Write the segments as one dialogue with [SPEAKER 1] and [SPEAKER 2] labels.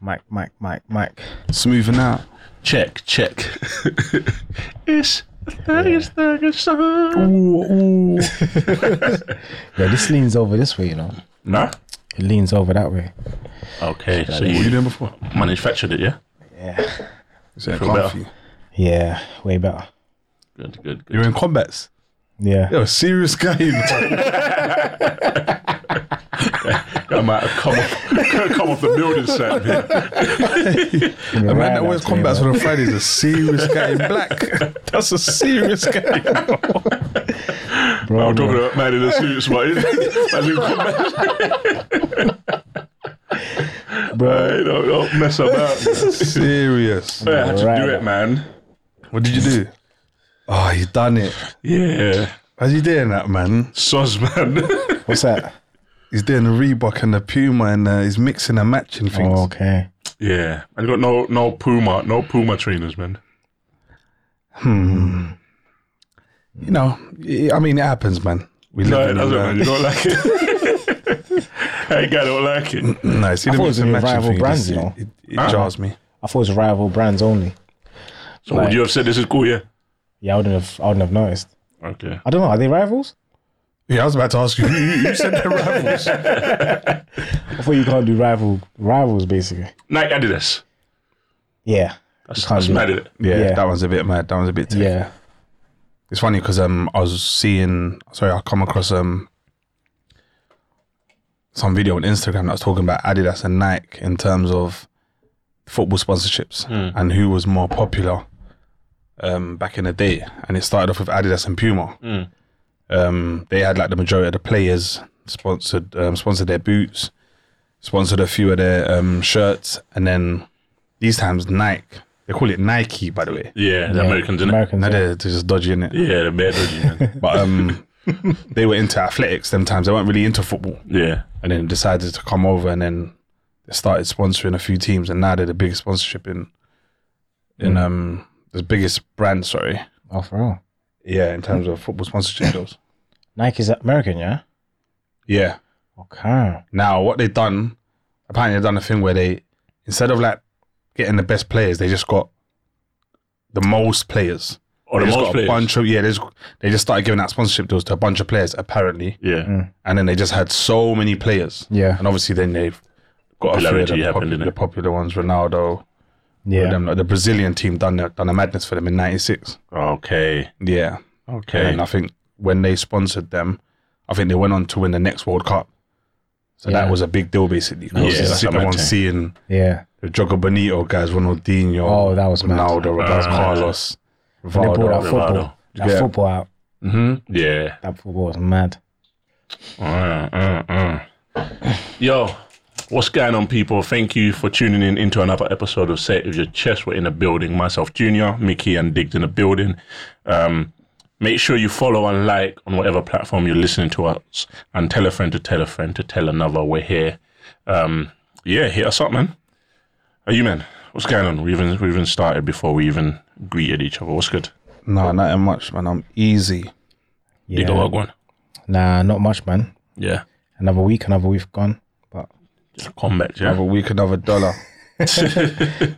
[SPEAKER 1] mic, mic, mic, mic.
[SPEAKER 2] Smoothing out.
[SPEAKER 3] Check, check. it's the thing, it's the good song.
[SPEAKER 2] Ooh, ooh.
[SPEAKER 1] Yeah, this leans over this way, you know.
[SPEAKER 3] No?
[SPEAKER 1] It leans over that way.
[SPEAKER 3] Okay, so
[SPEAKER 2] What were you
[SPEAKER 3] you
[SPEAKER 2] doing before?
[SPEAKER 3] manufactured it, yeah?
[SPEAKER 1] Yeah.
[SPEAKER 2] Is that
[SPEAKER 3] Feel better.
[SPEAKER 2] comfy?
[SPEAKER 1] Yeah, way better.
[SPEAKER 3] Good, good, good.
[SPEAKER 2] You're in combats.
[SPEAKER 1] Yeah.
[SPEAKER 2] You're a serious guy. you know.
[SPEAKER 3] I might have come off, come off the building site. man.
[SPEAKER 1] Give me a
[SPEAKER 2] The man
[SPEAKER 1] ride
[SPEAKER 2] that
[SPEAKER 1] out
[SPEAKER 2] wears
[SPEAKER 1] today,
[SPEAKER 2] combats
[SPEAKER 1] bro.
[SPEAKER 2] on a Friday is a serious guy in black. That's a serious guy. you know.
[SPEAKER 1] Bro,
[SPEAKER 3] I'm talking
[SPEAKER 1] bro.
[SPEAKER 3] about man in a suit, right? Man's in combat. Hey, don't, don't mess about. man.
[SPEAKER 2] serious.
[SPEAKER 3] I had to
[SPEAKER 1] Right.
[SPEAKER 3] do it, man.
[SPEAKER 2] What did you do? Oh, you done it.
[SPEAKER 3] Yeah.
[SPEAKER 2] How's he doing that, man?
[SPEAKER 3] Soz, man.
[SPEAKER 1] What's that?
[SPEAKER 2] He's doing the Reebok and the Puma and uh, he's mixing and matching things.
[SPEAKER 1] Oh, okay.
[SPEAKER 3] yeah. I got no no Puma, no Puma trainers, man.
[SPEAKER 2] You know, i- I mean, it happens, man. We
[SPEAKER 3] No,
[SPEAKER 2] live
[SPEAKER 3] it
[SPEAKER 2] in a
[SPEAKER 3] doesn't, man.
[SPEAKER 2] land-
[SPEAKER 3] You don't like it. I ain't got don't like it.
[SPEAKER 2] No, see
[SPEAKER 1] I thought
[SPEAKER 2] the
[SPEAKER 1] it
[SPEAKER 2] mix
[SPEAKER 1] was
[SPEAKER 2] and
[SPEAKER 1] in
[SPEAKER 2] matching
[SPEAKER 1] rival
[SPEAKER 2] thing.
[SPEAKER 1] brands,
[SPEAKER 2] it-
[SPEAKER 1] you know.
[SPEAKER 2] It, it
[SPEAKER 3] Huh?
[SPEAKER 2] jars me.
[SPEAKER 1] I thought it was rival brands only.
[SPEAKER 3] So would you have said this is cool, yeah?
[SPEAKER 1] Yeah, I wouldn't have. I wouldn't have noticed.
[SPEAKER 3] Okay.
[SPEAKER 1] I don't know. Are they rivals?
[SPEAKER 2] Yeah, I was about to ask you. Who, who said they're rivals?
[SPEAKER 1] I thought you can't do rival rivals basically.
[SPEAKER 3] Nike Adidas.
[SPEAKER 1] Yeah.
[SPEAKER 3] That's,
[SPEAKER 1] Can't
[SPEAKER 3] that's
[SPEAKER 1] do
[SPEAKER 3] mad, is it?
[SPEAKER 2] Yeah,
[SPEAKER 1] Yeah.
[SPEAKER 2] that one's a bit mad. That one's a bit. Tough.
[SPEAKER 1] Yeah.
[SPEAKER 2] It's funny because um, I was seeing. Sorry, I come across um some video on Instagram that was talking about Adidas and Nike in terms of football sponsorships and who was more popular um back in the day. And it started off with Adidas and Puma. Um, they had like the majority of the players sponsored um, sponsored their boots, sponsored a few of their um, shirts, and then these times Nike. They call it Nike, by the way.
[SPEAKER 3] Yeah, the Americans, innit?
[SPEAKER 1] Americans.
[SPEAKER 2] No,
[SPEAKER 1] yeah.
[SPEAKER 2] they're, they're just dodgy, innit?
[SPEAKER 3] Yeah, the bad dodgy, man.
[SPEAKER 2] But um, they were into athletics them times. They weren't really into football.
[SPEAKER 3] Yeah.
[SPEAKER 2] And then decided to come over and then they started sponsoring a few teams and now they're the biggest sponsorship in in
[SPEAKER 3] Hmm.
[SPEAKER 2] um the biggest brand, sorry.
[SPEAKER 1] Oh, for real.
[SPEAKER 2] Yeah, in terms of football sponsorship deals.
[SPEAKER 1] Nike's American, yeah.
[SPEAKER 2] Yeah.
[SPEAKER 1] Okay.
[SPEAKER 2] Now what they've done, apparently they've done a thing where they instead of like getting the best players, they just got the most players.
[SPEAKER 3] Or Oh, the
[SPEAKER 2] They just
[SPEAKER 3] most
[SPEAKER 2] got
[SPEAKER 3] players.
[SPEAKER 2] a bunch of yeah, they just, they just started giving out sponsorship deals to a bunch of players, apparently.
[SPEAKER 3] Yeah.
[SPEAKER 2] and then they just had so many players.
[SPEAKER 1] Yeah.
[SPEAKER 2] and obviously then they've got a few of
[SPEAKER 3] Popularity
[SPEAKER 2] them, the,
[SPEAKER 3] happened,
[SPEAKER 2] popular,
[SPEAKER 3] didn't it?
[SPEAKER 2] the popular ones, Ronaldo.
[SPEAKER 1] Yeah.
[SPEAKER 2] Them, like, the Brazilian team done a- done a madness for them in '96.
[SPEAKER 3] Okay.
[SPEAKER 2] Yeah,
[SPEAKER 3] Okay.
[SPEAKER 2] and I think when they sponsored them, I think they went on to win the next World Cup. So
[SPEAKER 1] Yeah.
[SPEAKER 2] that was a big deal, basically.
[SPEAKER 3] Yeah,
[SPEAKER 2] Yeah,
[SPEAKER 3] that's a
[SPEAKER 2] sitting
[SPEAKER 3] mad
[SPEAKER 2] on
[SPEAKER 3] thing.
[SPEAKER 2] seeing
[SPEAKER 1] Yeah.
[SPEAKER 2] the Jogo Bonito guys, Ronaldinho.
[SPEAKER 1] Oh, that was mad.
[SPEAKER 2] Ronaldo, Roberto
[SPEAKER 3] mad.
[SPEAKER 2] Carlos,
[SPEAKER 1] When they brought
[SPEAKER 2] Rivaldo.
[SPEAKER 1] that
[SPEAKER 3] Rivaldo.
[SPEAKER 1] football, that
[SPEAKER 2] Yeah.
[SPEAKER 1] football out.
[SPEAKER 2] Mm-hmm.
[SPEAKER 3] Yeah.
[SPEAKER 1] That football was mad.
[SPEAKER 3] Mm, mm, mm. Yo, what's going on, people? Thank you for tuning in into another episode of Set If Your Chest. We're in the building. Myself, Junior, Mickey, and Diggs in the building. Um, make sure you follow and like on whatever platform you're listening to us, and tell a friend to tell a friend to tell another. We're here. Um, yeah, hit us up, man. Are you, man? What's going on? We even we even started before we even greeted each other. What's good?
[SPEAKER 2] No, nothing much, man. I'm easy.
[SPEAKER 1] Yeah.
[SPEAKER 3] Digga, what going?
[SPEAKER 1] Nah, not much, man.
[SPEAKER 3] Yeah.
[SPEAKER 1] Another week, another week gone. But
[SPEAKER 3] Just a comeback, yeah.
[SPEAKER 2] Have a week, another dollar.
[SPEAKER 1] I'm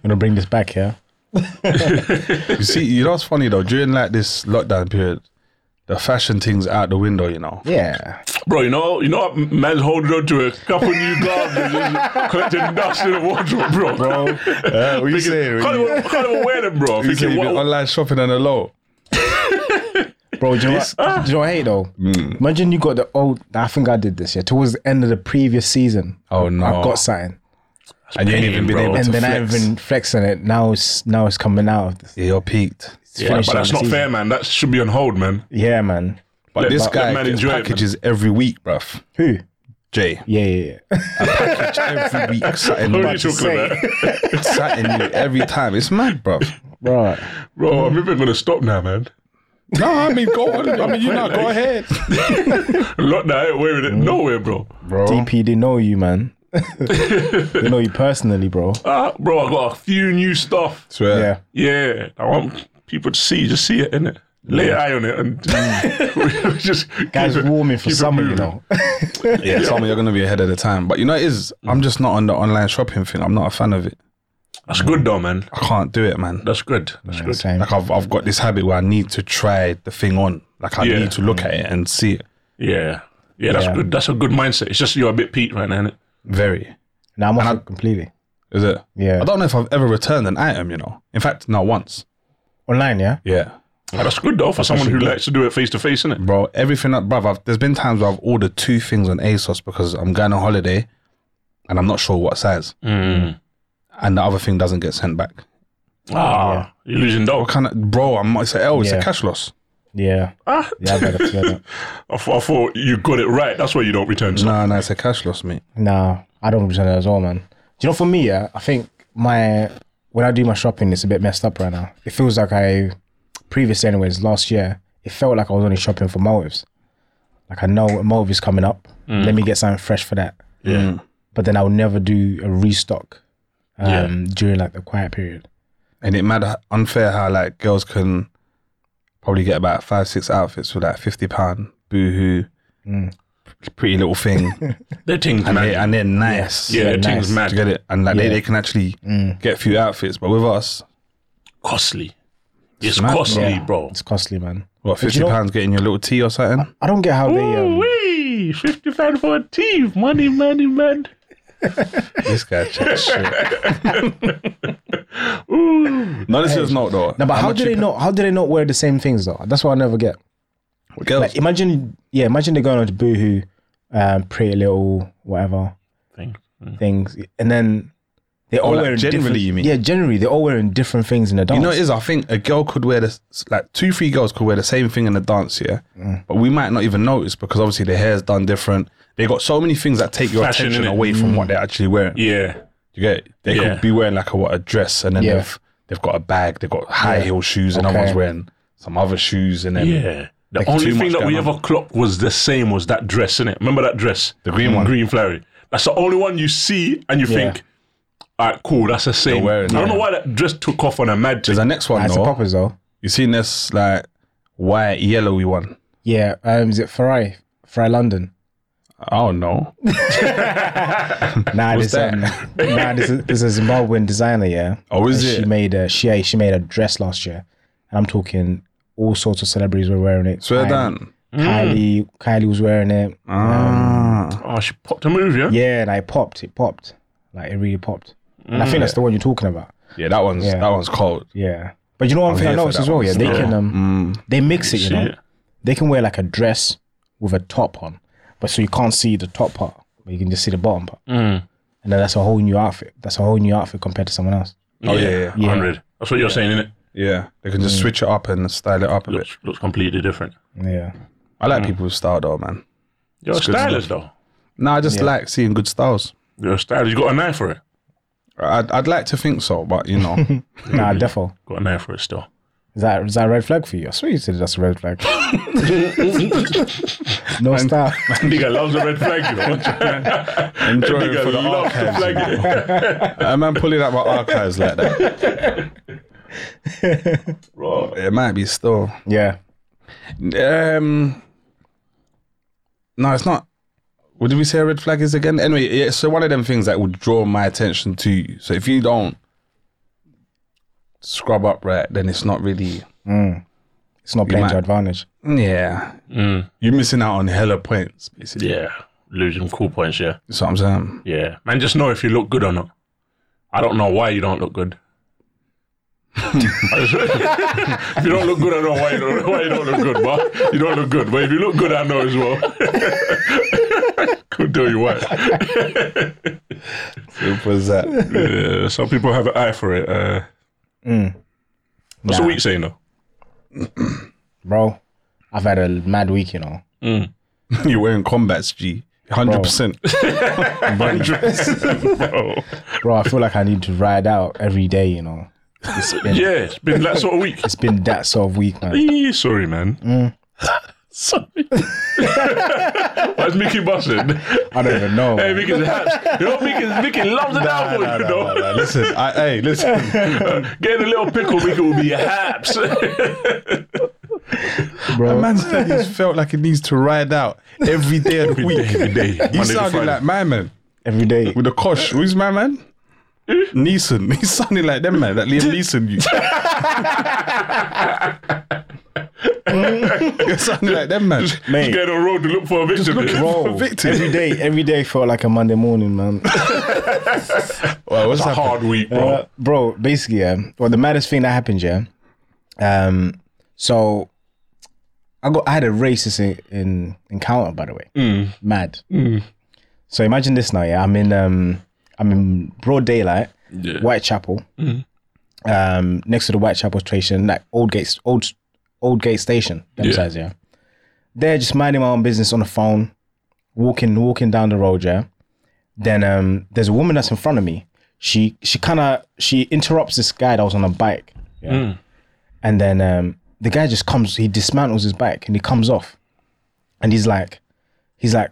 [SPEAKER 1] gonna bring this back here.
[SPEAKER 2] You see, you know what's funny though? During like this lockdown period, the fashion thing's out the window, you know.
[SPEAKER 1] Yeah.
[SPEAKER 3] Bro, you know, you know, what man's holding on to a couple new gloves and just collecting dust in the wardrobe, bro.
[SPEAKER 2] Bro, uh, what you saying?
[SPEAKER 3] Can't even, can't even wear them, bro.
[SPEAKER 2] You say
[SPEAKER 3] Thinking,
[SPEAKER 2] you
[SPEAKER 3] what,
[SPEAKER 2] do online shopping on the low.
[SPEAKER 1] Bro, do you know what, do you know what I hate though?
[SPEAKER 2] Hmm.
[SPEAKER 1] Imagine you got the old. I think I did this. Yeah, towards the end of the previous season.
[SPEAKER 2] Oh, no.
[SPEAKER 1] I got something,
[SPEAKER 2] And you ain't even been
[SPEAKER 3] bro.
[SPEAKER 2] able
[SPEAKER 1] and
[SPEAKER 2] to
[SPEAKER 1] then I
[SPEAKER 2] flex.
[SPEAKER 1] haven't been flexing it. Now it's now it's coming out. Of this.
[SPEAKER 2] Yeah, you're peaked.
[SPEAKER 1] It's
[SPEAKER 3] yeah, but
[SPEAKER 1] finishing
[SPEAKER 3] that's
[SPEAKER 1] the
[SPEAKER 3] not
[SPEAKER 1] season.
[SPEAKER 3] fair, man. That should be on hold, man.
[SPEAKER 1] Yeah, man.
[SPEAKER 2] But
[SPEAKER 3] Let-
[SPEAKER 2] this
[SPEAKER 3] let
[SPEAKER 2] guy
[SPEAKER 3] man
[SPEAKER 2] gets
[SPEAKER 3] enjoy it, man.
[SPEAKER 2] packages every week, bruv.
[SPEAKER 1] Who?
[SPEAKER 2] Jay,
[SPEAKER 1] Yeah, yeah, yeah.
[SPEAKER 2] every week, something
[SPEAKER 3] What are you
[SPEAKER 2] new,
[SPEAKER 3] talking about?
[SPEAKER 2] something new every time. It's mad, bruv.
[SPEAKER 1] Bro,
[SPEAKER 3] Bro, I'm even going to stop now, man.
[SPEAKER 2] No, I mean, go on. I mean, you know, go ahead,
[SPEAKER 3] Lot now, I ain't wearing
[SPEAKER 1] Mm.
[SPEAKER 3] it nowhere, bro.
[SPEAKER 2] bro.
[SPEAKER 1] DP, they know you, man. they know you personally, bro.
[SPEAKER 3] Ah, bro, I got a few new stuff.
[SPEAKER 2] Swear.
[SPEAKER 1] Yeah.
[SPEAKER 3] Yeah, I want people to see, just see it, innit? lay an eye on it and we just
[SPEAKER 1] Mm. Guys
[SPEAKER 3] keep it-
[SPEAKER 1] warming for
[SPEAKER 3] keep it
[SPEAKER 1] summer, you
[SPEAKER 3] moving.
[SPEAKER 1] know.
[SPEAKER 2] Yeah, Summer, you're gonna be ahead of the time. But you know, it is. I'm just not on the online shopping thing. I'm not a fan of it.
[SPEAKER 3] That's good though, man.
[SPEAKER 2] I can't do it, man.
[SPEAKER 3] That's good. That's good.
[SPEAKER 1] Same.
[SPEAKER 2] Like I've I've got this habit where I need to try the thing on. Like I
[SPEAKER 3] Yeah.
[SPEAKER 2] need to look at it and see it.
[SPEAKER 3] Yeah. Yeah, that's
[SPEAKER 1] Yeah.
[SPEAKER 3] good. That's a good mindset. It's just you're a bit peaked right now, innit?
[SPEAKER 2] Very.
[SPEAKER 1] Now I'm off it completely.
[SPEAKER 2] Is it?
[SPEAKER 1] Yeah.
[SPEAKER 2] I don't know if I've ever returned an item. You know. In fact, not once.
[SPEAKER 1] Online, yeah?
[SPEAKER 2] Yeah.
[SPEAKER 3] Oh, that's good though for someone who likes to do it face to face, innit?
[SPEAKER 2] bro. Everything that, bruv. I've, there's been times where I've ordered two things on ASOS because I'm going on holiday, and I'm not sure what size, and the other thing doesn't get sent back.
[SPEAKER 3] Ah, you're losing
[SPEAKER 2] What
[SPEAKER 3] dog.
[SPEAKER 2] kind of, bro? I'm. It's a L. oh, It's
[SPEAKER 1] Yeah.
[SPEAKER 2] a cash loss.
[SPEAKER 1] Yeah.
[SPEAKER 3] Ah.
[SPEAKER 1] Yeah, I better clear that.
[SPEAKER 3] I thought, I thought you got it right. That's why you don't return stuff.
[SPEAKER 2] No, no, it's a cash loss, mate.
[SPEAKER 1] Nah, I don't return it as well, man. Do you know for me, yeah, I think my when I do my shopping, it's a bit messed up right now. It feels like I previously, anyways, last year, it felt like I was only shopping for motives. Like I know a motive is coming up. Let me get something fresh for that.
[SPEAKER 3] Yeah.
[SPEAKER 1] But then I would never do a restock um, during like the quiet period.
[SPEAKER 2] And it mad unfair how like girls can probably get about five, six outfits for like fifty pound. Boohoo.
[SPEAKER 1] Mm.
[SPEAKER 2] Pretty little thing,
[SPEAKER 3] Their thing's
[SPEAKER 2] and, they,
[SPEAKER 3] mad.
[SPEAKER 2] and they're nice.
[SPEAKER 3] Yeah, their
[SPEAKER 1] nice.
[SPEAKER 3] thing's
[SPEAKER 2] to
[SPEAKER 3] mad.
[SPEAKER 2] get it, and like they, they can actually
[SPEAKER 1] Mm.
[SPEAKER 2] get a few outfits. But with us,
[SPEAKER 3] Costly. It's
[SPEAKER 2] mad, bro.
[SPEAKER 3] costly, bro.
[SPEAKER 1] It's costly, man.
[SPEAKER 2] what
[SPEAKER 1] But
[SPEAKER 2] fifty
[SPEAKER 1] you know-
[SPEAKER 2] pounds getting your little tea or something?
[SPEAKER 1] I don't get how they. Um,
[SPEAKER 3] Ooh-wee, 50 pound for a team. Money, money, man.
[SPEAKER 2] This guy chats shit. no, this is not though.
[SPEAKER 1] no, but how do they not? How do they not wear the same things though? That's what I never get.
[SPEAKER 2] Girls,
[SPEAKER 1] Like imagine, yeah, imagine they're going on to Boohoo, um, Pretty Little, whatever
[SPEAKER 3] Thing.
[SPEAKER 1] things, and then they all
[SPEAKER 2] like
[SPEAKER 1] wearing
[SPEAKER 2] Mm. generally,
[SPEAKER 1] different-
[SPEAKER 2] you mean?
[SPEAKER 1] Yeah, generally they're all wearing different things in the dance.
[SPEAKER 2] you know, what it is. I think a girl could wear this, like two, three girls could wear the same thing in the dance, yeah. But we might not even notice because obviously their hair's done different. They got so many things that take your
[SPEAKER 3] Fashion,
[SPEAKER 2] attention
[SPEAKER 3] innit?
[SPEAKER 2] away from what they're actually wearing.
[SPEAKER 3] Yeah.
[SPEAKER 2] You get it? They
[SPEAKER 3] Yeah.
[SPEAKER 2] could be wearing like a what a dress, and then
[SPEAKER 1] Yeah.
[SPEAKER 2] they've they've got a bag, they've got high heel shoes, and
[SPEAKER 1] Okay.
[SPEAKER 2] someone's wearing some other shoes, and then
[SPEAKER 3] Yeah. The
[SPEAKER 2] Like,
[SPEAKER 3] only
[SPEAKER 2] too
[SPEAKER 3] thing
[SPEAKER 2] much
[SPEAKER 3] that we
[SPEAKER 2] going on.
[SPEAKER 3] ever clocked was the same was that dress, innit? Remember that dress? The
[SPEAKER 2] green one.
[SPEAKER 3] Green flowery. That's the only one you see and you think, all right, cool, that's the same.
[SPEAKER 2] wearing
[SPEAKER 3] I don't
[SPEAKER 2] it.
[SPEAKER 3] know why that dress took off on a mad
[SPEAKER 2] there's
[SPEAKER 3] thing.
[SPEAKER 2] the next one
[SPEAKER 1] that's the
[SPEAKER 2] though.
[SPEAKER 1] poppers though.
[SPEAKER 2] You seen this like white yellowy one?
[SPEAKER 1] Yeah, um, is it Ferrari? Ferrari London.
[SPEAKER 2] I don't know.
[SPEAKER 1] Nah, this
[SPEAKER 2] that?
[SPEAKER 1] um, nah, this is, this is a Zimbabwean designer. Yeah.
[SPEAKER 2] Oh, is
[SPEAKER 1] And She
[SPEAKER 2] it?
[SPEAKER 1] made a she yeah, she made a dress last year, and I'm talking all sorts of celebrities were wearing it.
[SPEAKER 2] Swear
[SPEAKER 1] Kylie-
[SPEAKER 2] down.
[SPEAKER 1] Kylie, Kylie was wearing it.
[SPEAKER 3] Oh, she popped a move, yeah?
[SPEAKER 1] Yeah, and it popped. It popped. Like it really popped. And I
[SPEAKER 2] Mm.
[SPEAKER 1] think that's the one you're talking about.
[SPEAKER 2] Yeah, that one's that one's cold.
[SPEAKER 1] Yeah. But you know one thing I
[SPEAKER 2] here for
[SPEAKER 1] noticed
[SPEAKER 2] that
[SPEAKER 1] as well,
[SPEAKER 2] one.
[SPEAKER 1] yeah, they can um, they mix it, you
[SPEAKER 3] See
[SPEAKER 1] know.
[SPEAKER 3] it?
[SPEAKER 1] They can wear like a dress with a top on, but so you can't see the top part, but you can just see the bottom part.
[SPEAKER 2] Mm.
[SPEAKER 1] And then that's a whole new outfit. That's a whole new outfit compared to someone else.
[SPEAKER 2] Oh yeah, yeah, yeah.
[SPEAKER 3] 100. That's what you're saying, innit?
[SPEAKER 2] Yeah, They can just switch it up and style it up a bit.
[SPEAKER 3] Looks, looks completely different.
[SPEAKER 1] Yeah.
[SPEAKER 2] I
[SPEAKER 3] Mm.
[SPEAKER 2] like people with style though, man.
[SPEAKER 3] You're a
[SPEAKER 2] good
[SPEAKER 3] stylist, though.
[SPEAKER 2] No, I just like seeing good styles.
[SPEAKER 3] You're a stylist. You got an eye for it.
[SPEAKER 2] I'd, I'd like to think so, but you know,
[SPEAKER 1] Nah, defo.
[SPEAKER 3] Got an eye for it still.
[SPEAKER 1] Is that is that a red flag for you? I swear you said that's a red flag. no style.
[SPEAKER 3] Nigga loves a red flag, you know?
[SPEAKER 2] enjoy it for the
[SPEAKER 3] Nigga loves to
[SPEAKER 2] archives.
[SPEAKER 3] flag it.
[SPEAKER 2] A man pulling out my archives like that.
[SPEAKER 3] Bro,
[SPEAKER 2] It might be still.
[SPEAKER 1] Yeah.
[SPEAKER 2] Um, no, it's not. What did we say a red flag is again? Anyway, yeah, so one of them things that would draw my attention to you. So if you don't scrub up right, then it's not really.
[SPEAKER 1] It's not playing to
[SPEAKER 2] might-
[SPEAKER 1] advantage.
[SPEAKER 2] Yeah. You're missing out on hella points, basically.
[SPEAKER 3] Mm. Yeah. Losing cool points, yeah.
[SPEAKER 2] That's what I'm saying.
[SPEAKER 3] Yeah. Man, just know if you look good or not. I don't know why you don't look good. I just- if you don't look good, I know why you don't, why you don't look good, but you don't look good. But if you look good, I know as well. Could tell you why.
[SPEAKER 2] Simple as that.
[SPEAKER 3] Yeah, some people have an eye for it. Uh, What's the
[SPEAKER 1] Nah.
[SPEAKER 3] week saying though?
[SPEAKER 1] Bro, I've had a mad week, you know.
[SPEAKER 2] You're wearing combats, G. 100%.
[SPEAKER 3] Bro.
[SPEAKER 1] Bro, I feel like I need to ride out every day, you know. It's been
[SPEAKER 3] Yeah, it's been that sort of week.
[SPEAKER 1] it's been that sort of week, man.
[SPEAKER 3] Eh, Sorry, man.
[SPEAKER 1] Mm.
[SPEAKER 3] Sorry. Why is Mickey busting?
[SPEAKER 1] I don't even know.
[SPEAKER 3] Hey,
[SPEAKER 1] man.
[SPEAKER 3] Mickey's hats. You know, Mickey's, Mickey loves an apple, you know.
[SPEAKER 2] listen, I, hey, listen.
[SPEAKER 3] Getting a little pickle, Mickey will be haps.
[SPEAKER 2] Bro. That man's like he's felt like he needs to ride out every day of the
[SPEAKER 3] Every
[SPEAKER 2] week.
[SPEAKER 3] day, every day.
[SPEAKER 2] He
[SPEAKER 3] Monday to
[SPEAKER 2] sounded
[SPEAKER 3] Friday.
[SPEAKER 2] like my man
[SPEAKER 1] every day.
[SPEAKER 2] with the kosh. Who's my man?
[SPEAKER 3] Hmm?
[SPEAKER 2] Neeson. He's sounding like them man, like Liam Neeson. You. You're sounding like them man.
[SPEAKER 3] Just
[SPEAKER 1] Mate,
[SPEAKER 3] get on the road to look for a victim.
[SPEAKER 1] bro,
[SPEAKER 2] Victim.
[SPEAKER 1] every day, every day felt like a Monday morning, man.
[SPEAKER 2] Well,
[SPEAKER 3] It's
[SPEAKER 2] what's
[SPEAKER 3] a
[SPEAKER 2] happened?
[SPEAKER 3] hard week, bro.
[SPEAKER 1] Uh, bro, basically, yeah. Well, the maddest thing that happened, yeah. Um, so I got I had a racist in, in encounter, by the way.
[SPEAKER 3] Mm.
[SPEAKER 1] Mad. So imagine this now, yeah. I'm in um I'm in broad daylight,
[SPEAKER 3] Yeah. Mm.
[SPEAKER 1] Whitechapel, um, next to the Whitechapel station, like old gates, old old gate station, them
[SPEAKER 3] Yeah.
[SPEAKER 1] size, yeah. There, just minding my own business on the phone, walking, walking down the road, yeah. Then um, there's a woman that's in front of me. She she kind of she interrupts this guy that was on a bike, yeah. And then um, the guy just comes, he dismantles his bike and he comes off, and he's like, he's like,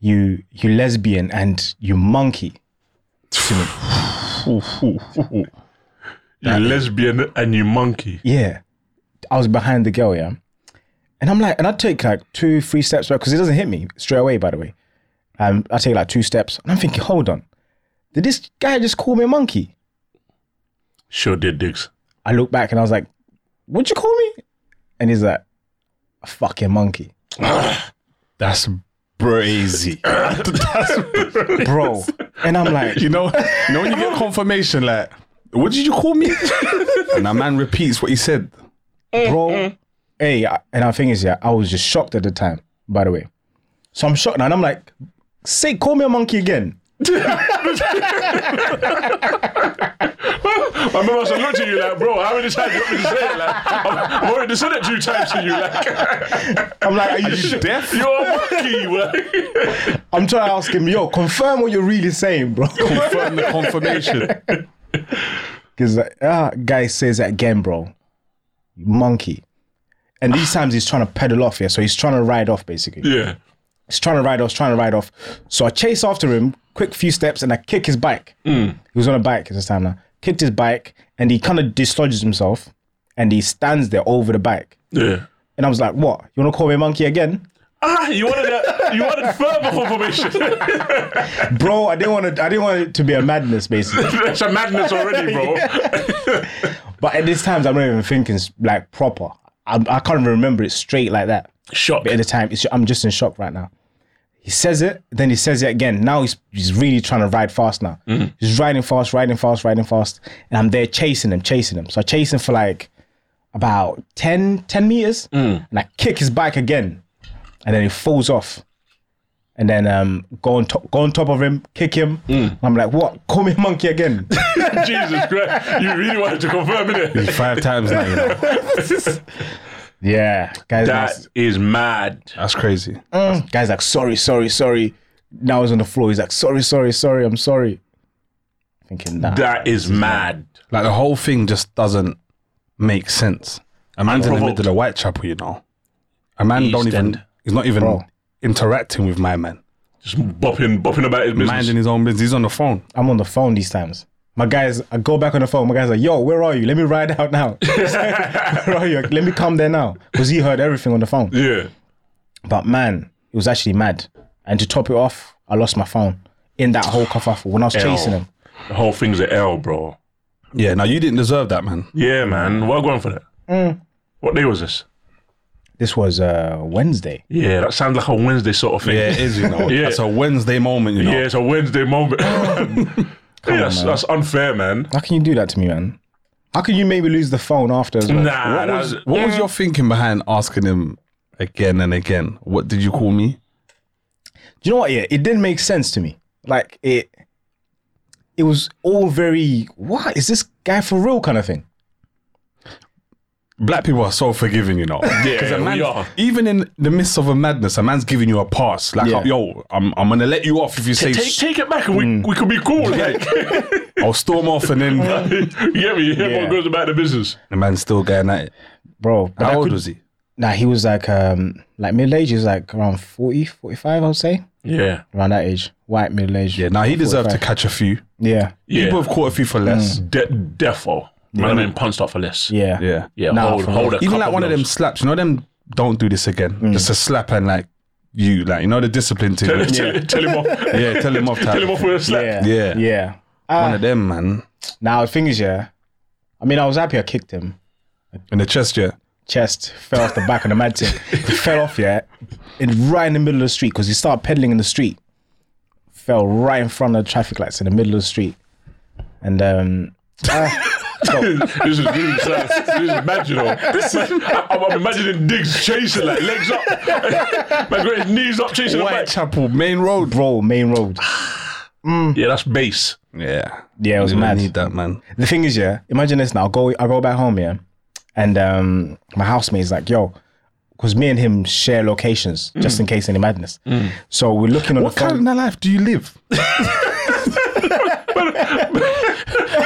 [SPEAKER 1] you you lesbian and you monkey.
[SPEAKER 3] You lesbian and you monkey.
[SPEAKER 1] Yeah. I was behind the girl, yeah. And I'm like, and I take like two, three steps back because it doesn't hit me straight away, by the way. Um, I take like two steps and I'm thinking, hold on. Did this guy just call me a monkey?
[SPEAKER 3] Sure did, Diggs.
[SPEAKER 1] I look back and I was like, what'd you call me? And he's like, a fucking monkey.
[SPEAKER 2] That's brazy. That's
[SPEAKER 1] Bro. and I'm like,
[SPEAKER 2] You know, you know when you get confirmation, like, what did you call me? and that man repeats what he said.
[SPEAKER 1] bro. Hey, I- and our thing is, yeah, I was just shocked at the time, by the way. So I'm shocked now, and I'm like, say, call me a monkey again.
[SPEAKER 3] I remember I said, look to you like, bro, how many times you want me to say it? Like, I've I've already said it two times to you. Like,
[SPEAKER 1] I'm like, are you sure?
[SPEAKER 2] Deaf?
[SPEAKER 3] you're a monkey. Like.
[SPEAKER 1] I'm trying to ask him, yo, confirm what you're really saying, bro.
[SPEAKER 2] Confirm the confirmation.
[SPEAKER 1] Because ah, guy says that again, bro. You Monkey. And these times he's trying to pedal off here, so he's trying to ride off basically.
[SPEAKER 3] Yeah.
[SPEAKER 1] He's trying to ride off, trying to ride off. So I chase after him, quick few steps, and I kick his bike. He was on a bike at this time now. Kicked his bike, and he kind of dislodges himself, and he stands there over the bike.
[SPEAKER 3] Yeah.
[SPEAKER 1] And I was like, "What? You want to call me a monkey again,
[SPEAKER 3] Ah, you wanted a, you wanted further confirmation.
[SPEAKER 1] bro?" I didn't want to. I didn't want it to be a madness, basically.
[SPEAKER 3] That's a madness already, bro.
[SPEAKER 1] But at this times, I'm not even thinking like proper. I, I can't even remember it straight like that.
[SPEAKER 3] Shock.
[SPEAKER 1] But at the time, it's, I'm just in shock right now. He says it, then he says it again. Now he's he's really trying to ride fast now. He's riding fast, riding fast, riding fast. And I'm there chasing him, chasing him. So I chase him for like about 10, 10 meters. And I kick his bike again. And then he falls off. And then um, go on top, go on top of him, kick him. And I'm like, what? Call me a monkey again.
[SPEAKER 3] Jesus Christ. You really wanted to confirm it.
[SPEAKER 2] Five times now, you know.
[SPEAKER 1] yeah, guys.
[SPEAKER 3] That is mad.
[SPEAKER 2] That's crazy.
[SPEAKER 1] Guy's like, sorry, sorry, sorry. Now he's on the floor. He's like, sorry, sorry, sorry, I'm sorry. Thinking nah.
[SPEAKER 3] That is mad.
[SPEAKER 2] Like, the whole thing just doesn't make sense. A man's in the
[SPEAKER 3] Unprovoked.
[SPEAKER 2] middle of Whitechapel, you know. A man don't
[SPEAKER 3] East
[SPEAKER 2] even,
[SPEAKER 3] End.
[SPEAKER 2] he's not even
[SPEAKER 1] Bro.
[SPEAKER 2] interacting with my man.
[SPEAKER 3] Just bopping, bopping about his business.
[SPEAKER 2] Minding his own business. He's on the phone.
[SPEAKER 1] I'm on the phone these times. My guys, I go back on the phone. My guy's like, yo, where are you? Let me ride out now. where are you? Let me come there now. Because he heard everything on the phone.
[SPEAKER 3] Yeah.
[SPEAKER 1] But man, it was actually mad. And to top it off, I lost my phone in that whole kerfuffle when I was chasing him.
[SPEAKER 3] The whole thing's an L, bro.
[SPEAKER 2] Yeah, now you didn't deserve that, man.
[SPEAKER 3] Yeah, man. Well going for that. What day was this?
[SPEAKER 1] This was uh, Wednesday.
[SPEAKER 3] Yeah, that sounds like a Wednesday sort of thing.
[SPEAKER 2] Yeah, it is, you know.
[SPEAKER 3] Yeah.
[SPEAKER 2] That's a Wednesday moment, you know.
[SPEAKER 3] Yeah, it's a Wednesday moment. yeah, that's, that's unfair, man.
[SPEAKER 1] How can you do that to me, man? How can you maybe lose the phone after as well?
[SPEAKER 3] Nah,
[SPEAKER 2] What,
[SPEAKER 3] that
[SPEAKER 2] was, what was your thinking behind asking him again and again? What did you call me?
[SPEAKER 1] Do you know what? Yeah, it didn't make sense to me. Like it, it was all very what is this guy for real kind of thing.
[SPEAKER 2] Black people are so forgiving, you know.
[SPEAKER 3] Yeah,
[SPEAKER 2] 'Cause a
[SPEAKER 3] we
[SPEAKER 2] man-
[SPEAKER 3] are.
[SPEAKER 2] Even in the midst of a madness, a man's giving you a pass. Like,
[SPEAKER 1] Yeah.
[SPEAKER 2] yo, I'm, I'm gonna let you off if you say
[SPEAKER 3] Take, take it back and we,
[SPEAKER 2] Mm.
[SPEAKER 3] we could be cool. Like,
[SPEAKER 2] I'll storm off, and then
[SPEAKER 3] you get me? Everyone
[SPEAKER 1] Yeah.
[SPEAKER 3] goes about the business.
[SPEAKER 2] the man's still going at it.
[SPEAKER 1] Bro, but
[SPEAKER 2] How
[SPEAKER 1] I
[SPEAKER 2] old
[SPEAKER 1] could-
[SPEAKER 2] was he?
[SPEAKER 1] Nah, he was like um like middle age is like around 40, 45, I would say.
[SPEAKER 3] Yeah.
[SPEAKER 1] Around that age. White middle age.
[SPEAKER 2] Yeah, now he deserved to catch a few.
[SPEAKER 1] Yeah.
[SPEAKER 3] Yeah.
[SPEAKER 1] Mm.
[SPEAKER 2] People have caught a few for less.
[SPEAKER 3] De- defo. Man, I'm punched up for less.
[SPEAKER 1] Yeah.
[SPEAKER 2] Yeah.
[SPEAKER 3] Yeah,
[SPEAKER 1] Nah,
[SPEAKER 3] hold,
[SPEAKER 1] for
[SPEAKER 3] hold
[SPEAKER 1] real.
[SPEAKER 3] a
[SPEAKER 2] Even like
[SPEAKER 3] couple
[SPEAKER 2] one of them
[SPEAKER 3] those.
[SPEAKER 2] slaps, you know them don't do this again.
[SPEAKER 1] Mm.
[SPEAKER 2] Just a slap and like you, like you know the discipline
[SPEAKER 3] Tell,
[SPEAKER 2] to
[SPEAKER 3] tell- tell him off.
[SPEAKER 2] Yeah, tell him off
[SPEAKER 3] Tell him
[SPEAKER 2] type.
[SPEAKER 3] off with a slap.
[SPEAKER 1] Yeah.
[SPEAKER 2] Yeah.
[SPEAKER 1] Yeah.
[SPEAKER 2] One of them, man.
[SPEAKER 1] Now the thing is, yeah. I mean, I was happy I kicked him.
[SPEAKER 2] In the chest, yeah.
[SPEAKER 1] chest, fell off the back of the mad thing. He fell off, yeah, in, right in the middle of the street because he started pedaling in the street. Fell right in front of the traffic lights in the middle of the street. And um,
[SPEAKER 3] this is really sad. This is magical. This is, I, I'm imagining Diggs chasing, like legs up, my great knees up, chasing the
[SPEAKER 2] Whitechapel, main road.
[SPEAKER 1] bro, main road.
[SPEAKER 3] back. Yeah, that's base.
[SPEAKER 2] Yeah.
[SPEAKER 1] Yeah, it was
[SPEAKER 2] We
[SPEAKER 1] mad.
[SPEAKER 2] need that, man.
[SPEAKER 1] The thing is, yeah, imagine this now. I'll go, I'll go back home, yeah, and um, my housemate's like, yo, because me and him share locations just in case any madness. So we're looking on
[SPEAKER 2] Mm. What
[SPEAKER 1] the phone.
[SPEAKER 2] kind of life do you live?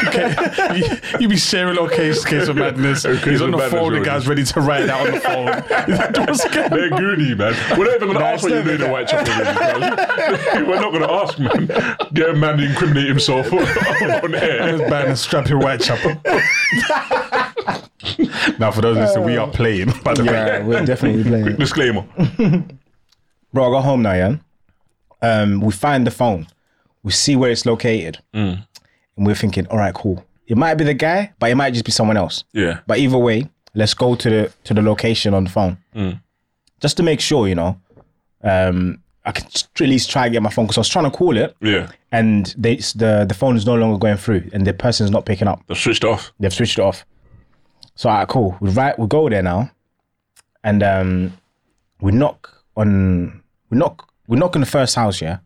[SPEAKER 2] okay. You, you be sharing a case case of madness.
[SPEAKER 3] case
[SPEAKER 2] He's
[SPEAKER 3] of
[SPEAKER 2] on the
[SPEAKER 3] madness
[SPEAKER 2] phone. The
[SPEAKER 3] already.
[SPEAKER 2] guy's ready to write it out on the phone. What's going
[SPEAKER 3] They're goody, man. We're not even going to ask what you do in Whitechapel. really, bro. We're not going to ask, man. Get a man to incriminate himself on air.
[SPEAKER 2] Just ban and strap your white chapel. now, for those listening, we are playing. By the way,
[SPEAKER 1] Yeah, we're definitely playing.
[SPEAKER 3] Disclaimer.
[SPEAKER 1] Bro, I got home now, yeah. Um, we find the phone, we see where it's located, and we're thinking, all right, cool. It might be the guy, but it might just be someone else.
[SPEAKER 3] Yeah.
[SPEAKER 1] But either way, let's go to the to the location on the phone, just to make sure, you know. Um, I can just at least try and get my phone because I was trying to call it,
[SPEAKER 3] Yeah.
[SPEAKER 1] and they, it's the the phone is no longer going through, and the person's not picking up.
[SPEAKER 3] They switched off.
[SPEAKER 1] They've switched it off. So all right, cool. We right, we go there now, and um, we knock on we knock we knock on the first house, yeah.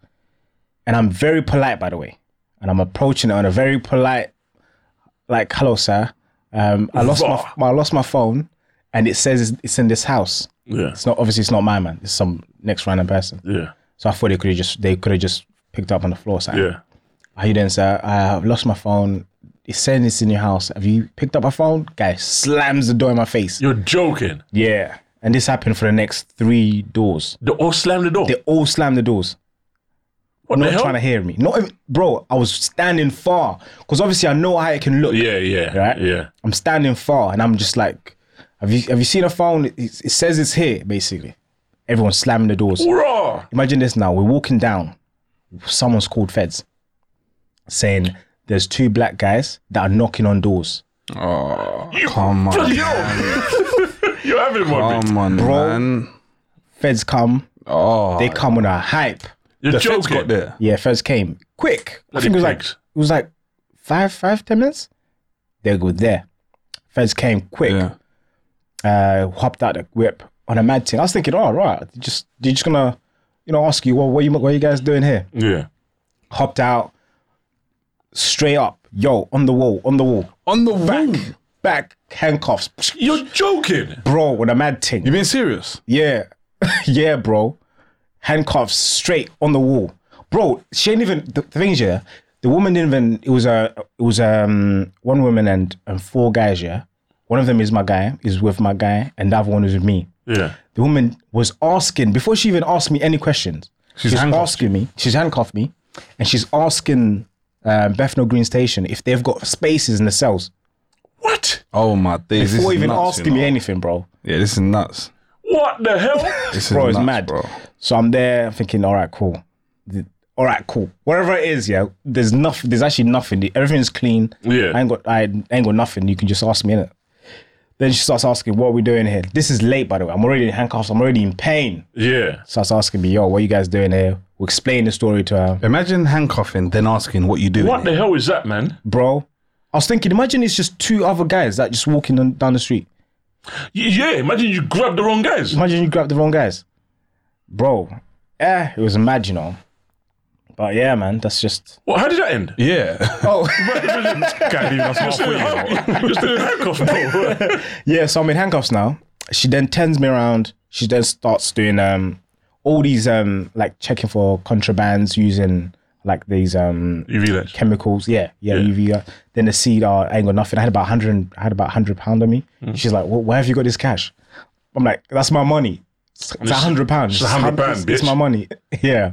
[SPEAKER 1] And I'm very polite, by the way, and I'm approaching it on a very polite, like, "Hello, sir. Um, I lost my, my I lost my phone, and it says it's, it's in this house.
[SPEAKER 3] Yeah.
[SPEAKER 1] It's not obviously it's not my man. It's some next random person.
[SPEAKER 3] Yeah.
[SPEAKER 1] So I thought they could have just they could have just picked up on the floor, sir.
[SPEAKER 3] Yeah.
[SPEAKER 1] How you doing, sir? Uh, I've lost my phone. It's saying it's in your house. Have you picked up my phone? Guy slams the door in my face.
[SPEAKER 3] You're joking.
[SPEAKER 1] Yeah. And this happened for the next three doors.
[SPEAKER 3] They all slammed the door.
[SPEAKER 1] They all slammed the doors.
[SPEAKER 3] what the
[SPEAKER 1] Not
[SPEAKER 3] hell?
[SPEAKER 1] trying to hear me. Not even, bro, I was standing far. Because obviously I know how it can look.
[SPEAKER 3] yeah, yeah.
[SPEAKER 1] Right?
[SPEAKER 3] Yeah.
[SPEAKER 1] I'm standing far and I'm just like, have you have you seen a phone? It, it says it's here, basically. Everyone's slamming the doors.
[SPEAKER 3] Hurrah!
[SPEAKER 1] Imagine this now. We're walking down. Someone's called feds saying there's two black guys that are knocking on doors.
[SPEAKER 2] oh, come on,
[SPEAKER 3] Yo! You're having one, mate.
[SPEAKER 2] come on,
[SPEAKER 1] Bro.
[SPEAKER 2] man.
[SPEAKER 1] Feds come.
[SPEAKER 2] Oh,
[SPEAKER 1] They come on a hype.
[SPEAKER 3] You're
[SPEAKER 2] the feds
[SPEAKER 3] joking.
[SPEAKER 2] got there.
[SPEAKER 1] Yeah, feds came quick. I think it was like
[SPEAKER 3] pigs.
[SPEAKER 1] it was like five, five, ten minutes. They go there. Feds came quick.
[SPEAKER 2] Yeah.
[SPEAKER 1] Uh, hopped out the whip on a mad thing. I was thinking, all right, oh, right, just they're just gonna, you know, ask you, well, what you what you guys doing here?
[SPEAKER 3] Yeah.
[SPEAKER 1] Hopped out, straight up, yo, on the wall, on the wall,
[SPEAKER 2] On the back.
[SPEAKER 1] back handcuffs,
[SPEAKER 3] You're joking.
[SPEAKER 1] bro, with a mad thing.
[SPEAKER 2] You being serious?
[SPEAKER 1] Yeah, yeah, bro. Handcuffs straight on the wall, bro. She ain't even the, the thing is, yeah. The woman didn't even. It was a. It was um one woman and and four guys. Yeah, one of them is my guy. Is with my guy, and the other one is with me.
[SPEAKER 3] Yeah.
[SPEAKER 1] The woman was asking before she even asked me any questions. She's,
[SPEAKER 2] handcuffed.
[SPEAKER 1] asking me. She's handcuffed me, and she's asking um, Bethnal Green Station if they've got spaces in the cells.
[SPEAKER 3] What?
[SPEAKER 2] Oh my days!
[SPEAKER 1] Before
[SPEAKER 2] this is
[SPEAKER 1] even
[SPEAKER 2] nuts,
[SPEAKER 1] asking
[SPEAKER 2] you know.
[SPEAKER 1] me anything, bro.
[SPEAKER 2] Yeah, this is nuts.
[SPEAKER 3] What the hell?
[SPEAKER 2] This
[SPEAKER 1] Bro,
[SPEAKER 2] is
[SPEAKER 1] it's
[SPEAKER 2] nuts,
[SPEAKER 1] mad.
[SPEAKER 2] bro.
[SPEAKER 1] So I'm there thinking, all right, cool. The- All right, cool. Whatever it is, yeah. There's nothing. There's actually nothing. The- Everything's clean.
[SPEAKER 3] Yeah.
[SPEAKER 1] I ain't got. I ain't got nothing. You can just ask me innit? Then she starts asking, "What are we doing here?" This is late, by the way. I'm already in handcuffs. I'm already in pain.
[SPEAKER 3] yeah.
[SPEAKER 1] Starts asking me, "Yo, what you guys doing here?" We explain the story to her,
[SPEAKER 2] Imagine handcuffing, then asking what you do.
[SPEAKER 3] What the hell is that, man?
[SPEAKER 1] bro. I was thinking, imagine it's just two other guys that just walking on, down the street.
[SPEAKER 3] Y- Yeah, imagine you grab the wrong guys.
[SPEAKER 1] Imagine you grab the wrong guys, bro. Eh, it was mad, you know. But yeah, man, that's just.
[SPEAKER 3] What, how did that end?
[SPEAKER 2] Yeah.
[SPEAKER 1] Oh.
[SPEAKER 2] Can't leave us halfway. you know.
[SPEAKER 3] You're still in handcuffs, bro.
[SPEAKER 1] Yeah, so I'm in handcuffs now. She then turns me around. She then starts doing um all these um like checking for contrabands using like these um
[SPEAKER 3] You realise?
[SPEAKER 1] chemicals. Yeah, yeah,
[SPEAKER 3] Yeah.
[SPEAKER 1] UV. uh, Then the seed uh, I ain't got nothing. I had about hundred and- I had about hundred pound on me.
[SPEAKER 3] Hmm.
[SPEAKER 1] She's like, well, where have you got this cash? I'm like, that's my money. It's a hundred pounds.
[SPEAKER 3] it's a hundred pound,
[SPEAKER 1] It's
[SPEAKER 3] bitch.
[SPEAKER 1] my money. yeah.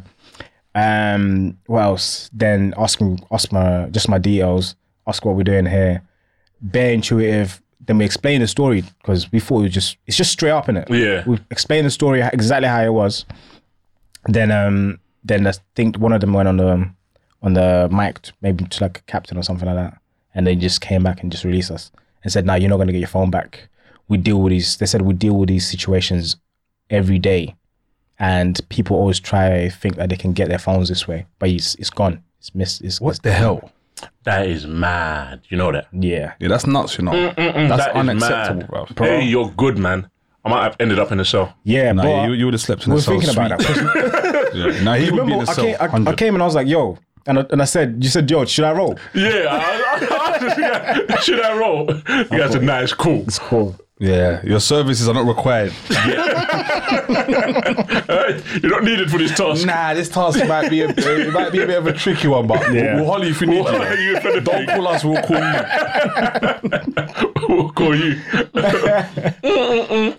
[SPEAKER 1] Um. What else? Then ask me, ask my just my details. Ask what we're doing here. bare intuitive. Then we explain the story because we thought it was just it's just straight up in it.
[SPEAKER 3] Yeah.
[SPEAKER 1] we explain the story h- exactly how it was. Then um then I think one of them went on the um, on the mic to, maybe to like a captain or something like that, and they just came back and just released us and said, "No, you're not going to get your phone back. We deal with these." They said we deal with these situations every day, and people always try think that they can get their phones this way, but it's it's gone. It's missed. It's
[SPEAKER 2] What the hell?
[SPEAKER 3] That is mad. You know that.
[SPEAKER 1] yeah.
[SPEAKER 2] Yeah, that's nuts, you know. that's
[SPEAKER 3] That is
[SPEAKER 2] unacceptable,
[SPEAKER 3] mad.
[SPEAKER 2] bro.
[SPEAKER 3] Hey, you're good, man. I might have ended up in a cell.
[SPEAKER 1] Yeah,
[SPEAKER 2] Nah,
[SPEAKER 1] but
[SPEAKER 2] you, you would have slept in
[SPEAKER 1] we
[SPEAKER 2] the
[SPEAKER 1] were
[SPEAKER 2] cell.
[SPEAKER 1] thinking about that.
[SPEAKER 2] that. Yeah. Nah, he would be in
[SPEAKER 1] Remember, I
[SPEAKER 2] the cell.
[SPEAKER 1] came, I, I
[SPEAKER 2] 100.
[SPEAKER 1] came and I was like, "Yo," and I, and I said, "You said, yo, should I roll?"
[SPEAKER 3] Yeah, I, I, I just, yeah, should I roll? You guys said, nah, it's cool.
[SPEAKER 1] It's cool.
[SPEAKER 2] Yeah, your services are not required.
[SPEAKER 3] You're not needed for this task.
[SPEAKER 2] nah, this task might be a, it might be a bit of a tricky one, but
[SPEAKER 1] Yeah.
[SPEAKER 2] we'll holler if we need
[SPEAKER 3] holler you
[SPEAKER 2] you.
[SPEAKER 3] if anything.
[SPEAKER 2] Don't call us, we'll call you.
[SPEAKER 3] we'll call you. yeah,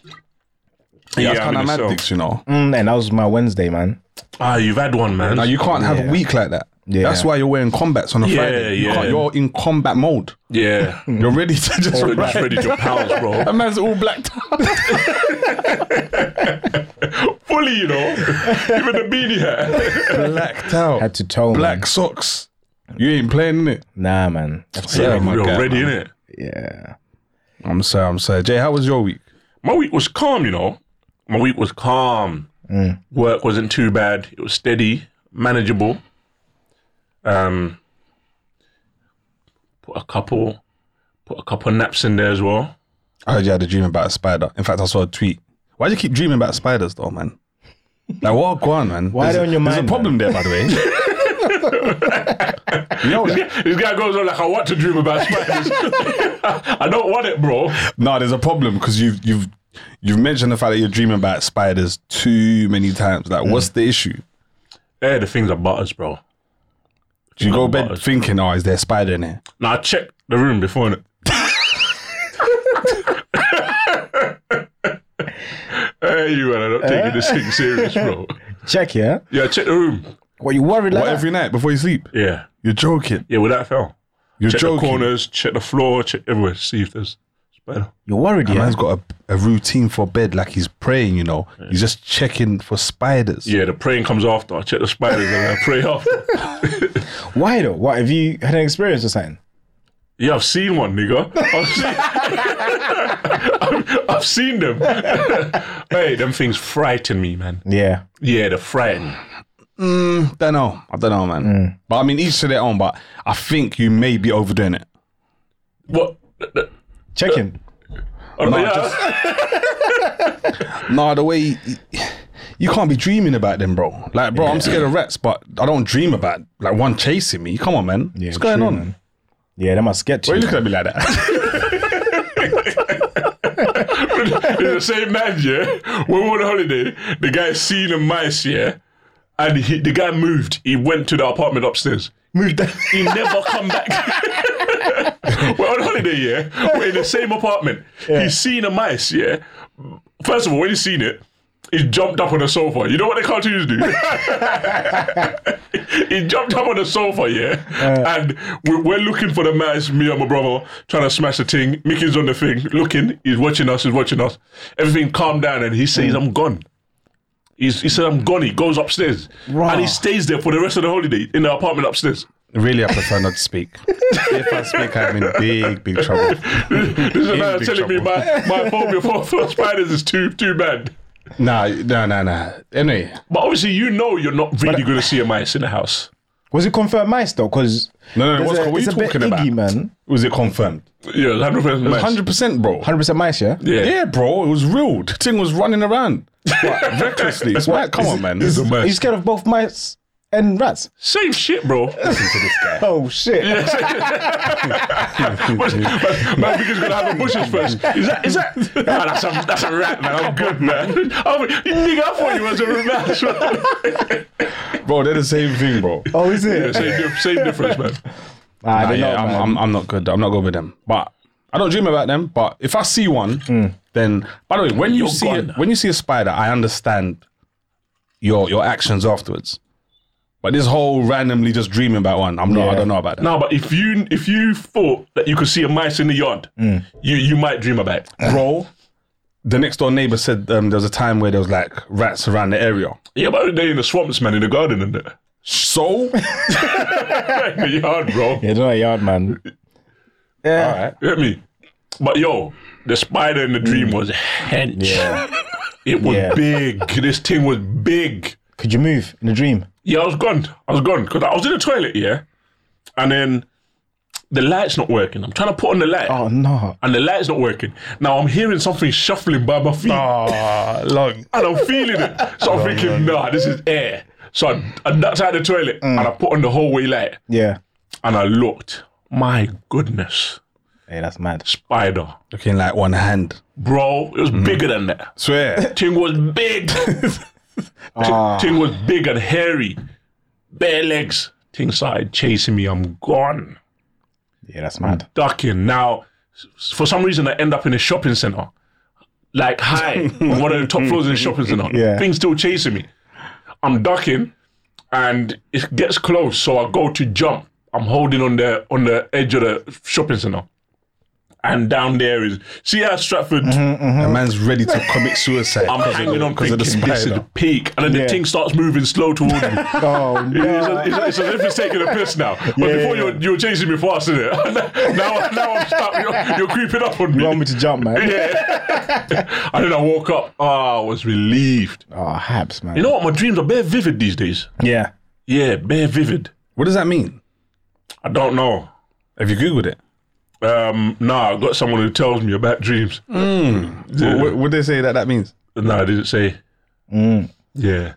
[SPEAKER 2] That's kind
[SPEAKER 3] I'm in a
[SPEAKER 2] of mad,
[SPEAKER 3] cell.
[SPEAKER 2] dicks, you know.
[SPEAKER 1] Mm, and that was my Wednesday, man.
[SPEAKER 3] Ah, you've had one, man.
[SPEAKER 2] Now you can't have a week like that.
[SPEAKER 1] Yeah.
[SPEAKER 2] That's why you're wearing combats on a
[SPEAKER 3] Yeah,
[SPEAKER 2] Friday. You
[SPEAKER 3] yeah.
[SPEAKER 2] can't, you're in combat mode.
[SPEAKER 3] yeah.
[SPEAKER 2] You're ready to just
[SPEAKER 3] Just
[SPEAKER 2] relax.
[SPEAKER 3] ready your pals, bro.
[SPEAKER 2] That man's all blacked out.
[SPEAKER 3] Fully, you know. Even the beanie hat.
[SPEAKER 2] blacked out.
[SPEAKER 1] Had to tell
[SPEAKER 2] Oh, Black
[SPEAKER 1] Man.
[SPEAKER 2] socks. You ain't playing it.
[SPEAKER 1] Nah, man.
[SPEAKER 2] Yeah, my
[SPEAKER 3] You're
[SPEAKER 2] guy,
[SPEAKER 3] ready,
[SPEAKER 2] man.
[SPEAKER 3] innit?
[SPEAKER 1] Yeah.
[SPEAKER 2] I'm sorry, I'm sorry. Jay, how was your week?
[SPEAKER 3] my week was calm, you know. My week was calm.
[SPEAKER 2] Mm.
[SPEAKER 3] Work wasn't too bad. It was steady, manageable. Um, put a couple, put a couple naps in there as well.
[SPEAKER 2] I heard you had a dream about a spider. In fact, I saw a tweet. Why do you keep dreaming about spiders, though, man? Like, what? Go on, man.
[SPEAKER 1] Why
[SPEAKER 2] there's,
[SPEAKER 1] are they on your
[SPEAKER 2] there's
[SPEAKER 1] mind,
[SPEAKER 2] a problem there, by the way. you know that?
[SPEAKER 3] This guy goes on like, I want to dream about spiders. I don't want it, bro.
[SPEAKER 2] No, there's a problem because you've you've you've mentioned the fact that you're dreaming about spiders too many times. Like,
[SPEAKER 3] Mm.
[SPEAKER 2] what's the issue?
[SPEAKER 3] Yeah, the things are butters, bro.
[SPEAKER 2] Do you go to bed
[SPEAKER 3] Butters.
[SPEAKER 2] thinking, oh, is there a spider in here?
[SPEAKER 3] Now I checked the room before it. hey, you man, I don't take this thing serious, bro.
[SPEAKER 1] Check, yeah?
[SPEAKER 3] Yeah, check the room.
[SPEAKER 1] What, you worried like
[SPEAKER 2] What
[SPEAKER 1] that?
[SPEAKER 2] every night before you sleep?
[SPEAKER 3] Yeah.
[SPEAKER 2] You're joking.
[SPEAKER 3] Yeah, without fail.
[SPEAKER 2] You're
[SPEAKER 3] Check the
[SPEAKER 2] joking.
[SPEAKER 3] corners, check the floor, check everywhere, see if there's spider.
[SPEAKER 1] You're worried, yeah?
[SPEAKER 2] Man's got a, a routine for bed, like he's praying. You know, he's just checking for spiders.
[SPEAKER 3] Yeah, the praying comes after. I check the spiders and I pray after.
[SPEAKER 1] Why though? What, have you had an experience or something?
[SPEAKER 3] Yeah, I've seen one, nigga. I've seen, I've, I've seen them. hey, them things frighten me, man.
[SPEAKER 1] Yeah.
[SPEAKER 3] Yeah, they frighten.
[SPEAKER 2] don't know. I don't know, man. But I mean, each to their own. But I think you may be overdoing it.
[SPEAKER 3] What?
[SPEAKER 1] Check in.
[SPEAKER 3] Oh,
[SPEAKER 2] No,
[SPEAKER 3] yeah.
[SPEAKER 2] just- No, the way you can't be dreaming about them, bro. Like, bro, I'm scared of rats, but I don't dream about like one chasing me. Come on, man. What's going
[SPEAKER 1] true,
[SPEAKER 2] on?
[SPEAKER 1] man. Yeah, that must get to
[SPEAKER 2] Why
[SPEAKER 1] you.
[SPEAKER 2] you looking at me like that?
[SPEAKER 3] It's the same man, yeah. When we were on holiday, the guy seen a mice, yeah, and he, the guy moved. He went to the apartment upstairs.
[SPEAKER 1] Move down.
[SPEAKER 3] He never come back. we're on holiday, yeah. We're in the same apartment. He's seen a mice, yeah. First of all, when he's seen it, he jumped up on the sofa. You know what the cartoons do? he jumped up on the sofa, yeah. and we're, we're looking for the mice, me and my brother, trying to smash the thing. Mickey's on the thing, looking. He's watching us, he's watching us. Everything calmed down, and he says, I'm gone. He's, he said, I'm gone. He goes upstairs. And he stays there for the rest of the holiday in the apartment upstairs.
[SPEAKER 2] really, I prefer not to speak. if I speak, I'm in big, big trouble.
[SPEAKER 3] This is a man
[SPEAKER 2] Hmm. big
[SPEAKER 3] telling me
[SPEAKER 2] trouble.
[SPEAKER 3] my, my phobia for, for spiders is too too bad.
[SPEAKER 2] Nah, nah, nah, nah. Anyway,
[SPEAKER 3] But obviously, you know you're not really going to see a mice in the house.
[SPEAKER 1] Was it confirmed mice though? Because
[SPEAKER 2] No, no, what's- what are you talking about?
[SPEAKER 1] Iggy, man.
[SPEAKER 2] was it confirmed?
[SPEAKER 3] Yeah, 100% mice.
[SPEAKER 2] Hundred percent, bro.
[SPEAKER 1] 100% mice, yeah?
[SPEAKER 3] yeah.
[SPEAKER 2] Yeah, bro, it was real. The thing was running around What? recklessly. It's white. Come on, man.
[SPEAKER 3] It's a
[SPEAKER 1] Are you
[SPEAKER 3] mice.
[SPEAKER 1] scared of both mice and rats?
[SPEAKER 3] Same shit, bro.
[SPEAKER 1] Oh shit!
[SPEAKER 3] man, man, because gonna have a bushes first. Is that? Is that? Nah, that's a that's a rat, man. I'm good, man. I'm, you nigga, I thought you was a mouse. man.
[SPEAKER 2] bro, they're the same thing, bro.
[SPEAKER 1] Oh, is it?
[SPEAKER 3] yeah, same, dif- same difference, man.
[SPEAKER 1] I
[SPEAKER 2] Nah,
[SPEAKER 1] don't
[SPEAKER 2] yeah,
[SPEAKER 1] know,
[SPEAKER 2] I'm,
[SPEAKER 1] man.
[SPEAKER 2] I'm, I'm not good. I'm not good with them. But I don't dream about them. But if I see one, then by the way, when you
[SPEAKER 3] You're
[SPEAKER 2] see a,
[SPEAKER 3] gone.
[SPEAKER 2] when you see a spider, I understand your your actions afterwards. But this whole randomly just dreaming about one, I'm not. I don't know about that.
[SPEAKER 3] No, but if you if you thought that you could see a mice in the yard,
[SPEAKER 2] Hmm.
[SPEAKER 3] you you might dream about it.
[SPEAKER 2] Bro, the next door neighbor said um, there was a time where there was like rats around the area.
[SPEAKER 3] Yeah, but they're in the swamps, man, in the garden, and in
[SPEAKER 2] So,
[SPEAKER 3] the yard, bro.
[SPEAKER 1] Yeah, don't know yard man. Yeah.
[SPEAKER 3] You get me? But yo, the spider in the dream was hench. It
[SPEAKER 1] Mm.
[SPEAKER 3] was
[SPEAKER 1] Yeah.
[SPEAKER 3] big. This thing was big.
[SPEAKER 1] Could you move in a dream?
[SPEAKER 3] Yeah, I was gone. I was gone because I was in the toilet, yeah. And then the light's not working. I'm trying to put on the light,
[SPEAKER 1] Oh no.
[SPEAKER 3] and the light's not working. Now I'm hearing something shuffling by my feet,
[SPEAKER 1] Oh.
[SPEAKER 2] ah, long.
[SPEAKER 3] and I'm feeling it. So I'm thinking, nah, this is air. So I, I ducked out the toilet,
[SPEAKER 1] Mm.
[SPEAKER 3] and I put on the hallway light,
[SPEAKER 1] Yeah.
[SPEAKER 3] and I looked. My goodness,
[SPEAKER 1] Hey, that's mad.
[SPEAKER 3] spider,
[SPEAKER 2] Looking like one hand.
[SPEAKER 3] bro! It was
[SPEAKER 1] Mm.
[SPEAKER 3] bigger than that.
[SPEAKER 2] Swear.
[SPEAKER 3] Ting was big. Ting- Ting was big and hairy. Bare legs. Ting started chasing me. I'm gone.
[SPEAKER 1] Yeah, that's mad.
[SPEAKER 3] Ducking. Now, s- for some reason, I end up in a shopping center. Like high, on one of the top floors in the shopping center.
[SPEAKER 1] Yeah.
[SPEAKER 3] Thing's still chasing me. I'm ducking and it gets close. So I go to jump. I'm holding on the on the edge of the shopping center. And down there is see how Stratford
[SPEAKER 2] A man's ready to commit suicide.
[SPEAKER 3] I'm hanging on
[SPEAKER 2] because of the
[SPEAKER 3] thinking this is the
[SPEAKER 2] spider.
[SPEAKER 3] peak, and then
[SPEAKER 1] Yeah.
[SPEAKER 3] the thing starts moving slow towards me.
[SPEAKER 1] Oh
[SPEAKER 3] It's,
[SPEAKER 1] no.
[SPEAKER 3] as- it's, as if it's taking a piss now. But before you were, you were chasing me fast, isn't it? now, now I'm stuck. You're, you're creeping up on me.
[SPEAKER 1] You want me to jump, man?
[SPEAKER 3] yeah. and then I woke up. Ah, I was relieved.
[SPEAKER 1] Oh, haps, man.
[SPEAKER 3] You know what? My dreams are bare vivid these days.
[SPEAKER 1] yeah.
[SPEAKER 3] Yeah, bare vivid.
[SPEAKER 2] What does that mean?
[SPEAKER 3] I don't know.
[SPEAKER 2] Have you Googled it?
[SPEAKER 3] Um, nah, I've got someone who tells me about dreams.
[SPEAKER 2] What, what, what they say that that means?
[SPEAKER 3] No, I didn't say.
[SPEAKER 2] Hmm.
[SPEAKER 3] Yeah,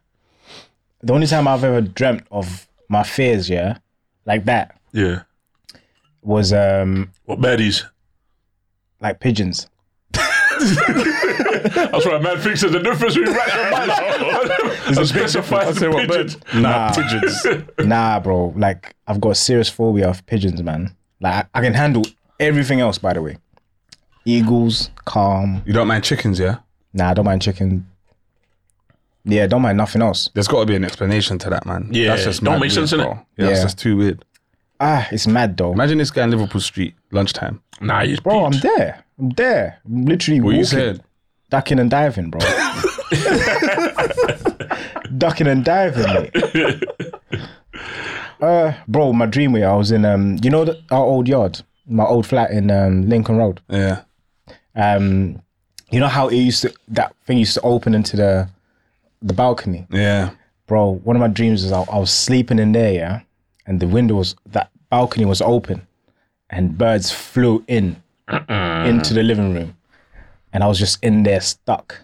[SPEAKER 1] The only time I've ever dreamt of my fears, yeah, like that,
[SPEAKER 3] yeah.
[SPEAKER 1] was um
[SPEAKER 3] What baddies?
[SPEAKER 1] like pigeons.
[SPEAKER 3] That's right, man. Thinks there's a difference between rats and mice. It's a specified pigeon.
[SPEAKER 2] Nah, pigeons.
[SPEAKER 1] Nah, bro. Like I've got serious phobia of pigeons, man. Like I, I can handle everything else, by the way. Eagles, calm.
[SPEAKER 2] You don't mind chickens, yeah?
[SPEAKER 1] Nah, I don't mind chicken. Yeah, don't mind nothing else.
[SPEAKER 2] There's got to be an explanation to that, man.
[SPEAKER 3] Yeah,
[SPEAKER 2] that's just
[SPEAKER 3] don't
[SPEAKER 2] mad
[SPEAKER 3] make
[SPEAKER 2] weird,
[SPEAKER 3] sense, innit?
[SPEAKER 2] bro. Yeah, that's
[SPEAKER 1] Yeah.
[SPEAKER 2] just too weird.
[SPEAKER 1] Ah, it's mad though.
[SPEAKER 2] Imagine this guy in Liverpool Street lunchtime.
[SPEAKER 3] Nah, he's
[SPEAKER 1] Bro, Oh, I'm there. I'm there. I'm literally
[SPEAKER 2] What
[SPEAKER 1] walking,
[SPEAKER 2] you said?
[SPEAKER 1] ducking and diving, bro. ducking and diving, mate. Uh, bro, my dream way. I was in um, you know, the, our old yard, my old flat in um Lincoln Road.
[SPEAKER 2] Yeah.
[SPEAKER 1] Um, you know how it used to that thing used to open into the the balcony,
[SPEAKER 2] Yeah.
[SPEAKER 1] bro. One of my dreams is I, I was sleeping in there, yeah, and the window was that balcony was open, and birds flew in into the living room, and I was just in there stuck.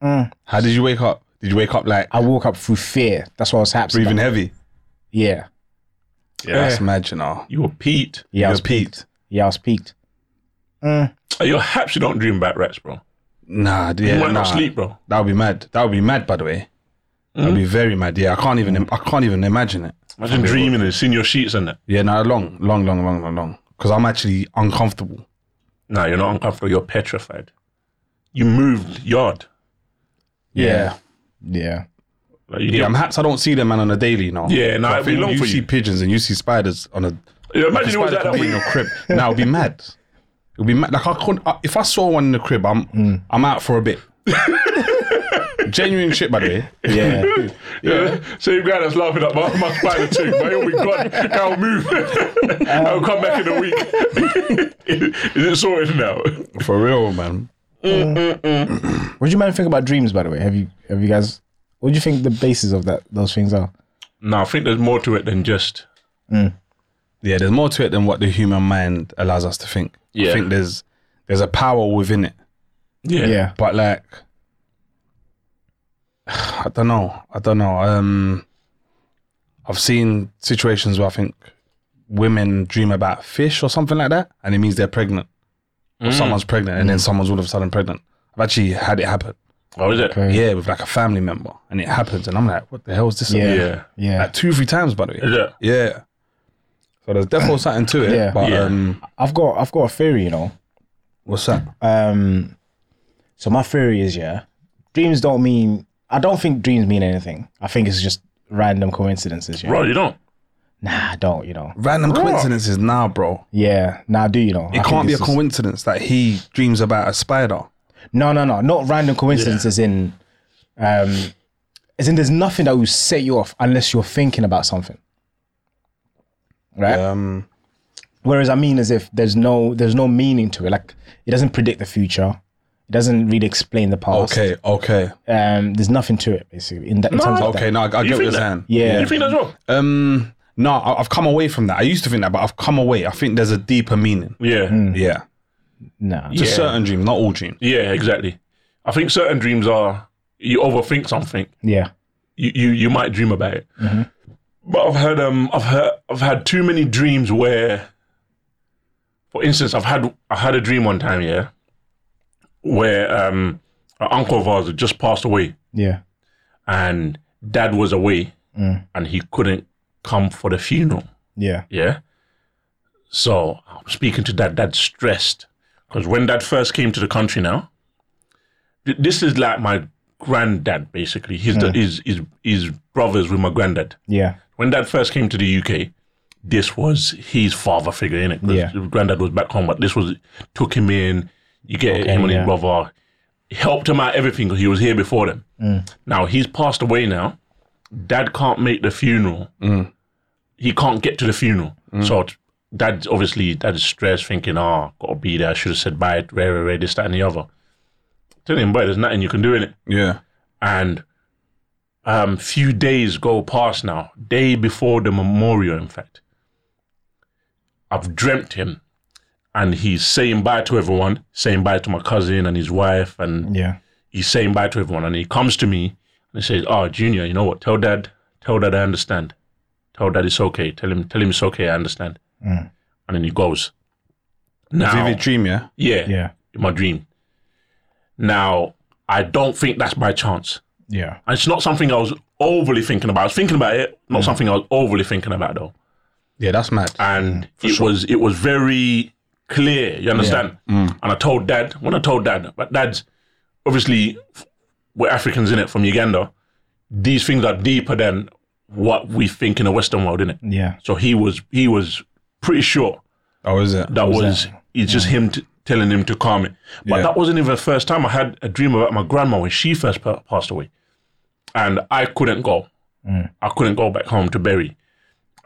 [SPEAKER 2] How did you wake up? Did you wake up like
[SPEAKER 1] I woke up through fear. That's what was happening.
[SPEAKER 2] breathing heavy?
[SPEAKER 1] Yeah,
[SPEAKER 3] Yeah.
[SPEAKER 2] That's mad, you know.
[SPEAKER 3] You were Pete.
[SPEAKER 1] yeah, I was
[SPEAKER 2] You're peaked.
[SPEAKER 1] yeah, I was peaked.
[SPEAKER 3] Are you haps you don't dream about rats, bro?
[SPEAKER 2] Nah, dude, yeah,
[SPEAKER 3] You might
[SPEAKER 2] nah.
[SPEAKER 3] not sleep, bro. Mm-hmm.
[SPEAKER 2] That would be mad. That would be mad, by the way. That'd be very mad. Yeah, I can't even. I can't even imagine it.
[SPEAKER 3] Imagine dreaming and seeing your sheets and that.
[SPEAKER 2] Yeah, no, long, long, long, long, long, long. Because I'm actually uncomfortable.
[SPEAKER 3] Nah, you're not uncomfortable. You're petrified. You moved yard.
[SPEAKER 1] Yeah, yeah,
[SPEAKER 3] Like you
[SPEAKER 2] Yeah,
[SPEAKER 3] did-
[SPEAKER 2] I'm haps I don't see them man on a daily, you know.
[SPEAKER 3] Yeah, nah,
[SPEAKER 2] So I
[SPEAKER 3] it'd be
[SPEAKER 2] think
[SPEAKER 3] long
[SPEAKER 2] you
[SPEAKER 3] for
[SPEAKER 2] see
[SPEAKER 3] you.
[SPEAKER 2] pigeons and you see spiders on a.
[SPEAKER 3] yeah, imagine it was like
[SPEAKER 2] spider
[SPEAKER 3] that.
[SPEAKER 2] could be in your crib. Now it'd be mad. It'd be mad. Like I couldn't. I- If I saw one in the crib, I'm
[SPEAKER 3] Mm.
[SPEAKER 2] I'm out for a bit. Genuine shit, by the way.
[SPEAKER 1] yeah.
[SPEAKER 3] Yeah. Same guy that's laughing at my, my spider too. But he'll be gone. I'll move. I'll come back in a week. Is it sorted now?
[SPEAKER 2] For real, man.
[SPEAKER 1] what do you man think about dreams? By the way, have you have you guys? What do you think the basis of that those things are?
[SPEAKER 3] No, I think there's more to it than just
[SPEAKER 2] Yeah, there's more to it than what the human mind allows us to think. I
[SPEAKER 3] Yeah.
[SPEAKER 2] think there's there's a power within it.
[SPEAKER 3] yeah.
[SPEAKER 1] Yeah,
[SPEAKER 2] But like I don't know. I don't know. Um I've seen situations where I think women dream about fish or something like that, and it means they're pregnant.
[SPEAKER 3] Mm.
[SPEAKER 2] Or someone's pregnant, and then someone's all of a sudden pregnant. I've actually had it happen.
[SPEAKER 3] Oh, is it?
[SPEAKER 2] Yeah, with like a family member, and it happens, and I'm like, what the hell is this?
[SPEAKER 1] Yeah.
[SPEAKER 3] Yeah.
[SPEAKER 1] yeah.
[SPEAKER 2] Like two, three times, by the way.
[SPEAKER 3] Is it?
[SPEAKER 2] Yeah. So there's definitely something to it.
[SPEAKER 1] Yeah.
[SPEAKER 2] But
[SPEAKER 3] Yeah.
[SPEAKER 2] um,
[SPEAKER 1] I've got I've got a theory, you know.
[SPEAKER 2] what's that?
[SPEAKER 1] Um, so my theory is, yeah, dreams don't mean. I don't think dreams mean anything. I think it's just random coincidences. You know?
[SPEAKER 3] Bro, you don't.
[SPEAKER 1] Nah, I don't, you know.
[SPEAKER 2] Random coincidences now, bro.
[SPEAKER 1] Yeah, nah, I do, you know.
[SPEAKER 2] It can't be a coincidence that he dreams about a spider.
[SPEAKER 1] No, no, no. Not random coincidences in um as in there's nothing that will set you off unless you're thinking about something. Right?
[SPEAKER 2] Um,
[SPEAKER 1] Whereas I mean as if there's no there's no meaning to it. Like it doesn't predict the future. It doesn't really explain the past.
[SPEAKER 2] okay, okay,
[SPEAKER 1] Um there's nothing to it basically in, that, in terms of
[SPEAKER 2] okay. No, I, I get what
[SPEAKER 3] think
[SPEAKER 2] you're
[SPEAKER 3] that-
[SPEAKER 2] saying.
[SPEAKER 1] Yeah.
[SPEAKER 3] You think that's wrong?
[SPEAKER 2] Um, no, I, I've come away from that. I used to think that, but I've come away. I think there's a deeper meaning.
[SPEAKER 3] Yeah.
[SPEAKER 1] Hmm.
[SPEAKER 2] Yeah,
[SPEAKER 1] Nah.
[SPEAKER 2] just certain dreams, not all dreams.
[SPEAKER 3] Yeah, exactly. I think certain dreams are you overthink something.
[SPEAKER 1] Yeah.
[SPEAKER 3] You you, you might dream about it.
[SPEAKER 1] Mm-hmm.
[SPEAKER 3] But I've had um I've had I've had too many dreams where for instance I've had I had a dream one time, yeah, where um an uncle of ours had just passed away
[SPEAKER 1] Yeah.
[SPEAKER 3] and dad was away
[SPEAKER 1] Mm.
[SPEAKER 3] and he couldn't come for the funeral.
[SPEAKER 1] Yeah.
[SPEAKER 3] Yeah. So I'm speaking to dad. Dad's stressed because when dad first came to the country, now th- this is like my granddad basically. He's the, his his his brothers with my granddad.
[SPEAKER 1] Yeah.
[SPEAKER 3] When dad first came to the UK, this was his father figure in it.
[SPEAKER 1] Yeah.
[SPEAKER 3] Granddad was back home, but this was took him in. You get him and
[SPEAKER 1] yeah.
[SPEAKER 3] his brother helped him out everything 'cause he was here before them.
[SPEAKER 1] Mm.
[SPEAKER 3] Now he's passed away. Now dad can't make the funeral he can't get to the funeral. So t- dad's obviously dad is stressed, thinking, "Ah, gotta be there. I should have said bye, rare, rare, rare, this, that, and the other." Telling him, "Boy, there's nothing you can do in it."
[SPEAKER 2] Yeah,
[SPEAKER 3] And um, few days go past now. Day before the memorial, in fact, I've dreamt him, and he's saying bye to everyone, saying bye to my cousin and his wife, and
[SPEAKER 1] Yeah.
[SPEAKER 3] he's saying bye to everyone and he comes to me and he says, Oh, Junior, you know what? Tell dad, tell dad I understand. Tell dad it's okay. Tell him tell him it's okay, I understand. And then he goes. Now,
[SPEAKER 2] vivid dream. Yeah,
[SPEAKER 3] yeah,
[SPEAKER 1] Yeah.
[SPEAKER 3] in my dream. Now, I don't think that's by chance.
[SPEAKER 1] Yeah.
[SPEAKER 3] And it's not something I was overly thinking about. I was thinking about it, not something I was overly thinking about though.
[SPEAKER 2] yeah, that's mad.
[SPEAKER 3] And it was it was very clear, you understand? And I told dad, when I told dad, but dad's obviously we're Africans in it from Uganda. These things are deeper than what we think in the Western world, innit?
[SPEAKER 1] Yeah.
[SPEAKER 3] So he was he was pretty sure
[SPEAKER 2] Oh, is it?
[SPEAKER 3] that was it's just him t- telling him to calm it. But
[SPEAKER 2] Yeah.
[SPEAKER 3] that wasn't even the first time I had a dream about my grandma when she first pa- passed away, and I couldn't go.
[SPEAKER 2] Mm.
[SPEAKER 3] I couldn't go back home to bury,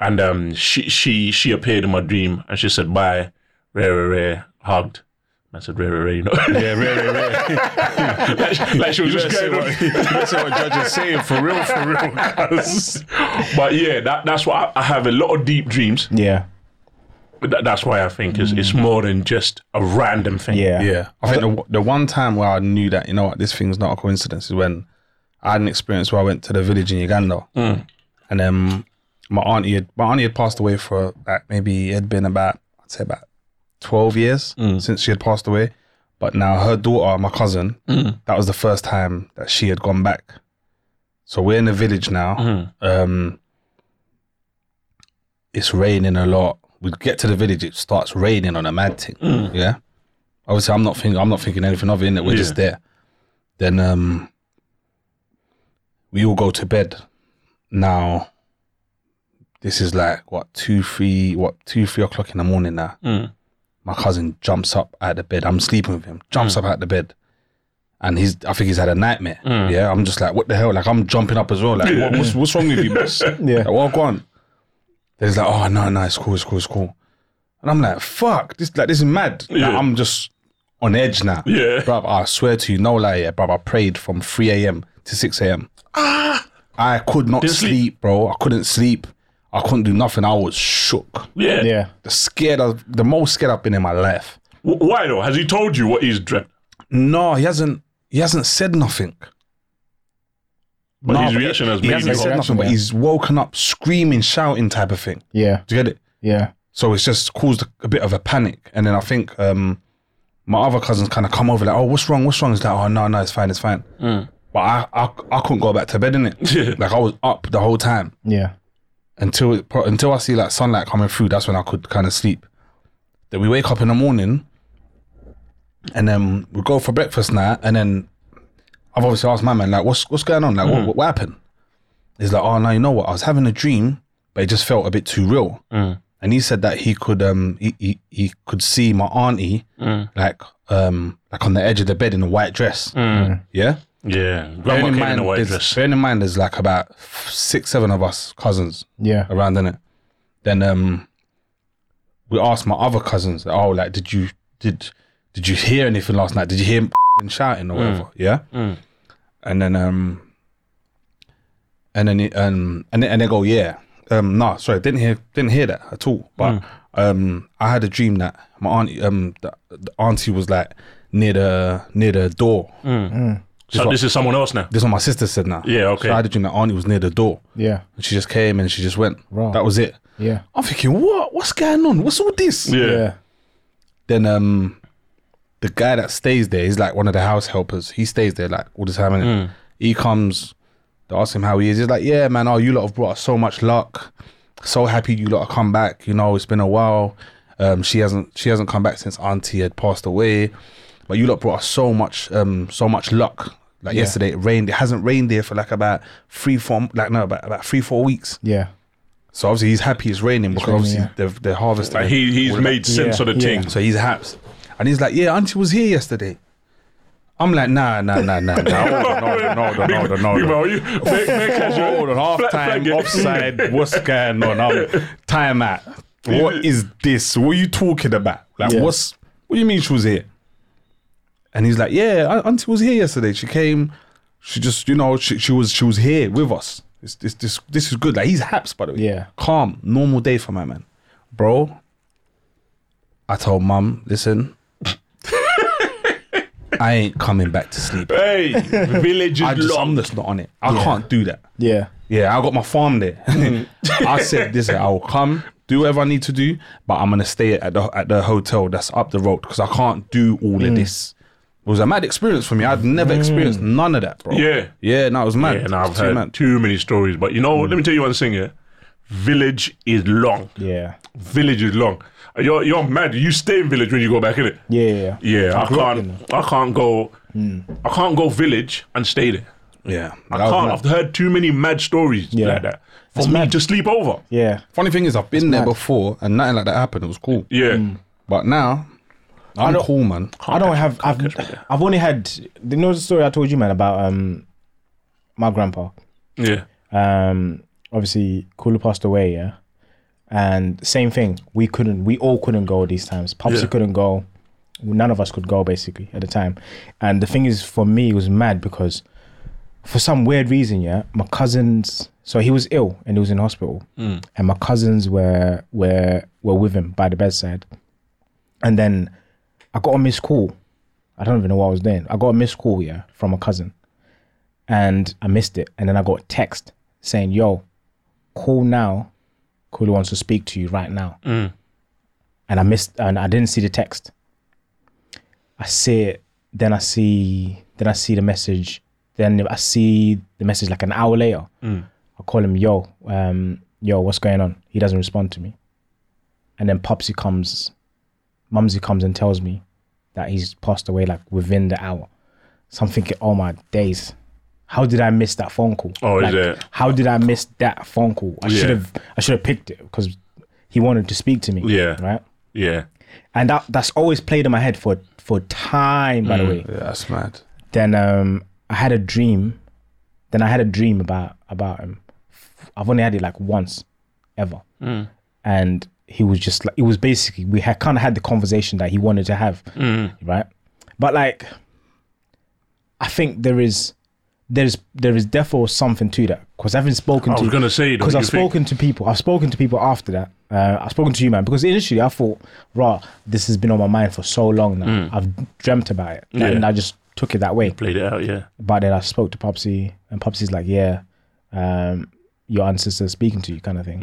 [SPEAKER 3] and um, she she she appeared in my dream and she said bye, rare rare rare hugged. And I said rare rare rare, you know,
[SPEAKER 2] Yeah, really, really.
[SPEAKER 3] like, she- like she was just going on.
[SPEAKER 2] That's what Judge is saying for real, for real.
[SPEAKER 3] But yeah, that that's why I, I have a lot of deep dreams.
[SPEAKER 1] Yeah.
[SPEAKER 3] That, that's why I think is it's more than just a random thing.
[SPEAKER 1] Yeah.
[SPEAKER 2] Mm. Yeah, I think the, the one time where I knew that you know what this thing's not a coincidence is when I had an experience where I went to the village in Uganda, and um, my auntie had my auntie had passed away for like maybe it had been about I'd say about twelve years since she had passed away, but now her daughter, my cousin, that was the first time that she had gone back. So we're in the village now. Um, it's raining a lot. We get to the village, it starts raining on a mad thing. Yeah. Obviously, I'm not thinking. I'm not thinking anything of it. Innit? We're just there. Then um, we all go to bed. Now, this is like what two, three, what two, three o'clock in the morning now.
[SPEAKER 3] Hmm.
[SPEAKER 2] My cousin jumps up out the bed. I'm sleeping with him. Jumps
[SPEAKER 3] Hmm.
[SPEAKER 2] up out the bed, and he's. I think he's had a nightmare.
[SPEAKER 3] Hmm.
[SPEAKER 2] Yeah, I'm just like, what the hell? Like I'm jumping up as well. Like, what, what's what's wrong with you, boss?
[SPEAKER 1] Yeah.
[SPEAKER 2] Like, well, go on. Then he's like, oh no, no, it's cool, it's cool, it's cool. And I'm like, fuck, this like this is mad. Like,
[SPEAKER 3] Yeah.
[SPEAKER 2] I'm just on edge now.
[SPEAKER 3] Yeah.
[SPEAKER 2] Bruv, I swear to you, no lie, yeah, bruv, I prayed from 3 a.m. to 6 a.m. Ah! I could not
[SPEAKER 3] Didn't
[SPEAKER 2] sleep,
[SPEAKER 3] sleep.
[SPEAKER 2] bro. I couldn't sleep. I couldn't do nothing. I was shook.
[SPEAKER 3] yeah.
[SPEAKER 1] Yeah.
[SPEAKER 2] The scared of the most scared I've been in my life.
[SPEAKER 3] W- Why though? Has he told you what he's dreamt?
[SPEAKER 2] No, he hasn't he hasn't said nothing.
[SPEAKER 3] But
[SPEAKER 2] No,
[SPEAKER 3] his
[SPEAKER 2] but
[SPEAKER 3] reaction has
[SPEAKER 2] He
[SPEAKER 3] made you
[SPEAKER 2] hasn't
[SPEAKER 3] go,
[SPEAKER 2] said nothing, but
[SPEAKER 1] yeah.
[SPEAKER 2] he's woken up screaming, shouting type of thing.
[SPEAKER 1] Yeah.
[SPEAKER 2] Do you get it?
[SPEAKER 1] Yeah.
[SPEAKER 2] So it's just caused a bit of a panic. And then I think um, my other cousins kind of come over like, oh, what's wrong? What's wrong? It's like, oh, no, no, it's fine, it's fine.
[SPEAKER 3] Mm.
[SPEAKER 2] But I, I, I couldn't go back to bed in it. like I was up the whole time
[SPEAKER 1] Yeah.
[SPEAKER 2] until it, pro- until I see like sunlight coming through. That's when I could kind of sleep. Then we wake up in the morning, and then we go for
[SPEAKER 3] Mm.
[SPEAKER 2] breakfast now. And then I've obviously asked my man like, what's what's going on? Like, what, what happened? He's like, oh no, you know what? I was having a dream, but it just felt a bit too real.
[SPEAKER 3] Mm.
[SPEAKER 2] And he said that he could um he, he, he could see my auntie
[SPEAKER 3] Mm.
[SPEAKER 2] like um like on the edge of the bed in a white dress. Yeah.
[SPEAKER 3] Yeah. Mm. Grandma
[SPEAKER 2] Bearing
[SPEAKER 3] came
[SPEAKER 2] in
[SPEAKER 3] in
[SPEAKER 2] mind,
[SPEAKER 3] a white
[SPEAKER 2] there's-
[SPEAKER 3] dress.
[SPEAKER 2] bearing in mind, there's like about f- six, seven of us cousins
[SPEAKER 1] Yeah.
[SPEAKER 2] around in it. Then um, we asked my other cousins, oh, like, did you did did you hear anything last night? Did you hear him shouting
[SPEAKER 3] Mm.
[SPEAKER 2] or whatever? Yeah. And then um, and then it, um, and then, and they go, yeah, um, no, sorry, didn't hear didn't hear that at all. But
[SPEAKER 3] Mm.
[SPEAKER 2] um, I had a dream that my auntie um, the, the auntie was like near the near the door.
[SPEAKER 3] So this is someone else now.
[SPEAKER 2] This is what my sister said now.
[SPEAKER 3] Mm. Yeah, okay.
[SPEAKER 2] So I had a dream that auntie was near the door.
[SPEAKER 1] Yeah.
[SPEAKER 2] And she just came and she just went.
[SPEAKER 1] Right.
[SPEAKER 2] That was it.
[SPEAKER 1] Yeah.
[SPEAKER 2] I'm thinking, what? What's going on? What's all this?
[SPEAKER 3] Yeah.
[SPEAKER 1] Yeah.
[SPEAKER 2] Then um, the guy that stays there, he's like one of the house helpers. He stays there like all the time. innit? He comes, they ask him how he is. He's like, yeah, man, oh, you lot have brought us so much luck. So happy you lot have come back. You know, it's been a while. Um, she hasn't she hasn't come back since Auntie had passed away. But you lot brought us so much um so much luck. Like yesterday, it rained. It hasn't rained here for like about three four like no about about three four weeks.
[SPEAKER 1] Yeah.
[SPEAKER 2] So obviously he's happy it's raining because
[SPEAKER 1] raining,
[SPEAKER 2] obviously
[SPEAKER 1] yeah.
[SPEAKER 2] they've they're harvesting.
[SPEAKER 3] Like he, he's
[SPEAKER 2] all of that.
[SPEAKER 3] made sense
[SPEAKER 1] Yeah,
[SPEAKER 3] of the
[SPEAKER 1] yeah.
[SPEAKER 3] thing.
[SPEAKER 2] So he's haps. And he's like, yeah, auntie was here yesterday. I'm like, nah, nah, nah, nah, nah. Hold on, hold on, hold on, hold on, hold
[SPEAKER 3] Big
[SPEAKER 2] on.
[SPEAKER 3] man, you, make, make casual.
[SPEAKER 2] Hold on, half
[SPEAKER 3] flag
[SPEAKER 2] time,
[SPEAKER 3] it.
[SPEAKER 2] offside, what's going on? I'm, time out. What is this? What are you talking about? Like,
[SPEAKER 1] Yeah.
[SPEAKER 2] what's, what do you mean she was here? And he's like, yeah, Au- auntie was here yesterday. She came, she just, you know, she, she was she was here with us. This, this, this, this is good. Like, he's haps, by the way.
[SPEAKER 1] Yeah.
[SPEAKER 2] Calm, normal day for my man. Bro, I told mum, listen, I ain't coming back to sleep.
[SPEAKER 3] Hey, village
[SPEAKER 2] I
[SPEAKER 3] is
[SPEAKER 2] just,
[SPEAKER 3] long.
[SPEAKER 2] I'm just not on it. I can't do that.
[SPEAKER 1] Yeah.
[SPEAKER 2] Yeah, I got my farm there. I said this: I will come, do whatever I need to do, but I'm gonna stay at the at the hotel that's up the road because I can't do all of this. It was a mad experience for me. I'd never experienced none of that, bro.
[SPEAKER 3] Yeah.
[SPEAKER 2] yeah, no, it was mad.
[SPEAKER 3] Yeah, and I've
[SPEAKER 2] It's too
[SPEAKER 3] heard
[SPEAKER 2] Mm. mad.
[SPEAKER 3] too many stories. But you know, let me tell you one thing. Yeah, village is long.
[SPEAKER 1] Yeah.
[SPEAKER 3] Village is long. You're you're mad. You stay in village when you go back in it.
[SPEAKER 1] Yeah. Yeah.
[SPEAKER 3] Yeah, I,
[SPEAKER 1] grew up in
[SPEAKER 3] can't. I can't go. I can't go village and stay there.
[SPEAKER 2] Yeah,
[SPEAKER 3] I
[SPEAKER 2] that was
[SPEAKER 3] can't.
[SPEAKER 2] mad.
[SPEAKER 3] I've heard too many mad stories
[SPEAKER 1] Yeah.
[SPEAKER 3] like that for me to sleep over.
[SPEAKER 1] Yeah.
[SPEAKER 2] Funny thing is, I've been there
[SPEAKER 1] mad.
[SPEAKER 2] before and nothing like that happened. It was cool,
[SPEAKER 3] Yeah,
[SPEAKER 2] but now I'm cool, man.
[SPEAKER 1] I don't have. I've. I've only had. You know the story I told you, man, about um, my grandpa.
[SPEAKER 3] yeah,
[SPEAKER 1] Um, obviously, Kulu passed away. Yeah, and same thing. We couldn't. We all couldn't go these times. Popsy
[SPEAKER 3] Yeah.
[SPEAKER 1] couldn't go. None of us could go basically at the time. And the thing is, for me, it was mad because for some weird reason, yeah, my cousins. So he was ill and he was in hospital, and my cousins were were were with him by the bedside, and then I got a missed call. I don't even know what I was doing. I got a missed call, yeah, from a cousin, and I missed it. And then I got a text saying, "Yo, call now. Kulu wants to speak to you right now."
[SPEAKER 3] Mm.
[SPEAKER 1] And I missed, and I didn't see the text. I see it, then I see, then I see the message, then I see the message like an hour later.
[SPEAKER 3] Mm.
[SPEAKER 1] I call him, "Yo, um, yo, what's going on?" He doesn't respond to me, and then Popsy comes, Mumsy comes and tells me that he's passed away like within the hour. So I'm thinking, oh my days, how did I miss that phone call?
[SPEAKER 3] Oh,
[SPEAKER 1] Like,
[SPEAKER 3] is it?
[SPEAKER 1] How did I miss that phone call? I
[SPEAKER 3] Yeah.
[SPEAKER 1] should have, I should have picked it because he wanted to speak to me.
[SPEAKER 3] Yeah.
[SPEAKER 1] right.
[SPEAKER 3] yeah.
[SPEAKER 1] And that that's always played in my head for for time. By the
[SPEAKER 3] Mm.
[SPEAKER 1] way,
[SPEAKER 2] Yeah, that's mad.
[SPEAKER 1] then um I had a dream. Then I had a dream about about him. I've only had it like once, ever.
[SPEAKER 3] Mm.
[SPEAKER 1] And he was just like it was basically we had kind of had the conversation that he wanted to have,
[SPEAKER 3] Mm.
[SPEAKER 1] right? But like, I think there is there is there is therefore something to that because I've been spoken
[SPEAKER 3] I
[SPEAKER 1] to
[SPEAKER 3] was gonna say
[SPEAKER 1] because I've spoken
[SPEAKER 3] spoken.
[SPEAKER 1] to people. I've spoken to people after that. Uh, I've spoken to you, man, because initially I thought, rah, this has been on my mind for so long now. I've dreamt about it,
[SPEAKER 3] Yeah.
[SPEAKER 1] and I just took it that way.
[SPEAKER 3] Played it out, yeah.
[SPEAKER 1] But then I spoke to Popsy, and Popsy's like, yeah, um, your ancestors speaking to you, kind of thing.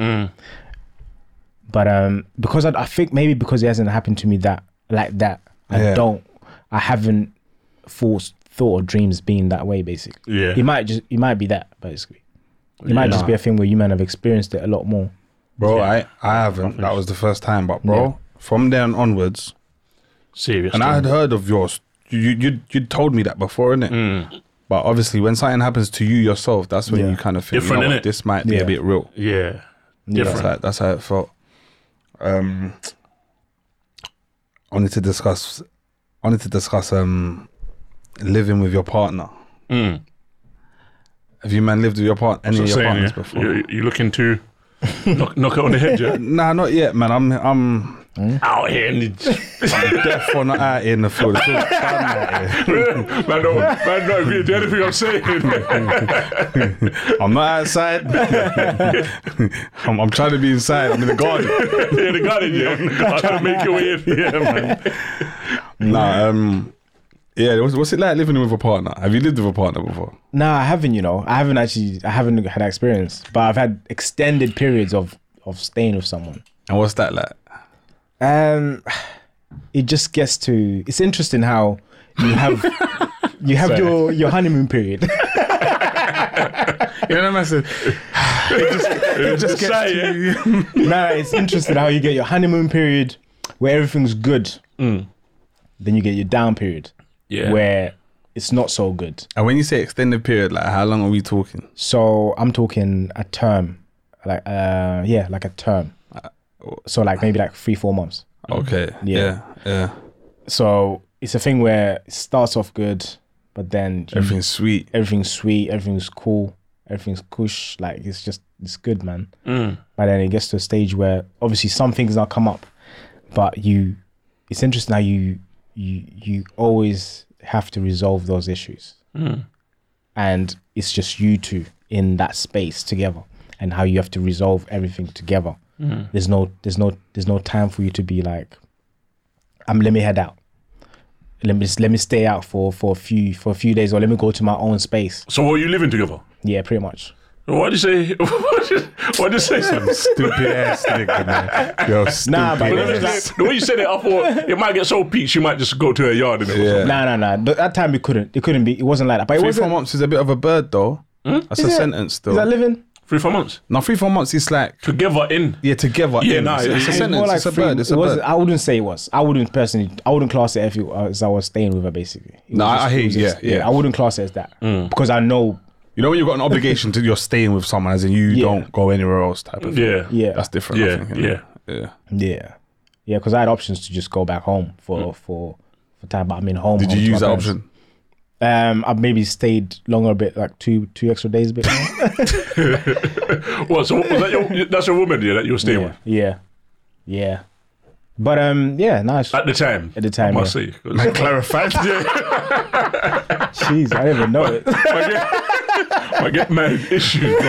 [SPEAKER 1] But um, because I, I think maybe because it hasn't happened to me that like that, I
[SPEAKER 2] Yeah.
[SPEAKER 1] don't, I haven't forced thought or dreams being that way. Basically,
[SPEAKER 3] Yeah.
[SPEAKER 1] it might just it might be that basically. It might just be a thing where you men have experienced it a lot more.
[SPEAKER 2] Bro, I, I haven't. That was the first time, but bro, from then onwards,
[SPEAKER 3] Serious. Mm.
[SPEAKER 2] and I had heard of yours. You you you told me that before, innit? But obviously, when something happens to you yourself, that's when
[SPEAKER 1] Yeah.
[SPEAKER 2] you kind of think,
[SPEAKER 3] Different,
[SPEAKER 2] you know what,
[SPEAKER 3] innit?
[SPEAKER 2] this might be
[SPEAKER 1] Yeah.
[SPEAKER 2] a bit real.
[SPEAKER 3] Yeah.
[SPEAKER 2] That's
[SPEAKER 3] Different.
[SPEAKER 2] how, that's how it felt. Um, I wanted to discuss. I wanted to discuss um, living with your partner.
[SPEAKER 3] Mm.
[SPEAKER 2] Have you man lived with your partner? Any
[SPEAKER 3] So
[SPEAKER 2] of your
[SPEAKER 3] saying,
[SPEAKER 2] partners
[SPEAKER 3] yeah,
[SPEAKER 2] before?
[SPEAKER 3] You, you looking to knock, knock it on the head, yeah?
[SPEAKER 2] Nah, not yet, man. I'm I'm
[SPEAKER 3] Out here in the
[SPEAKER 2] deaf or not out here in the field. The field's bad out here.
[SPEAKER 3] man, don't, man, don't agree to anything I'm saying.
[SPEAKER 2] I'm not outside. I'm, I'm trying to be inside. I'm in the garden.
[SPEAKER 3] yeah, the garden, yeah. I can make your way in. Yeah, man.
[SPEAKER 2] Nah, um, yeah. What's, what's it like living with a partner? Have you lived with a partner before?
[SPEAKER 1] Nah, I haven't. You know, I haven't actually. I haven't had that experience, but I've had extended periods of of staying with someone.
[SPEAKER 2] And what's that like?
[SPEAKER 1] Um, it just gets to. It's interesting how you have you have your your honeymoon period.
[SPEAKER 2] You know what I'm saying?
[SPEAKER 3] It
[SPEAKER 2] just gets
[SPEAKER 3] say,
[SPEAKER 2] to
[SPEAKER 3] yeah.
[SPEAKER 1] nah, it's interesting how you get your honeymoon period where everything's good. Then you get your down period
[SPEAKER 3] Yeah.
[SPEAKER 1] where it's not so good.
[SPEAKER 2] And when you say extended period, like how long are we talking?
[SPEAKER 1] So I'm talking a term, like uh, yeah, like a term. So like maybe like three four months.
[SPEAKER 2] Okay. Mm. Yeah. Yeah.
[SPEAKER 1] So it's a thing where it starts off good, but then you-
[SPEAKER 2] Everything's sweet.
[SPEAKER 1] everything's sweet, everything's cool, everything's cush. Like it's just it's good, man. But then it gets to a stage where obviously some things now come up, but you, it's interesting how you you you always have to resolve those issues, and it's just you two in that space together, and how you have to resolve everything together. There's no there's no there's no time for you to be like, I'm let me head out. Let me let me stay out for for a few for a few days, or let me go to my own space.
[SPEAKER 3] So, were you living together?
[SPEAKER 1] Yeah, pretty much.
[SPEAKER 3] What did you say? What did what did you say? Sam?
[SPEAKER 2] Stupid ass nigga, man. Yo, stupid
[SPEAKER 1] Nah, but
[SPEAKER 3] Well,
[SPEAKER 1] Yeah.
[SPEAKER 3] let me say- the way you said it, I thought it might get so peach, you might just go to her yard and
[SPEAKER 2] Yeah.
[SPEAKER 1] No, no, no. Th- That time it couldn't. It couldn't be. It wasn't like that. But it
[SPEAKER 2] Three,
[SPEAKER 1] wasn't.
[SPEAKER 2] four months is Hmm? a bit of a bird, though. That's a
[SPEAKER 1] it?
[SPEAKER 2] sentence, still.
[SPEAKER 1] Is that living?
[SPEAKER 3] three, four months.
[SPEAKER 2] now, three, four months is like,
[SPEAKER 3] Together in.
[SPEAKER 2] yeah, together.
[SPEAKER 3] Yeah,
[SPEAKER 2] in.
[SPEAKER 3] nah,
[SPEAKER 2] it's,
[SPEAKER 3] it-
[SPEAKER 2] it's a
[SPEAKER 3] it's
[SPEAKER 2] sentence. it's a
[SPEAKER 1] three-
[SPEAKER 2] bird. It's a
[SPEAKER 1] it wasn't-
[SPEAKER 2] bird.
[SPEAKER 1] I wouldn't say it was. I wouldn't personally. I wouldn't class it if it, as I was staying with her. Basically. It
[SPEAKER 2] No,
[SPEAKER 1] was
[SPEAKER 2] I- I hear
[SPEAKER 1] it was
[SPEAKER 2] you. Yeah, yeah.
[SPEAKER 1] I wouldn't class it as that
[SPEAKER 2] Mm.
[SPEAKER 1] because I know.
[SPEAKER 2] You know when you've got an obligation to you're staying with someone, as in you don't go anywhere else type of thing.
[SPEAKER 3] Yeah.
[SPEAKER 1] Yeah.
[SPEAKER 2] That's different. I
[SPEAKER 3] Yeah.
[SPEAKER 2] think,
[SPEAKER 3] Yeah.
[SPEAKER 2] innit? yeah.
[SPEAKER 1] Yeah. Yeah, because I had options to just go back home for for for time, but I mean home.
[SPEAKER 2] Mm. Did you
[SPEAKER 1] home to
[SPEAKER 2] use
[SPEAKER 1] my
[SPEAKER 2] that
[SPEAKER 1] parents.
[SPEAKER 2] option?
[SPEAKER 1] Um, I maybe stayed longer a bit, like two two extra days a bit. More.
[SPEAKER 3] What? So was that your, that's your woman, yeah, that you were staying with
[SPEAKER 1] yeah, yeah. But um, yeah, nice.
[SPEAKER 3] at the time.
[SPEAKER 1] At the time,
[SPEAKER 3] I must
[SPEAKER 1] yeah.
[SPEAKER 3] say. Clarified. yeah.
[SPEAKER 1] Jeez, I didn't even know it.
[SPEAKER 3] I get, I get mad issues.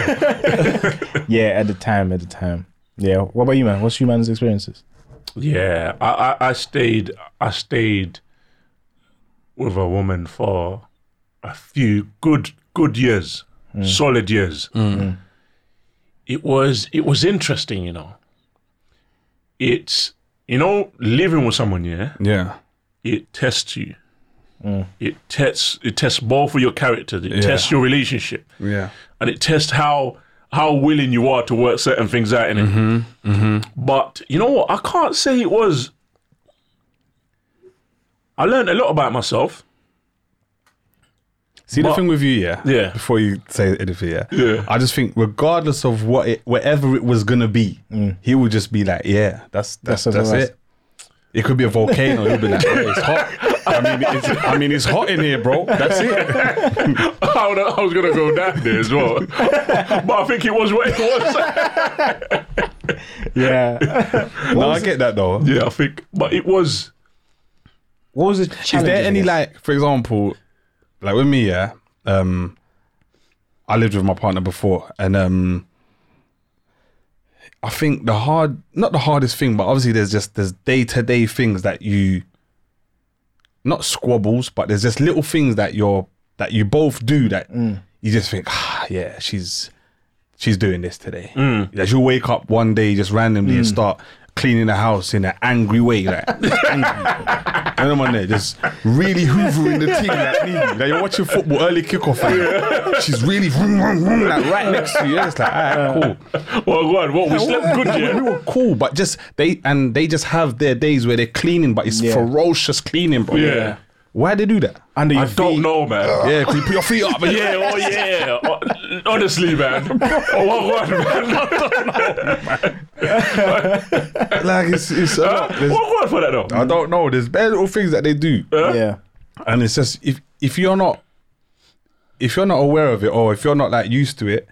[SPEAKER 1] Yeah, at the time, at the time. Yeah. What about you, man? What's your man's experiences?
[SPEAKER 3] Yeah, I, I, I stayed I stayed with a woman for a few good good years, solid years. It was it was interesting, you know. It's you know living with someone, yeah.
[SPEAKER 2] Yeah.
[SPEAKER 3] It tests you. It tests it tests both of your characters. It tests your relationship,
[SPEAKER 2] Yeah.
[SPEAKER 3] and it tests how how willing you are to work certain things out in it. Mm-hmm, But you know what? I can't say it was. I learned a lot about myself.
[SPEAKER 2] See the
[SPEAKER 3] But-
[SPEAKER 2] thing with you, yeah,
[SPEAKER 3] Yeah.
[SPEAKER 2] Before you say anything, yeah,
[SPEAKER 3] Yeah.
[SPEAKER 2] I just think, regardless of what it, whatever it was gonna be, he would just be like, yeah, that's that's
[SPEAKER 1] That's
[SPEAKER 2] that's,
[SPEAKER 1] what it was.
[SPEAKER 2] it. It could be a volcano. He'll be like, "Oh, it's hot. I mean, it's, I mean, it's hot in here, bro. That's it.
[SPEAKER 3] I would- I was gonna go down there as well, but I think it was what it was.
[SPEAKER 1] Yeah.
[SPEAKER 2] no, I get that though.
[SPEAKER 3] yeah, I think, but it was.
[SPEAKER 1] what was the
[SPEAKER 2] Is
[SPEAKER 1] challenge?
[SPEAKER 2] there any like, for example, like with me, yeah, um, I lived with my partner before, and um, I think the hard, not the hardest thing, but obviously there's just there's day to day things that you, not squabbles, but there's just little things that you're that you both do that you just think, ah, yeah, she's she's doing this today. Like she'll wake up one day just randomly and start cleaning the house in an angry way, like just angry. And I'm on there just really hoovering the team like needy. Like you're watching football early kickoff. Like, she's really vroom, vroom, vroom, like right next to you. Yeah, It's like, all right, cool.
[SPEAKER 3] Well, oh God, what we slept good,
[SPEAKER 2] Like, we
[SPEAKER 3] yeah.
[SPEAKER 2] were cool, but just they and they just have their days where they're cleaning, but it's
[SPEAKER 1] Yeah.
[SPEAKER 2] ferocious cleaning, bro.
[SPEAKER 3] Yeah.
[SPEAKER 2] Why they do that?
[SPEAKER 1] Under your
[SPEAKER 3] I don't know, man.
[SPEAKER 2] Yeah, 'cause you put your feet up. And
[SPEAKER 3] Yeah, oh yeah. Oh, Honestly, man. Oh, what word, man?
[SPEAKER 2] like it's it's a lot. There's-
[SPEAKER 3] What word Oh for that, though?
[SPEAKER 2] I don't know. There's bare little things that they do,
[SPEAKER 1] Yeah.
[SPEAKER 2] and it's just if if you're not if you're not aware of it or if you're not like used to it,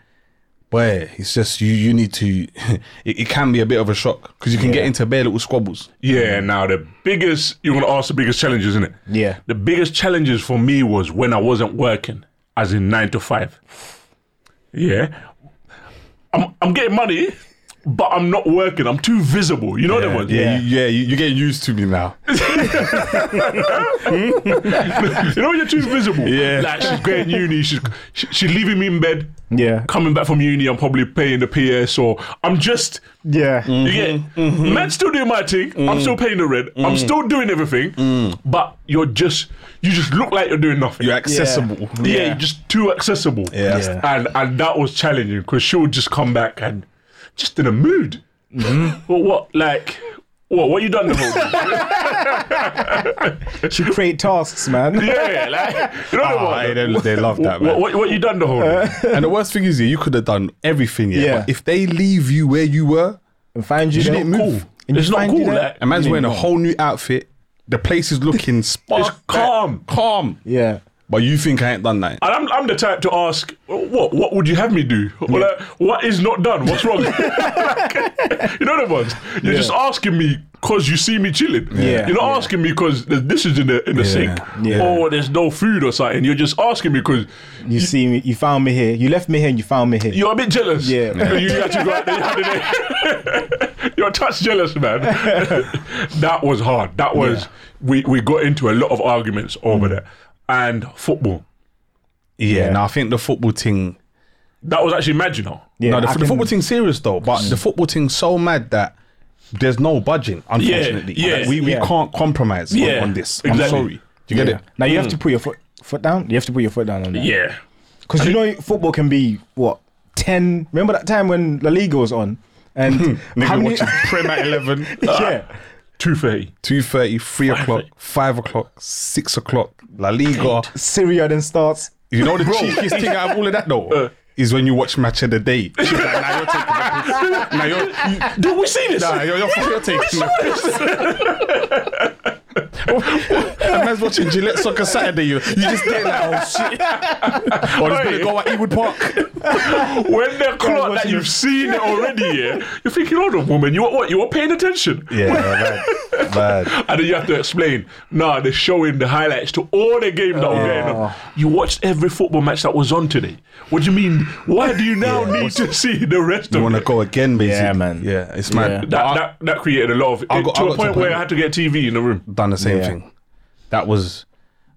[SPEAKER 2] boy, it's just you you need to. It, it can be a bit of a shock because you can get into bare little squabbles.
[SPEAKER 3] Yeah, now the biggest, you're going to ask the biggest challenges, isn't it?
[SPEAKER 1] Yeah.
[SPEAKER 3] The biggest challenges for me was when I wasn't working, as in nine to five. Yeah. I'm, I'm getting money, but I'm not working. I'm too visible. You know that one?
[SPEAKER 2] yeah, you, yeah. You, you're getting used to me now.
[SPEAKER 3] you know when you're too visible?
[SPEAKER 2] Yeah.
[SPEAKER 3] Like she's going uni, she's, she, she's leaving me in bed.
[SPEAKER 1] Yeah.
[SPEAKER 3] Coming back from uni, I'm probably paying the PS or I'm just
[SPEAKER 1] Yeah.
[SPEAKER 2] Mm-hmm.
[SPEAKER 3] You get man's still doing my thing.
[SPEAKER 2] Mm.
[SPEAKER 3] I'm still paying the rent. I'm still doing everything. But you're just you just look like you're doing nothing.
[SPEAKER 2] You're accessible.
[SPEAKER 3] yeah, you're just too accessible.
[SPEAKER 2] Yeah.
[SPEAKER 1] Yeah.
[SPEAKER 3] And and that was challenging because she'll just come back and just in a mood.
[SPEAKER 2] Mm-hmm.
[SPEAKER 3] Well, what like what what you done the whole day?
[SPEAKER 1] She create tasks, man.
[SPEAKER 3] yeah, like you know
[SPEAKER 2] Oh,
[SPEAKER 3] what?
[SPEAKER 2] hey, they, they love that, man.
[SPEAKER 3] What, what what you done the whole day?
[SPEAKER 2] and the worst thing is, yeah, you could have done everything, yeah.
[SPEAKER 1] Yeah.
[SPEAKER 2] But if they leave you where you were,
[SPEAKER 1] And find you.
[SPEAKER 2] You
[SPEAKER 1] there.
[SPEAKER 2] didn't move.
[SPEAKER 1] Cool. And
[SPEAKER 3] It's
[SPEAKER 1] you
[SPEAKER 3] not
[SPEAKER 1] find eh?
[SPEAKER 3] cool,
[SPEAKER 1] you there.
[SPEAKER 3] like-
[SPEAKER 2] a man's wearing a whole new outfit. The place is looking spark,
[SPEAKER 3] It's calm.
[SPEAKER 2] calm.
[SPEAKER 1] Yeah.
[SPEAKER 2] But you think I ain't done that?
[SPEAKER 3] And I'm, I'm the type to ask, what what would you have me do? Or like, what is not done? What's wrong? Like, you know the ones. You're just asking me because you see me chilling.
[SPEAKER 1] Yeah.
[SPEAKER 3] You're not
[SPEAKER 1] Yeah.
[SPEAKER 3] asking me because the dishes in the in the sink
[SPEAKER 1] Yeah.
[SPEAKER 3] or there's no food or something. You're just asking me because
[SPEAKER 1] You see me. You found me here. You left me here and you found me here.
[SPEAKER 3] you're a bit jealous.
[SPEAKER 1] Yeah. Yeah.
[SPEAKER 3] You had to go out there. You had to- you're a touch jealous, man. that was hard. That was we we got into a lot of arguments
[SPEAKER 1] Mm.
[SPEAKER 3] over that and football.
[SPEAKER 2] Yeah, no, I think the football thing.
[SPEAKER 3] That was actually mad, you know.
[SPEAKER 1] yeah.
[SPEAKER 2] no, the,
[SPEAKER 1] I
[SPEAKER 2] the
[SPEAKER 1] can- Mm.
[SPEAKER 2] football thing's serious though, but the football thing's so mad that there's no budging, unfortunately.
[SPEAKER 3] yeah,
[SPEAKER 2] Like, we, we
[SPEAKER 1] yeah.
[SPEAKER 2] can't compromise on-
[SPEAKER 3] Yeah,
[SPEAKER 2] on, this.
[SPEAKER 3] exactly.
[SPEAKER 2] I'm sorry. Do you get it?
[SPEAKER 1] Now you have to put your foot foot down. You have to put your foot down on that.
[SPEAKER 3] Yeah.
[SPEAKER 1] Because you know football can be what ten. Remember that time when La Liga was on and how
[SPEAKER 2] Nigga
[SPEAKER 1] many?
[SPEAKER 2] watching Prem at 11,
[SPEAKER 1] yeah.
[SPEAKER 3] Two thirty.
[SPEAKER 2] 2.30, 3 o'clock, 5 o'clock, 6 o'clock, La Liga.
[SPEAKER 1] Syria then starts.
[SPEAKER 2] You know the cheekiest thing out of all of that though?
[SPEAKER 1] Uh.
[SPEAKER 2] Is when you watch Match of the Day. She's like, nah, you're taking the piss. Nah, you're, you,
[SPEAKER 3] Did we see this?
[SPEAKER 2] nah, you're, you're, you're taking the piss. A man's watching Gillette Soccer Saturday. You, you just get like, oh shit. Or just gonna go at Ewood Park.
[SPEAKER 3] when the clock that
[SPEAKER 1] watching
[SPEAKER 3] you've seen it already, yeah, you're thinking, hold on, woman, you were what? You were paying attention.
[SPEAKER 2] Yeah, bad. bad.
[SPEAKER 3] And then you have to explain, nah, they're showing the highlights to all the games that were going
[SPEAKER 2] Oh.
[SPEAKER 3] on. You watched every football match that was on today. What do you mean? Why do you now need to see the rest
[SPEAKER 2] You
[SPEAKER 3] of
[SPEAKER 2] want
[SPEAKER 3] it?
[SPEAKER 2] to go again, basically.
[SPEAKER 1] Yeah, man.
[SPEAKER 2] Yeah, it's mad.
[SPEAKER 1] Yeah.
[SPEAKER 3] That, that, that created a lot of.
[SPEAKER 2] I
[SPEAKER 3] it-
[SPEAKER 2] got-
[SPEAKER 3] to
[SPEAKER 2] I
[SPEAKER 3] a
[SPEAKER 2] got to
[SPEAKER 3] point
[SPEAKER 2] a
[SPEAKER 3] where
[SPEAKER 2] point-
[SPEAKER 3] I had to get TV in the room.
[SPEAKER 2] Done the same
[SPEAKER 1] Yeah.
[SPEAKER 2] thing. That was,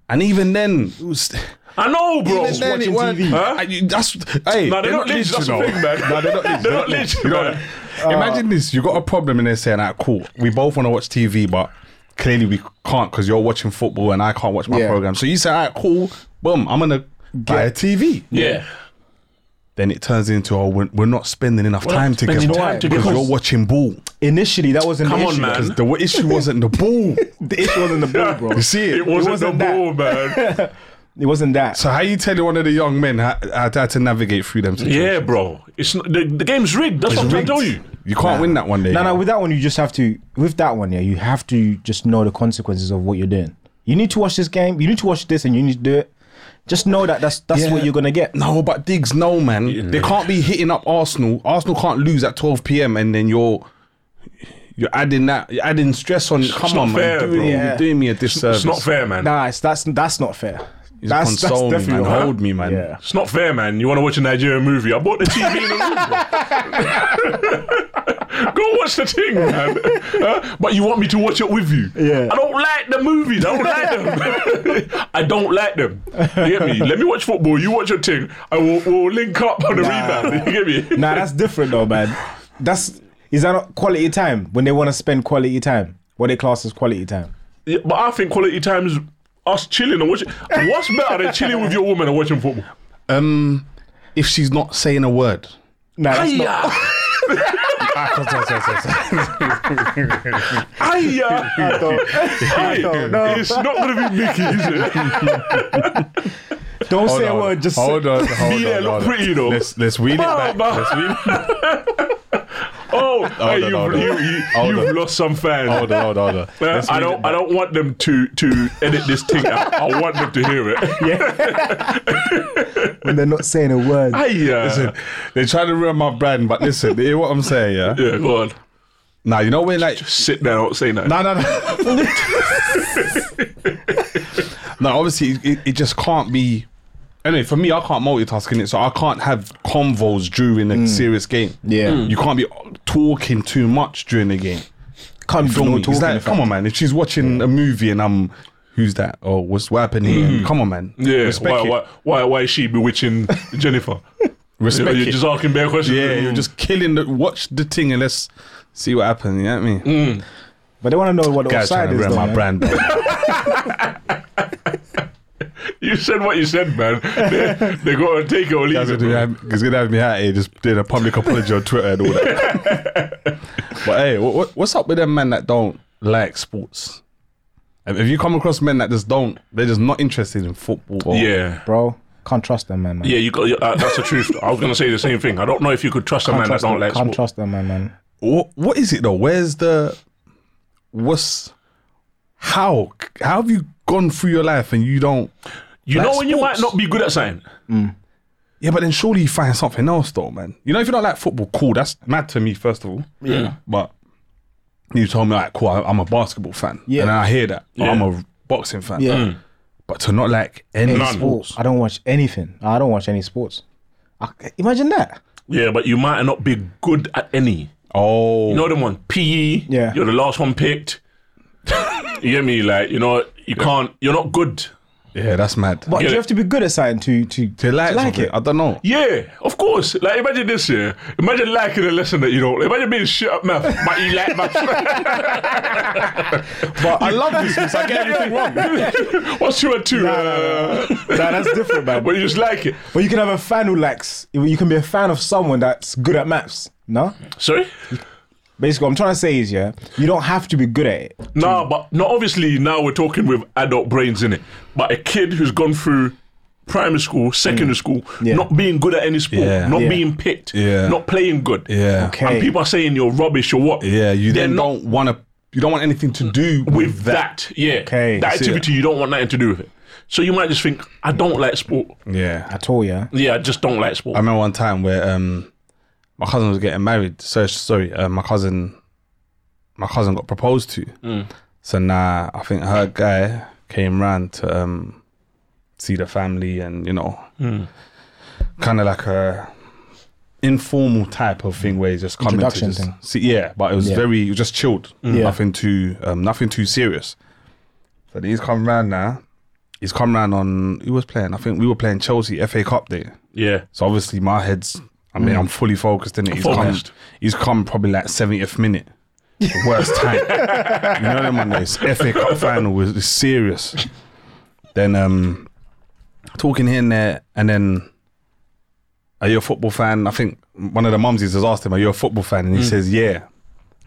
[SPEAKER 2] and even then, it was.
[SPEAKER 3] I know, bro.
[SPEAKER 2] Even then, it
[SPEAKER 1] watching
[SPEAKER 2] weren't-
[SPEAKER 1] TV.
[SPEAKER 2] Huh? And you- that's, hey,
[SPEAKER 3] Nah, they're not
[SPEAKER 2] not
[SPEAKER 3] leads,
[SPEAKER 2] leads,
[SPEAKER 3] that's
[SPEAKER 2] you
[SPEAKER 3] the
[SPEAKER 2] know.
[SPEAKER 3] thing, man.
[SPEAKER 2] Nah, they're not leads.
[SPEAKER 3] They're not
[SPEAKER 2] leads.
[SPEAKER 3] leads,
[SPEAKER 2] You know
[SPEAKER 3] man.
[SPEAKER 2] that? Imagine this: you got a problem, and they're saying, "Ah, cool, we both want to watch TV, but clearly we can't because you're watching football and I can't watch my
[SPEAKER 1] Yeah.
[SPEAKER 2] program." So you say, "All right, cool, boom, I'm gonna buy a TV."
[SPEAKER 3] Yeah.
[SPEAKER 2] Then it turns into, "Oh, we're, we're not spending enough
[SPEAKER 3] not
[SPEAKER 2] time
[SPEAKER 3] spending
[SPEAKER 2] together
[SPEAKER 3] time
[SPEAKER 2] because
[SPEAKER 3] together.
[SPEAKER 2] you're watching ball."
[SPEAKER 1] Initially, that wasn't
[SPEAKER 3] Come
[SPEAKER 1] the
[SPEAKER 3] on,
[SPEAKER 1] issue.
[SPEAKER 3] man.
[SPEAKER 2] Because the issue wasn't the ball.
[SPEAKER 1] The issue wasn't the ball, bro.
[SPEAKER 2] You see
[SPEAKER 3] It
[SPEAKER 2] it.
[SPEAKER 3] wasn't,
[SPEAKER 1] wasn't
[SPEAKER 3] the
[SPEAKER 1] that.
[SPEAKER 3] ball, man.
[SPEAKER 1] It wasn't that.
[SPEAKER 2] So how you telling one of the young men how, how to- how to navigate through them situations?
[SPEAKER 3] yeah, bro. It's not, the, the game's rigged. That's what I'm trying to tell you.
[SPEAKER 2] You can't win that one day.
[SPEAKER 1] No, no, with that one, you just have to, with that one, yeah, you have to just know the consequences of what you're doing. You need to watch this game, you need to watch this, and you need to do it. Just know that that's that's
[SPEAKER 2] Yeah.
[SPEAKER 1] what you're going to get.
[SPEAKER 2] No, but Diggs, no, man. They can't be hitting up Arsenal. Arsenal can't lose at 12 p.m. and then you're you're adding that, you're adding stress on. Come
[SPEAKER 3] not
[SPEAKER 2] on,
[SPEAKER 3] fair,
[SPEAKER 2] man. You're doing,
[SPEAKER 1] bro.
[SPEAKER 2] you're doing me a disservice.
[SPEAKER 3] It's not fair, man.
[SPEAKER 1] Nah, it's, that's that's not fair.
[SPEAKER 2] Just
[SPEAKER 1] that's that's
[SPEAKER 2] console me,
[SPEAKER 1] not
[SPEAKER 2] man.
[SPEAKER 1] fair.
[SPEAKER 2] Hold me, man.
[SPEAKER 1] Yeah.
[SPEAKER 3] It's not fair, man. You want to watch a Nigerian movie? I bought the TV in the room. bro. Go watch the thing, man. Huh? but you want me to watch it with you?
[SPEAKER 1] Yeah.
[SPEAKER 3] I don't like the movies. I don't like them. I don't like them. You get me? Let me watch football. You watch your thing. I will we'll link up on the rebound. You get me?
[SPEAKER 1] Nah, that's different though, man. That's is that not quality time when they want to spend quality time? What they class as quality time?
[SPEAKER 3] Yeah, but I think quality time is us chilling and watching. What's better than chilling with your woman and watching football?
[SPEAKER 2] Um, if she's not saying a word,
[SPEAKER 1] Nah, that's not,
[SPEAKER 3] Yeah.
[SPEAKER 2] Ah, sorry, sorry, sorry, sorry.
[SPEAKER 3] Hiya! Hey,
[SPEAKER 1] don't know.
[SPEAKER 3] It's not going to be Mickey, is it?
[SPEAKER 1] Don't say a
[SPEAKER 2] Hold on,
[SPEAKER 1] word. Just
[SPEAKER 2] hold on, hold
[SPEAKER 3] Yeah,
[SPEAKER 2] on,
[SPEAKER 3] look
[SPEAKER 2] hold on.
[SPEAKER 3] pretty, though.
[SPEAKER 2] Let's let's wheel it
[SPEAKER 3] Wow,
[SPEAKER 2] back.
[SPEAKER 3] man.
[SPEAKER 2] Let's wheel it back.
[SPEAKER 3] Oh, hey, you've,
[SPEAKER 2] on, hold on.
[SPEAKER 3] you, you,
[SPEAKER 2] Hold
[SPEAKER 3] you've
[SPEAKER 2] on.
[SPEAKER 3] lost some fans.
[SPEAKER 2] Hold on, hold on, hold on.
[SPEAKER 3] Uh,
[SPEAKER 2] Let's
[SPEAKER 3] I
[SPEAKER 2] wheel
[SPEAKER 3] don't.
[SPEAKER 2] it
[SPEAKER 3] I don't want them to to edit this thing. I, I want them to hear it.
[SPEAKER 1] when they're not saying a word.
[SPEAKER 3] Hiya.
[SPEAKER 2] back. They're trying to ruin my brand, but listen, you hear what I'm saying, yeah?
[SPEAKER 3] Yeah, go on.
[SPEAKER 2] Nah, you know when like
[SPEAKER 3] Sit down. Don't say that.
[SPEAKER 2] No, no, no. no, obviously, it, it just can't be. Anyway, for me, I can't multitask in it, so I can't have convos during a serious game.
[SPEAKER 1] Mm. Yeah. Mm.
[SPEAKER 2] you can't be talking too much during the game.
[SPEAKER 1] Can't be
[SPEAKER 2] For
[SPEAKER 1] no
[SPEAKER 2] me,
[SPEAKER 1] talking.
[SPEAKER 2] it's like,
[SPEAKER 1] if
[SPEAKER 2] come
[SPEAKER 1] I-
[SPEAKER 2] on, man. If she's watching a movie and I'm, who's that? Or what's what happened here?
[SPEAKER 1] Mm-hmm.
[SPEAKER 2] Come on, man.
[SPEAKER 3] Yeah.
[SPEAKER 2] respect
[SPEAKER 3] Why,
[SPEAKER 2] it.
[SPEAKER 3] why? Why? Why is she bewitching Jennifer?
[SPEAKER 2] Respect
[SPEAKER 3] You're,
[SPEAKER 2] it.
[SPEAKER 3] you're just asking bare questions.
[SPEAKER 2] yeah, you're
[SPEAKER 1] Mm.
[SPEAKER 2] just killing the watch the thing and let's see what happens. You know what I mean?
[SPEAKER 1] But they want to know what the
[SPEAKER 2] Guys trying
[SPEAKER 1] offside Mm. is.
[SPEAKER 2] to ruin
[SPEAKER 1] Though,
[SPEAKER 2] my
[SPEAKER 1] man.
[SPEAKER 2] brand. bro.
[SPEAKER 3] You said what you said, man. They, they got to take it or leave
[SPEAKER 2] That's
[SPEAKER 3] it.
[SPEAKER 2] gonna
[SPEAKER 3] bro.
[SPEAKER 2] have, he's gonna have me out here just did a public apology on Twitter and all that. but hey, what, what, what's up with them men that don't like sports? Have have you come across men that just don't? They're just not interested in football. Or,
[SPEAKER 3] Yeah.
[SPEAKER 1] bro. Can't trust them, man. man.
[SPEAKER 3] Yeah, you got. Uh, that's the truth. I was gonna say the same thing. I don't know if you could trust a man
[SPEAKER 1] Can't,
[SPEAKER 3] that
[SPEAKER 1] trust
[SPEAKER 3] don't
[SPEAKER 1] them,
[SPEAKER 3] like
[SPEAKER 1] can't
[SPEAKER 3] sport.
[SPEAKER 1] trust them, man, man.
[SPEAKER 2] What, what is it though? Where's the? What's? How? How have you gone through your life and you don't?
[SPEAKER 3] You
[SPEAKER 2] like
[SPEAKER 3] know when you might
[SPEAKER 2] sports.
[SPEAKER 3] not be good at something.
[SPEAKER 2] Yeah, but then surely you find something else though, man. You know, if you don't like football, cool. That's mad to me, first of all. Yeah. But you told me, like, cool, I- I'm a basketball fan.
[SPEAKER 1] Yeah.
[SPEAKER 2] And I hear that. Or I'm a boxing fan.
[SPEAKER 1] Yeah.
[SPEAKER 2] But to not like any
[SPEAKER 1] Any
[SPEAKER 2] sports.
[SPEAKER 1] sports. I don't watch anything. I don't watch any sports. I, imagine that.
[SPEAKER 3] Yeah, but you might not be good at any.
[SPEAKER 2] Oh.
[SPEAKER 3] You know them one PE.
[SPEAKER 1] Yeah.
[SPEAKER 3] You're the last one picked. you get me? Like you know, you can't. You're not good.
[SPEAKER 2] yeah, that's mad.
[SPEAKER 1] But
[SPEAKER 3] Get
[SPEAKER 1] do
[SPEAKER 3] it.
[SPEAKER 1] you have to be good at something to to,
[SPEAKER 2] they like,
[SPEAKER 1] to like
[SPEAKER 2] it.
[SPEAKER 1] it?
[SPEAKER 2] I don't know.
[SPEAKER 3] Yeah, of course. Like imagine this here. Imagine liking a lesson that you don't. Imagine being shit at math, but you like math.
[SPEAKER 2] But I love this because I get everything wrong.
[SPEAKER 3] What's two and two?
[SPEAKER 1] Nah, nah,
[SPEAKER 3] Uh,
[SPEAKER 1] nah, that's different, man.
[SPEAKER 3] But you just like it.
[SPEAKER 1] But you can have a fan who likes. You can be a fan of someone that's good at maths. No,
[SPEAKER 3] Sorry.
[SPEAKER 1] basically, what I'm trying to say is, yeah, you don't have to be good at it.
[SPEAKER 3] Nah, but no. Obviously, now we're talking with adult brains in it. But a kid who's gone through primary school, secondary school,
[SPEAKER 1] Yeah.
[SPEAKER 3] not being good at any sport,
[SPEAKER 2] Yeah.
[SPEAKER 3] not
[SPEAKER 1] Yeah.
[SPEAKER 3] being picked,
[SPEAKER 2] Yeah.
[SPEAKER 3] not playing good.
[SPEAKER 2] Yeah.
[SPEAKER 1] Okay.
[SPEAKER 3] And people are saying you're rubbish or what?
[SPEAKER 2] Yeah, you
[SPEAKER 3] They're
[SPEAKER 2] then
[SPEAKER 3] not-
[SPEAKER 2] don't want to, you don't want anything to do with,
[SPEAKER 3] with that. Yeah.
[SPEAKER 1] Okay,
[SPEAKER 3] That
[SPEAKER 1] I
[SPEAKER 2] see
[SPEAKER 3] activity, you don't want nothing to do with it. So you might just think, I don't like sport.
[SPEAKER 2] Yeah.
[SPEAKER 1] At all, yeah.
[SPEAKER 3] Yeah, I just don't like sport.
[SPEAKER 2] I remember one time where um, my cousin was getting married. So sorry, uh, my cousin, my cousin got proposed to. So now I think her guy came round to um, see the family, and you know, kind of like a informal type of thing where he's just coming to
[SPEAKER 1] Introduction
[SPEAKER 2] just
[SPEAKER 1] thing.
[SPEAKER 2] see. Yeah, but it was
[SPEAKER 1] Yeah.
[SPEAKER 2] very it was just chilled.
[SPEAKER 1] Yeah.
[SPEAKER 2] Nothing too um, nothing too serious. So then he's come round now. He's come round on who was playing? I think we were playing Chelsea FA Cup day.
[SPEAKER 3] yeah.
[SPEAKER 2] So obviously my head's. I mean,
[SPEAKER 3] Mm.
[SPEAKER 2] I'm fully focused in it. He's
[SPEAKER 3] Focused.
[SPEAKER 2] come. He's come probably like 70th minute. The worst time. you know them on this FA Cup final was was serious. Then um, talking here and there, and then. Are you a football fan? I think one of the mumsies has asked him, "Are you a football fan?"
[SPEAKER 3] Mm.
[SPEAKER 2] And he says, "Yeah."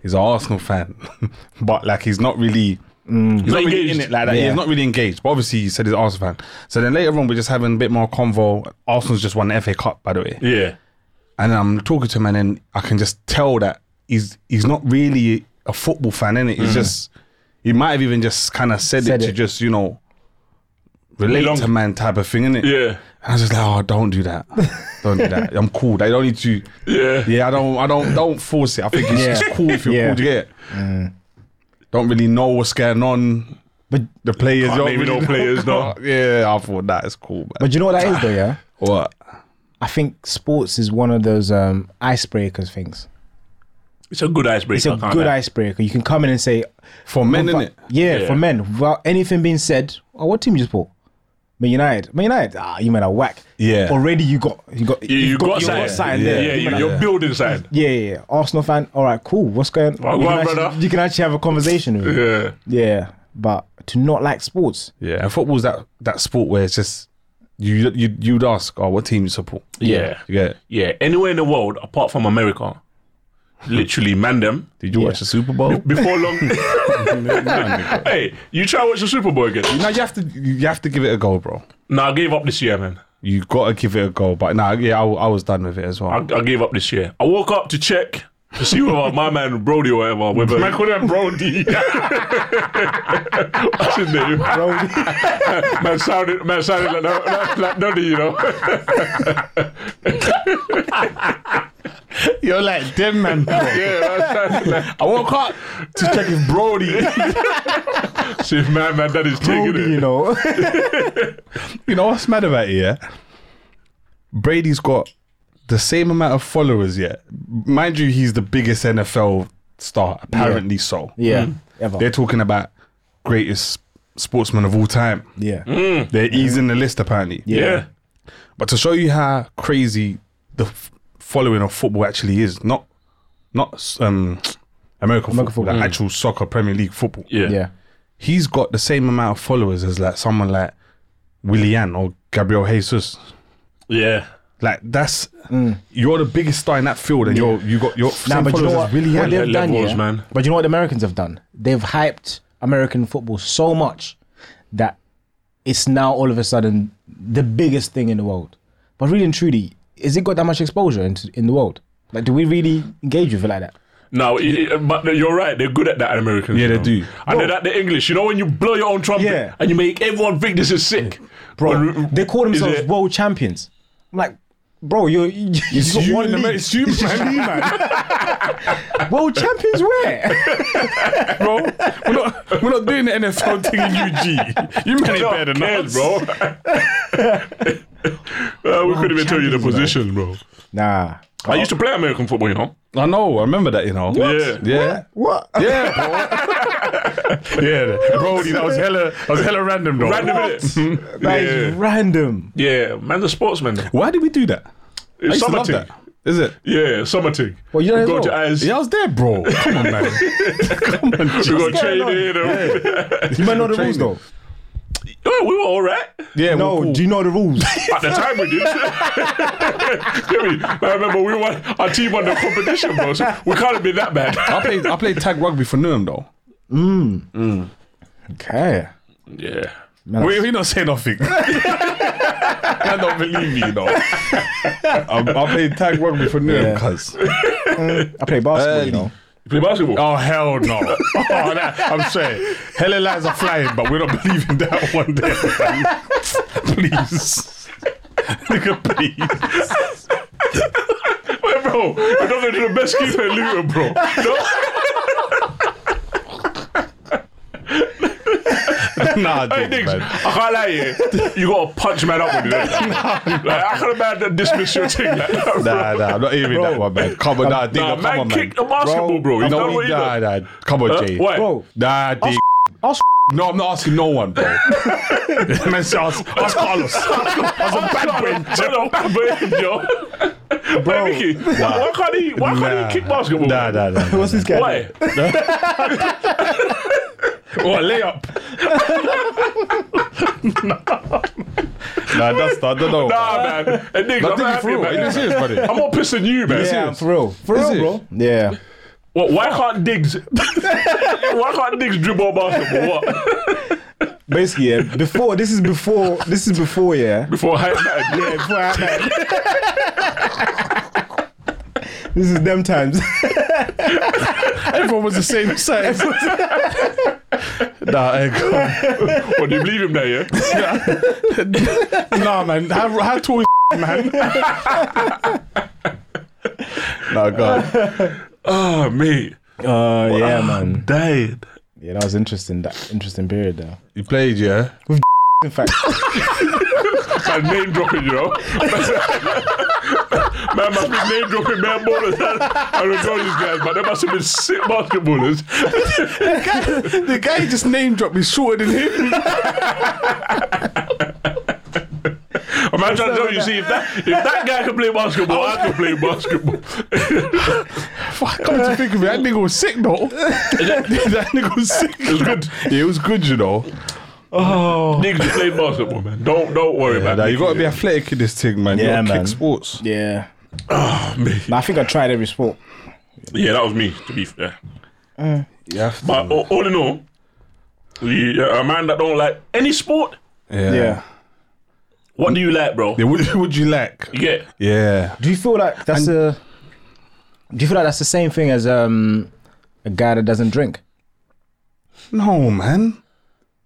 [SPEAKER 2] He's an Arsenal fan, but like he's not really he's
[SPEAKER 3] Mm. Not
[SPEAKER 2] not really
[SPEAKER 3] engaged.
[SPEAKER 2] in it like that.
[SPEAKER 1] Yeah.
[SPEAKER 2] He's not really engaged. But obviously, he said he's an Arsenal fan. So then later on, we're just having a bit more convo. Arsenal's just won the FA Cup, by the way.
[SPEAKER 3] Yeah.
[SPEAKER 2] And then I'm talking to him, and then I can just tell that he's he's not really a football fan, innit?
[SPEAKER 3] Mm.
[SPEAKER 2] He's just he might have even just kind of said,
[SPEAKER 1] Said
[SPEAKER 2] it, to
[SPEAKER 1] it.
[SPEAKER 2] just you know relate
[SPEAKER 3] Belong.
[SPEAKER 2] to man type of thing, innit?
[SPEAKER 3] Yeah.
[SPEAKER 2] And I was just like, oh, don't do that, don't do that. I'm cool. They don't need to.
[SPEAKER 3] Yeah.
[SPEAKER 2] Yeah, I don't, I don't, don't force it. I think it's,
[SPEAKER 1] Yeah.
[SPEAKER 2] it's cool if you're
[SPEAKER 1] Yeah. Mm.
[SPEAKER 2] cool to get. Don't really know what's going on.
[SPEAKER 1] But
[SPEAKER 2] The players,
[SPEAKER 3] Can't
[SPEAKER 2] you don't
[SPEAKER 3] name
[SPEAKER 2] really
[SPEAKER 3] no
[SPEAKER 2] know.
[SPEAKER 3] players, no.
[SPEAKER 2] yeah, I thought that is cool, man.
[SPEAKER 1] but you know what that is, though, yeah.
[SPEAKER 2] what?
[SPEAKER 1] I think sports is one of those um, icebreakers things.
[SPEAKER 3] It's a good icebreaker.
[SPEAKER 1] It's a
[SPEAKER 3] can't
[SPEAKER 1] good
[SPEAKER 3] lie.
[SPEAKER 1] icebreaker. You can come in and say,
[SPEAKER 2] For men,
[SPEAKER 1] But-
[SPEAKER 2] innit?
[SPEAKER 1] Yeah,
[SPEAKER 3] Yeah.
[SPEAKER 1] for men. Without anything being said, oh, what team you support? Man United. Man United. Ah, you men are whack.
[SPEAKER 2] Yeah.
[SPEAKER 1] Already you got you got
[SPEAKER 3] You, you got,
[SPEAKER 1] you
[SPEAKER 3] something.
[SPEAKER 1] got something
[SPEAKER 3] yeah,
[SPEAKER 1] there.
[SPEAKER 3] Yeah,
[SPEAKER 1] You
[SPEAKER 3] you,
[SPEAKER 1] men are-
[SPEAKER 3] you're building something.
[SPEAKER 1] yeah, yeah, yeah. Arsenal fan. All right, cool. What's going?
[SPEAKER 3] Well,
[SPEAKER 1] you,
[SPEAKER 3] go
[SPEAKER 1] can
[SPEAKER 3] on,
[SPEAKER 1] actually,
[SPEAKER 3] brother.
[SPEAKER 1] you can actually have a conversation with. Yeah.
[SPEAKER 3] Yeah.
[SPEAKER 1] yeah, but to not like sports.
[SPEAKER 2] Yeah, and football's that that sport where it's just you you you'd ask, oh, what team you support?
[SPEAKER 3] Yeah.
[SPEAKER 2] you get it?
[SPEAKER 3] Yeah. Anywhere in the world, apart from America, literally mandem.
[SPEAKER 2] Did you watch the Super Bowl?
[SPEAKER 3] Before long, hey, you try watch the Super Bowl again.
[SPEAKER 2] No, you have to you have to give it a go, bro.
[SPEAKER 3] No, I gave up this year, man.
[SPEAKER 2] You gotta give it a go. But nah, yeah, I, I was done with it as well.
[SPEAKER 3] I, I gave up this year. I woke up to check to see whether my man Brody or whatever. Whether my man Brody. What's his name? Brody. man sounded man sounded like, no- like, like Noddy, you know.
[SPEAKER 2] You're like dead man.
[SPEAKER 3] yeah, man sounded like.
[SPEAKER 2] I woke up to check if Brody.
[SPEAKER 3] See if man, man, that is taking
[SPEAKER 1] Brody,
[SPEAKER 3] it.
[SPEAKER 1] you know.
[SPEAKER 2] you know what's mad about it, yeah? Brady's got the same amount of followers, yeah. Mind you, he's the biggest NFL star, apparently so.
[SPEAKER 1] yeah. Ever.
[SPEAKER 2] They're talking about greatest sportsman of all time.
[SPEAKER 1] yeah.
[SPEAKER 3] Mm.
[SPEAKER 2] They're easing the list apparently.
[SPEAKER 3] Yeah.
[SPEAKER 2] But to show you how crazy the f- following of football actually is, not not um American, football,
[SPEAKER 1] football.
[SPEAKER 2] like actual soccer, Premier League football.
[SPEAKER 3] Yeah.
[SPEAKER 1] Yeah.
[SPEAKER 2] He's got the same amount of followers as like someone like Willian or Gabriel Jesus.
[SPEAKER 3] Yeah.
[SPEAKER 2] Like that's you're the biggest star in that field, and you're you got your
[SPEAKER 1] Hmm. Nah,
[SPEAKER 2] same
[SPEAKER 1] but you know
[SPEAKER 2] followers
[SPEAKER 1] what?
[SPEAKER 2] as Willian.
[SPEAKER 1] what they've
[SPEAKER 3] Yeah,
[SPEAKER 1] done,
[SPEAKER 3] levels,
[SPEAKER 1] yeah,
[SPEAKER 3] man.
[SPEAKER 1] But you know what the Americans have done? They've hyped American football so much that it's now all of a sudden the biggest thing in the world. But really and truly, is it got that much exposure in, in the world? Like, do we really engage with it like that?
[SPEAKER 3] No, it, it- but you're right. They're good at that, Americans.
[SPEAKER 2] Yeah,
[SPEAKER 3] you
[SPEAKER 2] they
[SPEAKER 3] know.
[SPEAKER 2] do.
[SPEAKER 3] And they're at the English. You know when you blow your own trumpet
[SPEAKER 1] Yeah.
[SPEAKER 3] and you make everyone think this is sick, When-
[SPEAKER 1] They call
[SPEAKER 3] is
[SPEAKER 1] themselves
[SPEAKER 3] it-
[SPEAKER 1] world champions. I'm like, bro, you're, you, you got
[SPEAKER 2] you
[SPEAKER 1] one
[SPEAKER 2] in the
[SPEAKER 1] league.
[SPEAKER 2] It's you, man.
[SPEAKER 1] world champions where?
[SPEAKER 2] bro. We're not, we're not doing the NFL thing in UG. You man ain't
[SPEAKER 3] No
[SPEAKER 2] better than
[SPEAKER 3] cares,
[SPEAKER 2] us,
[SPEAKER 3] bro. Uh, we couldn't even tell you the
[SPEAKER 1] champions, man.
[SPEAKER 3] position, bro.
[SPEAKER 1] nah.
[SPEAKER 3] I used to play American football, you know.
[SPEAKER 2] I know. I remember that. You know.
[SPEAKER 3] Yeah.
[SPEAKER 2] Yeah.
[SPEAKER 1] What?
[SPEAKER 2] Yeah, bro. yeah, Brody. That was hella. That was hella random, though.
[SPEAKER 3] Random minute.
[SPEAKER 1] That is
[SPEAKER 3] yeah.
[SPEAKER 1] random.
[SPEAKER 3] yeah, man, the sportsman. though.
[SPEAKER 2] Why did we do that? I
[SPEAKER 3] It's
[SPEAKER 2] used to
[SPEAKER 3] summer
[SPEAKER 2] love
[SPEAKER 3] thing.
[SPEAKER 2] that. Is it?
[SPEAKER 3] Yeah, summer thing.
[SPEAKER 1] Well, you know
[SPEAKER 3] We
[SPEAKER 1] as
[SPEAKER 3] go to
[SPEAKER 1] well.
[SPEAKER 3] eyes.
[SPEAKER 2] Yeah, I was there, bro. Come on, man. Come on, Jesus.
[SPEAKER 3] We go
[SPEAKER 1] going on?
[SPEAKER 3] training. and-
[SPEAKER 1] You might know the rules though.
[SPEAKER 2] Training.
[SPEAKER 3] Yeah, Oh, we were all right.
[SPEAKER 2] Yeah,
[SPEAKER 1] No,
[SPEAKER 2] we're cool.
[SPEAKER 1] do you know the rules?
[SPEAKER 3] At the time, we did. Get me? I remember we won our team won the competition, bro. So we can't have been that bad.
[SPEAKER 2] I played. I played tag rugby for Newham though. Mm.
[SPEAKER 1] okay.
[SPEAKER 3] Yeah.
[SPEAKER 2] Wait, we not saying nothing. I don't believe you, though. I, I played tag rugby for Newham,
[SPEAKER 1] Yeah.
[SPEAKER 2] cuz.
[SPEAKER 1] I play basketball, you know.
[SPEAKER 3] You play basketball?
[SPEAKER 2] Oh, hell no. Oh, that, I'm saying, hella lies are flying, but we're not believing that one day. please. Nigga, please.
[SPEAKER 3] Wait, bro. I don't think you're the best keeper in Luton, bro. No.
[SPEAKER 2] Nah,
[SPEAKER 3] Hey,
[SPEAKER 2] dude,
[SPEAKER 3] Diggs, I
[SPEAKER 2] man.
[SPEAKER 3] can't lie, yeah. You gotta punch man up with it. like, I can't imagine dismiss your thing like that. Bro.
[SPEAKER 2] Nah, nah, I'm not even that one, man. Come on, nah, dig,
[SPEAKER 3] Nah,
[SPEAKER 2] nah,
[SPEAKER 3] man
[SPEAKER 2] come on, man.
[SPEAKER 3] kicked the basketball, bro. You know
[SPEAKER 2] No,
[SPEAKER 3] what
[SPEAKER 2] we-
[SPEAKER 3] he Uh, done?
[SPEAKER 2] nah, nah, come on,
[SPEAKER 3] Huh?
[SPEAKER 2] Jay.
[SPEAKER 3] Why?
[SPEAKER 1] Bro,
[SPEAKER 2] Nah, dig.
[SPEAKER 1] ask-
[SPEAKER 2] No, I'm not asking no one, bro. man, say, ask, ask Carlos. Ask a bad boy.
[SPEAKER 3] Hello, Bad yo. Bro, Mickey, why, why can't he? Why can't he kick basketball?
[SPEAKER 2] Nah, nah, nah. nah.
[SPEAKER 1] What's this guy?
[SPEAKER 3] Why?
[SPEAKER 2] Or a layup. nah, that's I don't know.
[SPEAKER 3] Nah, Ah, man. And nigga,
[SPEAKER 2] But
[SPEAKER 3] I'm not
[SPEAKER 2] dig it for
[SPEAKER 3] happy,
[SPEAKER 2] real.
[SPEAKER 3] man.
[SPEAKER 2] It is serious, buddy.
[SPEAKER 3] I'm more pissed than you, man.
[SPEAKER 1] Yeah, for real. For
[SPEAKER 2] Is
[SPEAKER 1] real,
[SPEAKER 2] it?
[SPEAKER 1] bro. Yeah.
[SPEAKER 3] What, why can't Diggs? why can't Diggs dribble basketball? What?
[SPEAKER 1] Basically, yeah. Before this is before this is before, yeah.
[SPEAKER 3] Before height mattered.
[SPEAKER 1] Yeah, before I This is them times.
[SPEAKER 2] Everyone was the same size. nah, eh, come on.
[SPEAKER 3] What, do you believe him there, yeah?
[SPEAKER 2] nah, man. How, how tall is man? nah, God.
[SPEAKER 3] Oh, mate.
[SPEAKER 1] Uh, yeah, man.
[SPEAKER 3] Died.
[SPEAKER 1] Yeah, that was interesting. That interesting period, though.
[SPEAKER 2] You played, yeah?
[SPEAKER 1] In fact,
[SPEAKER 3] Man, name dropping, you know? man must be name dropping man ballers. I don't know these guys, but they must have been sick basketballers.
[SPEAKER 2] The guy just name dropped me shorter than him.
[SPEAKER 3] I'm trying to tell you, see, if that, if that guy can play basketball, I can play basketball.
[SPEAKER 2] Fuck, come to think of it, that nigga was sick, though. that nigga was sick. It was good. Yeah, it was good, you know.
[SPEAKER 3] Niggas just play basketball, man. Don't don't worry
[SPEAKER 2] Yeah,
[SPEAKER 3] about
[SPEAKER 2] nah,
[SPEAKER 3] that.
[SPEAKER 2] you gotta be athletic in this thing, man.
[SPEAKER 1] Yeah,
[SPEAKER 2] you gotta
[SPEAKER 1] man.
[SPEAKER 2] kick sports.
[SPEAKER 1] yeah. I think I tried every sport.
[SPEAKER 3] Yeah, that was me, to be fair.
[SPEAKER 2] You have to-
[SPEAKER 3] But all, all in all, you, you're a man that don't like any sport,
[SPEAKER 2] yeah.
[SPEAKER 1] Yeah.
[SPEAKER 3] what do you like, bro?
[SPEAKER 2] Yeah, What would you like?
[SPEAKER 3] Yeah.
[SPEAKER 2] Yeah.
[SPEAKER 1] Do you feel like that's a? Do you feel like that's the same thing as um a guy that doesn't drink?
[SPEAKER 2] No, man.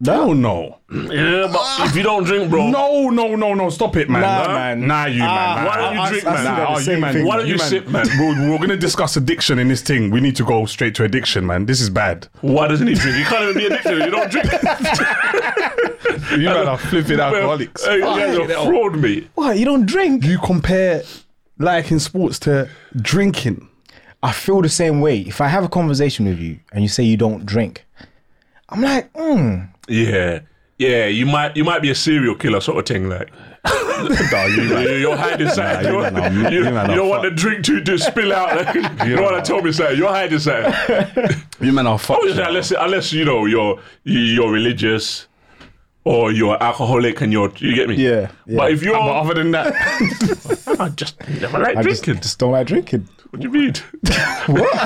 [SPEAKER 2] No, no.
[SPEAKER 3] Yeah, but if you don't drink, bro,
[SPEAKER 2] No, no, no, no. Stop it, man.
[SPEAKER 1] Nah,
[SPEAKER 2] Nah,
[SPEAKER 1] man.
[SPEAKER 2] Nah, you,
[SPEAKER 3] why
[SPEAKER 2] man. Nah,
[SPEAKER 3] don't you
[SPEAKER 2] I-
[SPEAKER 3] drink,
[SPEAKER 2] I
[SPEAKER 3] man?
[SPEAKER 2] see
[SPEAKER 3] Nah,
[SPEAKER 2] that
[SPEAKER 3] oh,
[SPEAKER 2] the
[SPEAKER 3] you
[SPEAKER 2] same
[SPEAKER 1] man.
[SPEAKER 2] thing.
[SPEAKER 3] Why don't you
[SPEAKER 2] man.
[SPEAKER 3] sip, man?
[SPEAKER 2] We're, we're going to discuss addiction in this thing. We need to go straight to addiction, man. This is bad.
[SPEAKER 3] why doesn't he drink? He can't even be addicted. You don't drink.
[SPEAKER 2] You man are flipping alcoholics.
[SPEAKER 3] Hey, you guys are fraud, mate.
[SPEAKER 1] What you don't drink?
[SPEAKER 2] You compare liking sports to drinking.
[SPEAKER 1] I feel the same way. If I have a conversation with you and you say you don't drink, I'm like, mm,
[SPEAKER 3] Yeah. Yeah, you might you might be a serial killer sort of thing, like
[SPEAKER 2] Nah, you,
[SPEAKER 3] you-
[SPEAKER 2] man.
[SPEAKER 3] you're hiding something.
[SPEAKER 2] you
[SPEAKER 3] you,
[SPEAKER 2] man are- you
[SPEAKER 3] you-
[SPEAKER 2] man are
[SPEAKER 3] you don't want the drink to, to spill out. Like, you don't want to tell me something. You're hiding something.
[SPEAKER 2] you man are fucked.
[SPEAKER 3] Obviously, unless unless you know you're you- you're religious or you're alcoholic and you're you get me.
[SPEAKER 1] Yeah, yeah.
[SPEAKER 3] But if you're
[SPEAKER 2] But other than that,
[SPEAKER 3] I just never like
[SPEAKER 1] I just,
[SPEAKER 3] drinking.
[SPEAKER 1] just don't like drinking.
[SPEAKER 3] what do you mean?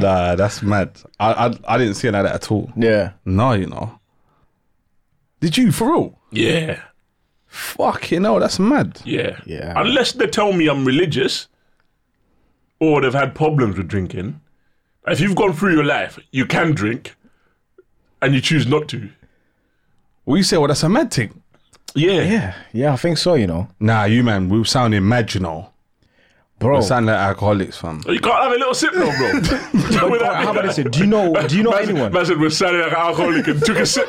[SPEAKER 2] nah, that's mad. I, I I didn't see it like that at all.
[SPEAKER 1] Yeah.
[SPEAKER 2] No, you know. Did you for real?
[SPEAKER 3] yeah.
[SPEAKER 2] Fucking hell, that's mad.
[SPEAKER 3] Yeah.
[SPEAKER 1] Yeah.
[SPEAKER 3] Unless they tell me I'm religious or they've had problems with drinking. If you've gone through your life, you can drink and you choose not to.
[SPEAKER 2] Well, you say, well, that's a mad thing.
[SPEAKER 3] Yeah.
[SPEAKER 1] Yeah. Yeah, I think so, you know.
[SPEAKER 2] Nah, you man, we sounding mad, you know.
[SPEAKER 1] Bro.
[SPEAKER 2] We sound like alcoholics, fam.
[SPEAKER 3] You can't have a little sip now, bro. Without
[SPEAKER 1] How about
[SPEAKER 3] me.
[SPEAKER 1] this? Do you know do you know
[SPEAKER 3] Man said-
[SPEAKER 1] anyone?
[SPEAKER 3] Man said we're sounding like an alcoholic and took a sip.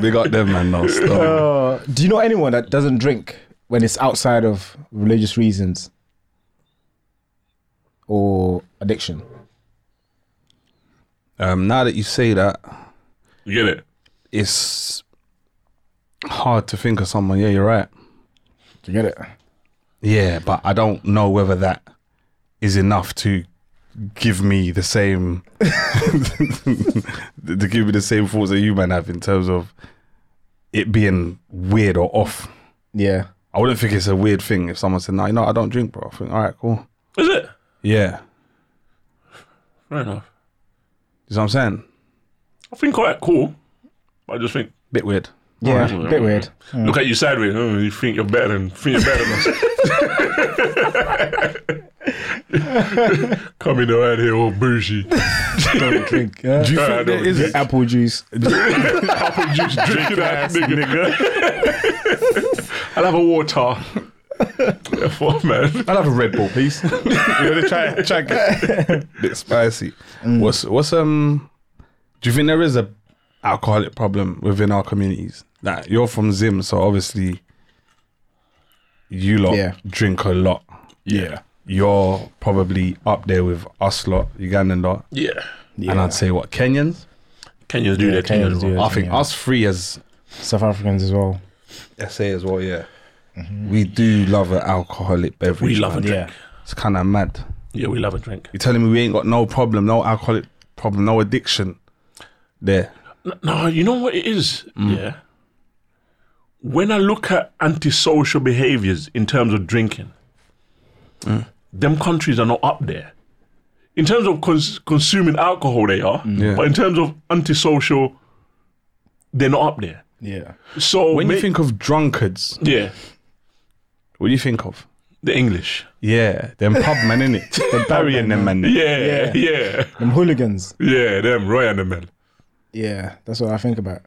[SPEAKER 2] Big up them, man. No, stop.
[SPEAKER 1] Uh, do you know anyone that doesn't drink when it's outside of religious reasons or addiction?
[SPEAKER 2] um, now that you say that,
[SPEAKER 3] You get it?
[SPEAKER 2] it's hard to think of someone. Yeah, you're right.
[SPEAKER 1] Do you get it?
[SPEAKER 2] Yeah, but I don't know whether that is enough to give me the same to give me the same thoughts that you man have in terms of it being weird or off.
[SPEAKER 1] Yeah.
[SPEAKER 2] I wouldn't think it's a weird thing if someone said, "No, you know, I don't drink, bro." I think, "All right, cool."
[SPEAKER 3] Is it?
[SPEAKER 2] Yeah,
[SPEAKER 3] Fair enough.
[SPEAKER 2] you know what I'm saying?
[SPEAKER 3] I think quite cool. But I just think,
[SPEAKER 2] Bit weird.
[SPEAKER 1] Yeah.
[SPEAKER 3] Alright.
[SPEAKER 1] Bit weird.
[SPEAKER 3] look at you sideways. Oh, you think you're better than, think you're better than us. Coming around here all bougie.
[SPEAKER 1] Don't drink. Yeah.
[SPEAKER 2] Do you
[SPEAKER 3] Yeah, I
[SPEAKER 2] think there
[SPEAKER 3] don't
[SPEAKER 2] is?
[SPEAKER 3] drink.
[SPEAKER 1] uh, Apple juice.
[SPEAKER 3] apple juice drinking ass nigga. I'll have a water. Yeah, fuck, man.
[SPEAKER 2] I'd have a Red Bull, please. you want to try try it? Bit spicy.
[SPEAKER 3] Mm.
[SPEAKER 2] What's what's um? Do you think there is a alcoholic problem within our communities? Like you're from Zim, so obviously you lot
[SPEAKER 1] Yeah.
[SPEAKER 2] drink a lot.
[SPEAKER 3] Yeah.
[SPEAKER 2] You're probably up there with us lot, Ugandan lot,
[SPEAKER 3] Yeah.
[SPEAKER 2] and I'd say what Kenyans.
[SPEAKER 3] Kenyans do that.
[SPEAKER 1] Kenyans
[SPEAKER 3] Kenyans
[SPEAKER 1] do
[SPEAKER 3] do
[SPEAKER 1] that.
[SPEAKER 2] I think
[SPEAKER 1] Yeah.
[SPEAKER 2] us three as
[SPEAKER 1] South Africans as well.
[SPEAKER 2] SA as well. Yeah, we do love an alcoholic beverage.
[SPEAKER 3] Mm-hmm. We love a
[SPEAKER 2] man.
[SPEAKER 3] drink.
[SPEAKER 1] Yeah.
[SPEAKER 2] It's kind of mad.
[SPEAKER 3] Yeah, we love a drink.
[SPEAKER 2] You're telling me we ain't got no problem, no alcoholic problem, no addiction there.
[SPEAKER 3] N- No, you know what it is?
[SPEAKER 2] Mm.
[SPEAKER 3] Yeah. When I look at antisocial behaviors in terms of drinking,
[SPEAKER 2] Mm.
[SPEAKER 3] them countries are not up there. In terms of cons- consuming alcohol, they are.
[SPEAKER 2] Mm. Yeah.
[SPEAKER 3] But in terms of antisocial, they're not up there.
[SPEAKER 1] Yeah.
[SPEAKER 3] So
[SPEAKER 2] When you
[SPEAKER 3] ma-
[SPEAKER 2] think of drunkards,
[SPEAKER 3] yeah,
[SPEAKER 2] what do you think of?
[SPEAKER 3] the English.
[SPEAKER 2] Yeah, them pub man, innit? They're burying them man.
[SPEAKER 3] Yeah, yeah, yeah,
[SPEAKER 1] Them hooligans.
[SPEAKER 3] them Roy and the men.
[SPEAKER 1] Yeah, that's what I think about.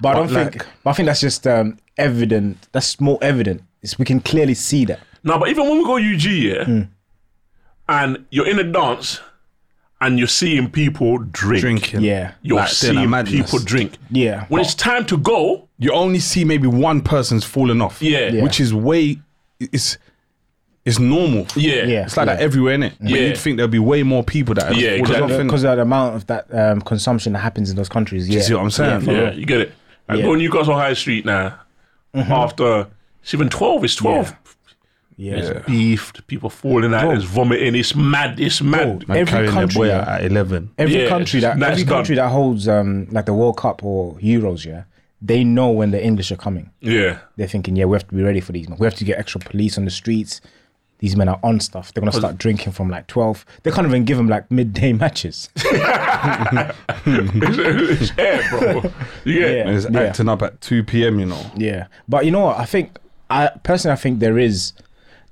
[SPEAKER 1] But I don't think.
[SPEAKER 2] like-
[SPEAKER 1] But I think that's just um, evident. That's more evident. It's, we can clearly see that.
[SPEAKER 3] Now, but even when we go UG, yeah,
[SPEAKER 2] Mm.
[SPEAKER 3] and you're in a dance and you're seeing people drink,
[SPEAKER 2] Drinking.
[SPEAKER 1] Yeah.
[SPEAKER 3] you're
[SPEAKER 2] Like, they're like
[SPEAKER 3] seeing
[SPEAKER 2] madness.
[SPEAKER 3] people drink.
[SPEAKER 1] Yeah.
[SPEAKER 3] When it's time to go,
[SPEAKER 2] You only see maybe one person's falling off.
[SPEAKER 3] Yeah. Yeah.
[SPEAKER 2] Which is way, it's it's normal.
[SPEAKER 3] yeah,
[SPEAKER 1] Yeah.
[SPEAKER 2] It's like that everywhere, innit? But
[SPEAKER 3] Yeah.
[SPEAKER 2] you'd think there'd be way more people that are
[SPEAKER 3] Yeah,
[SPEAKER 2] falling
[SPEAKER 3] exactly.
[SPEAKER 2] off, innit?
[SPEAKER 1] Because of the amount of that um, consumption that happens in those countries. Yeah.
[SPEAKER 2] You see what I'm saying?
[SPEAKER 3] yeah, you get it.
[SPEAKER 1] Uh-huh.
[SPEAKER 3] Like
[SPEAKER 1] Yeah. Mm-hmm.
[SPEAKER 3] go Newcastle High Street now. After it's even twelve, it's twelve.
[SPEAKER 1] yeah.
[SPEAKER 3] It's beefed. People falling out. It's vomiting. It's mad. It's mad.
[SPEAKER 2] Man
[SPEAKER 1] Every
[SPEAKER 2] carrying
[SPEAKER 1] country,
[SPEAKER 2] their boy
[SPEAKER 1] yeah.
[SPEAKER 2] out at 11.
[SPEAKER 1] Every
[SPEAKER 3] Yeah,
[SPEAKER 1] country that
[SPEAKER 3] that's
[SPEAKER 1] every
[SPEAKER 3] done.
[SPEAKER 1] country that holds um, like the World Cup or Euros, yeah, they know when the English are coming.
[SPEAKER 3] Yeah.
[SPEAKER 1] They're thinking, yeah, we have to be ready for these men. We have to get extra police on the streets. These men are on stuff. They're gonna start drinking from like twelve. They can't even give them like midday matches.
[SPEAKER 3] it's air, bro. You get
[SPEAKER 1] Yeah.
[SPEAKER 2] And it's acting up at 2 p.m., you know.
[SPEAKER 1] Yeah, but you know what? I think I personally I think there is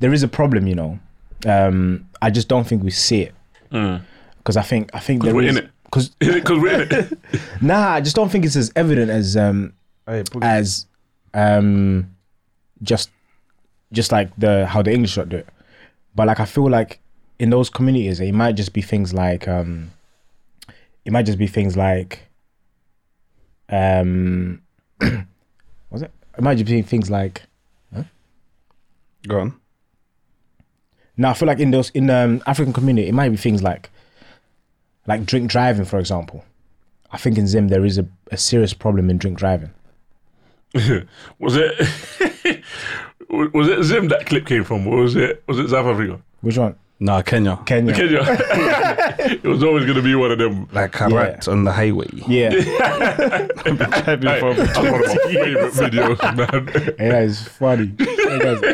[SPEAKER 1] there is a problem. You know, um, I just don't think we see it because I think I think there
[SPEAKER 3] Mm. we're
[SPEAKER 1] is
[SPEAKER 3] in it.
[SPEAKER 1] because
[SPEAKER 3] Because we're in it.
[SPEAKER 1] nah, I just don't think it's as evident as um as um just just like the how the English lot do it. But like I feel like in those communities it might just be things like um it might just be things like um was it? It might just be things like
[SPEAKER 2] Go on.
[SPEAKER 1] Now I feel like in those in um, African community, it might be things like like drink driving, for example. I think in Zim there is a, a serious problem in drink driving.
[SPEAKER 3] was it? was it Zim that clip came from? Or was it? Was it South Africa?
[SPEAKER 1] Which one?
[SPEAKER 2] Nah, Kenya.
[SPEAKER 1] Kenya.
[SPEAKER 3] Kenya. it was always going to be one of them.
[SPEAKER 2] like a rat on the highway.
[SPEAKER 1] Yeah,
[SPEAKER 3] Hey, that's one of my favorite videos, man.
[SPEAKER 1] yeah, it's funny.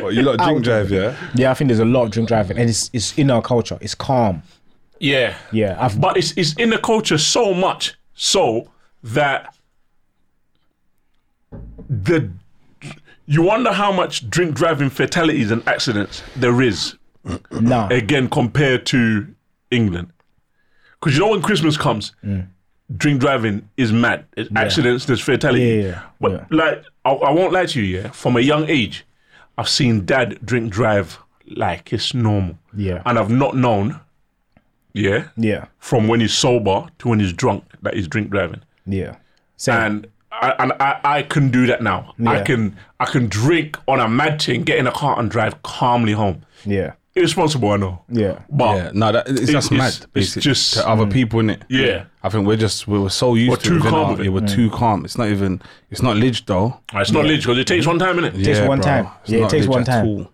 [SPEAKER 2] What, you lot drink drive, yeah?
[SPEAKER 1] yeah, I think there's a lot of drink driving, and it's it's in our culture. It's calm.
[SPEAKER 3] yeah.
[SPEAKER 1] Yeah, I've
[SPEAKER 3] But it's it's in the culture so much so that the you wonder how much drink driving fatalities and accidents there is
[SPEAKER 1] nah.
[SPEAKER 3] again compared to England. Because you know when Christmas comes, drink driving is mad. It's accidents, there's fatality.
[SPEAKER 1] Yeah, yeah,
[SPEAKER 3] But
[SPEAKER 1] yeah.
[SPEAKER 3] like, I, I won't lie to you. Yeah, from a young age, I've seen dad drink drive like it's normal.
[SPEAKER 1] Yeah.
[SPEAKER 3] and I've not known. Yeah,
[SPEAKER 1] Yeah,
[SPEAKER 3] from when he's sober to when he's drunk that he's drink driving,
[SPEAKER 1] yeah. Same.
[SPEAKER 3] and. I, and I, I can do that now. I
[SPEAKER 1] Yeah.
[SPEAKER 3] can I can drink on a mad thing, get in a car and drive calmly home.
[SPEAKER 1] yeah,
[SPEAKER 3] Irresponsible, I know.
[SPEAKER 1] yeah,
[SPEAKER 3] But
[SPEAKER 2] Yeah, no, that, it's, that's
[SPEAKER 3] it's-
[SPEAKER 2] mad.
[SPEAKER 3] it's
[SPEAKER 2] basically,
[SPEAKER 3] just- mm.
[SPEAKER 2] to other people in it.
[SPEAKER 3] Yeah.
[SPEAKER 2] I think we're just we were so used
[SPEAKER 3] We're
[SPEAKER 2] to
[SPEAKER 3] too
[SPEAKER 2] it, you
[SPEAKER 3] calm Mm.
[SPEAKER 2] know?
[SPEAKER 3] with it.
[SPEAKER 2] Yeah, we're too calm. It's not even. It's not lidge though.
[SPEAKER 3] Right, it's not lit because it takes one time, innit?
[SPEAKER 1] takes
[SPEAKER 2] yeah,
[SPEAKER 1] one
[SPEAKER 2] bro.
[SPEAKER 1] time.
[SPEAKER 2] It's
[SPEAKER 1] Yeah, it
[SPEAKER 2] not
[SPEAKER 1] takes
[SPEAKER 2] lidge
[SPEAKER 1] one
[SPEAKER 2] at
[SPEAKER 1] time.
[SPEAKER 2] all.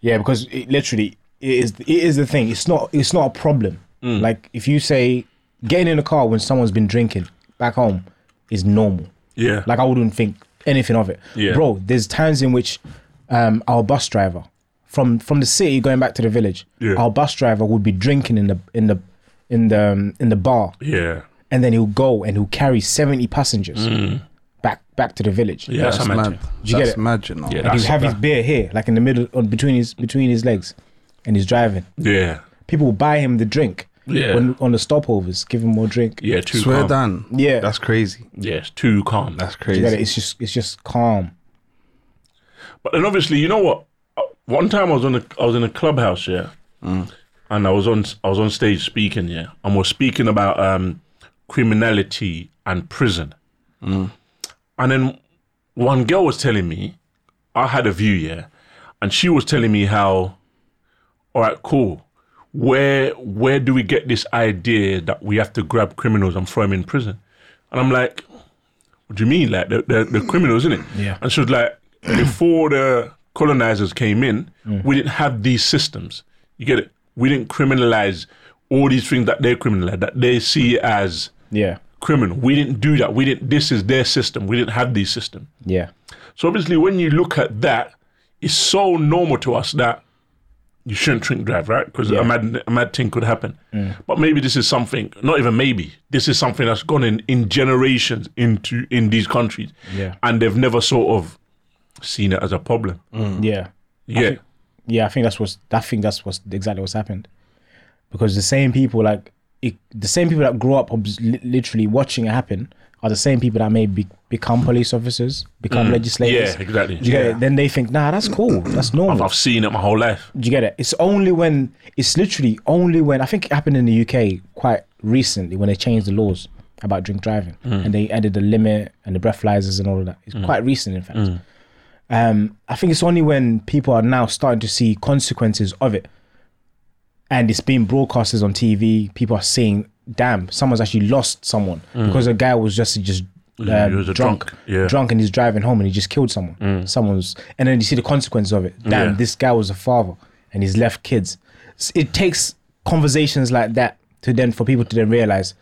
[SPEAKER 1] yeah. Because it literally it is it is the thing. It's not it's not a problem.
[SPEAKER 3] Mm.
[SPEAKER 1] Like if you say getting in a car when someone's been drinking back home is normal.
[SPEAKER 3] Yeah.
[SPEAKER 1] Like I wouldn't think anything of it.
[SPEAKER 3] Yeah.
[SPEAKER 1] Bro, there's times in which um, our bus driver from from the city going back to the village,
[SPEAKER 3] Yeah.
[SPEAKER 1] our bus driver would be drinking in the in the in the um, in the bar,
[SPEAKER 3] yeah.
[SPEAKER 1] and then he'll go and he'll carry seventy passengers back back to the village.
[SPEAKER 3] Mm. Yeah, that's,
[SPEAKER 2] That's
[SPEAKER 3] mad.
[SPEAKER 2] mad.
[SPEAKER 1] you get
[SPEAKER 2] that's
[SPEAKER 1] it?
[SPEAKER 2] mad, you know.
[SPEAKER 3] Yeah,
[SPEAKER 1] and
[SPEAKER 3] that's
[SPEAKER 1] he'll have his
[SPEAKER 3] that-
[SPEAKER 1] beer here, like in the middle on between his between his legs, and he's driving.
[SPEAKER 3] Yeah.
[SPEAKER 1] People will buy him the drink.
[SPEAKER 3] Yeah.
[SPEAKER 1] When on the stopovers, give him more drink.
[SPEAKER 3] Yeah, too
[SPEAKER 2] Swear
[SPEAKER 3] calm.
[SPEAKER 2] down.
[SPEAKER 1] Yeah.
[SPEAKER 2] That's crazy.
[SPEAKER 3] Yeah, it's too calm.
[SPEAKER 2] That's
[SPEAKER 1] You
[SPEAKER 2] crazy.
[SPEAKER 1] get it? It's just it's just calm.
[SPEAKER 3] But then obviously, you know what? Uh, One time I was on a I was in a clubhouse, yeah, and I was on I was on stage speaking, yeah, and we're speaking about um, criminality and prison, and then one girl was telling me, I had a view, yeah, and she was telling me how, all right, cool. Where where do we get this idea that we have to grab criminals and throw them in prison? And I'm like, what do you mean? Like the the, the criminals, innit?
[SPEAKER 1] Yeah.
[SPEAKER 3] And she was like, before the colonizers came in, we didn't have these systems. You get it? We didn't criminalize all these things that they criminalize, that they see as
[SPEAKER 1] Yeah.
[SPEAKER 3] criminal. We didn't do that. We didn't. This is their system. We didn't have these systems.
[SPEAKER 1] Yeah.
[SPEAKER 3] So obviously, when you look at that, it's so normal to us that you shouldn't drink drive, right? Because a, mad, a mad thing could happen.
[SPEAKER 1] Mm.
[SPEAKER 3] But maybe this is something, not even maybe, this is something that's gone in, in generations into in these countries.
[SPEAKER 1] Yeah.
[SPEAKER 3] And they've never sort of seen it as a problem.
[SPEAKER 1] Yeah.
[SPEAKER 3] Yeah.
[SPEAKER 1] yeah, Mm. I think that's what's I think that's what's exactly what's happened, because the same people like it, the same people that grew up obs- li- literally watching it happen are the same people that may be, become police officers, become legislators.
[SPEAKER 3] Mm. yeah, exactly.
[SPEAKER 1] Do you get it? Then they think, nah, that's cool, that's normal.
[SPEAKER 3] I've seen it my whole life.
[SPEAKER 1] Do you get it? It's only when it's literally only when I think it happened in the UK quite recently when they changed the laws about drink driving
[SPEAKER 3] Mm.
[SPEAKER 1] and they added the limit and the breathalyzers and all of that. It's quite recent, in fact.
[SPEAKER 3] Mm.
[SPEAKER 1] Um, I think it's only when people are now starting to see consequences of it, and it's being broadcasted on TV. People are seeing, damn, someone's actually lost someone because a guy was just just.
[SPEAKER 3] Mm. Yeah,
[SPEAKER 1] Um,
[SPEAKER 3] he was a
[SPEAKER 1] drunk,
[SPEAKER 3] drunk, yeah.
[SPEAKER 1] drunk, and he's driving home, and he just killed someone. Someone's, and then you see the consequences of it. Damn,
[SPEAKER 3] Yeah.
[SPEAKER 1] this guy was a father, and he's left kids. S- It takes conversations like that to then for people to then realize,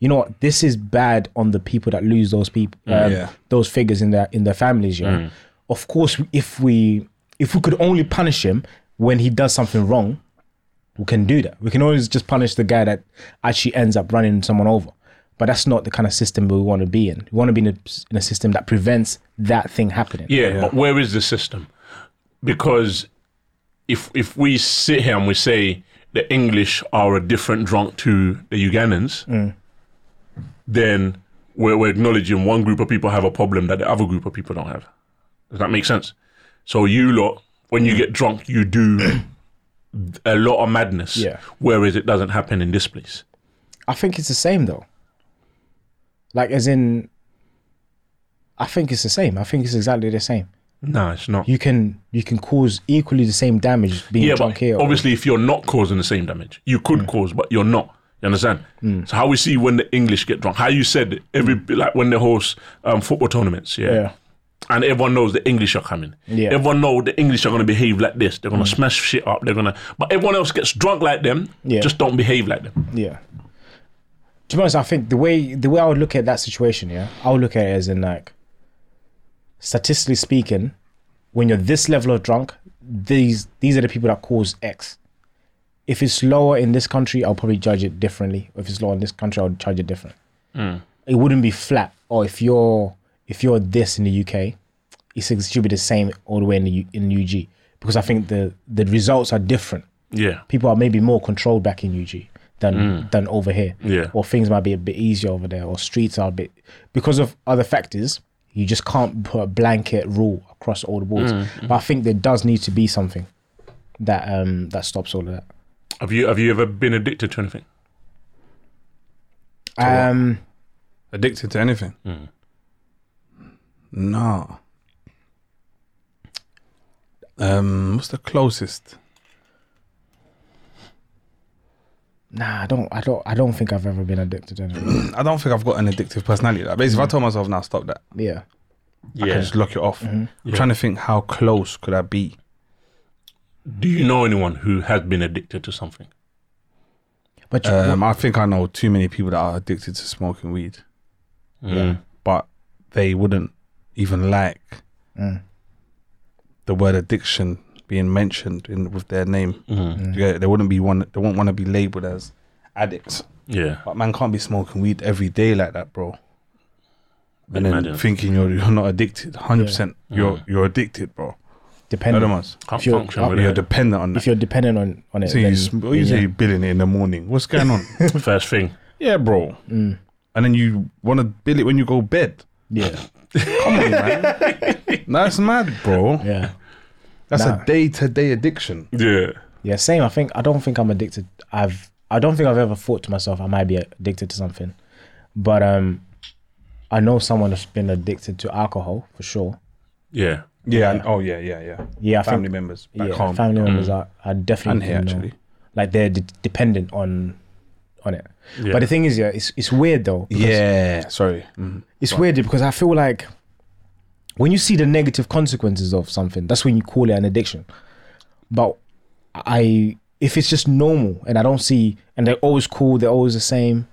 [SPEAKER 1] you know what, this is bad on the people that lose those people, um,
[SPEAKER 2] Yeah.
[SPEAKER 1] those figures in their in their families. Yeah. Of course, if we if we could only punish him when he does something wrong, we can do that. We can always just punish the guy that actually ends up running someone over. But that's not the kind of system we want to be in. We want to be in a, in a system that prevents that thing happening.
[SPEAKER 3] Yeah, but where is the system? Because if if we sit here and we say the English are a different drunk to the Ugandans, then we're, we're acknowledging one group of people have a problem that the other group of people don't have. Does that make sense? So you lot, when you get drunk, you do a lot of madness.
[SPEAKER 1] Yeah.
[SPEAKER 3] Whereas it doesn't happen in this place.
[SPEAKER 1] I think it's the same though. Like as in I think it's the same. I think it's exactly the same.
[SPEAKER 3] No, it's not.
[SPEAKER 1] You can you can cause equally the same damage being
[SPEAKER 3] yeah,
[SPEAKER 1] drunk
[SPEAKER 3] but
[SPEAKER 1] here. or- Mm.
[SPEAKER 3] obviously, if you're not causing the same damage, you could cause, but you're not. You understand? So how we see when the English get drunk? How you said every like when they host um, football tournaments, yeah.
[SPEAKER 1] Mm. Yeah.
[SPEAKER 3] And everyone knows the English are coming.
[SPEAKER 1] Yeah. Mm.
[SPEAKER 3] Everyone know the English are going to behave like this. They're going to smash shit up. They're going to. But everyone else gets drunk like them.
[SPEAKER 1] Yeah.
[SPEAKER 3] Just don't behave like them.
[SPEAKER 1] Yeah. To be honest, I think the way the way I would look at that situation, yeah, I would look at it as in like statistically speaking, when you're this level of drunk, these these are the people that cause X. If it's lower in this country, I'll probably judge it differently. If it's lower in this country, I'll judge it different. It wouldn't be flat. Or if you're if you're this in the UK, it's, it should be the same all the way in the U- in UG because I think the the results are different
[SPEAKER 3] Yeah.
[SPEAKER 1] people are maybe more controlled back in UG than
[SPEAKER 2] Mm.
[SPEAKER 1] than over here.
[SPEAKER 3] Yeah.
[SPEAKER 1] Or things might be a bit easier over there, or streets are a bit because of other factors. You just can't put a blanket rule across all the boards.
[SPEAKER 2] Mm.
[SPEAKER 1] But I think there does need to be something that um that stops all of that.
[SPEAKER 3] Have you have you ever been addicted to anything?
[SPEAKER 1] Um,
[SPEAKER 2] Addicted to anything?
[SPEAKER 3] Mm.
[SPEAKER 2] No. Um, what's the closest?
[SPEAKER 1] nah, I don't, I don't, I don't think I've ever been addicted to anything.
[SPEAKER 2] I don't think I've got an addictive personality. Like, basically,
[SPEAKER 3] Mm.
[SPEAKER 2] if I told myself now, stop that,
[SPEAKER 1] yeah,
[SPEAKER 2] I can just lock it off. I'm trying to think how close could I be?
[SPEAKER 3] Do you know anyone who has been addicted to something?
[SPEAKER 1] but you,
[SPEAKER 2] Um, I think I know too many people that are addicted to smoking weed,
[SPEAKER 3] Mm.
[SPEAKER 2] but they wouldn't even like the word addiction being mentioned in with their name. Yeah, they wouldn't be one. They wouldn't want to be labeled as addicts.
[SPEAKER 3] Yeah.
[SPEAKER 2] But man can't be smoking weed every day like that, bro. And then
[SPEAKER 3] Imagine.
[SPEAKER 2] thinking you're you're not addicted, hundred percent. You're you're addicted, bro.
[SPEAKER 1] dependent.
[SPEAKER 2] Otherwise,
[SPEAKER 3] Can't
[SPEAKER 1] If you're-
[SPEAKER 3] function with
[SPEAKER 2] you're
[SPEAKER 3] it.
[SPEAKER 2] dependent on
[SPEAKER 1] If
[SPEAKER 2] that.
[SPEAKER 1] you're dependent on on it,
[SPEAKER 2] So you,
[SPEAKER 1] then-
[SPEAKER 2] sm- what you
[SPEAKER 1] then
[SPEAKER 2] say
[SPEAKER 1] yeah.
[SPEAKER 2] you're billing it in the morning. What's going on?
[SPEAKER 3] First thing.
[SPEAKER 2] yeah, bro.
[SPEAKER 1] Mm.
[SPEAKER 2] And then you want to bill it when you go bed.
[SPEAKER 1] yeah,
[SPEAKER 2] That's mad, bro.
[SPEAKER 1] yeah.
[SPEAKER 2] That's
[SPEAKER 1] Nah.
[SPEAKER 2] a day to day addiction.
[SPEAKER 3] Yeah.
[SPEAKER 1] Yeah, same. I think I don't think I'm addicted. I've I don't think I've ever thought to myself I might be addicted to something, but um, I know someone that's been addicted to alcohol for sure.
[SPEAKER 3] Yeah.
[SPEAKER 2] Yeah. and- oh yeah, yeah, yeah.
[SPEAKER 1] Yeah, I
[SPEAKER 2] family
[SPEAKER 1] think
[SPEAKER 2] members back
[SPEAKER 1] yeah,
[SPEAKER 2] home.
[SPEAKER 1] family members are, are definitely
[SPEAKER 2] Mm. And here,
[SPEAKER 1] know,
[SPEAKER 2] actually.
[SPEAKER 1] like they're de- dependent on on it. But the thing is, yeah, it's it's weird though. because-
[SPEAKER 2] yeah. Sorry. Mm.
[SPEAKER 1] it's weird because I feel like when you see the negative consequences of something, that's when you call it an addiction. But I, if it's just normal and I don't see, and they're always cool, they're always the same,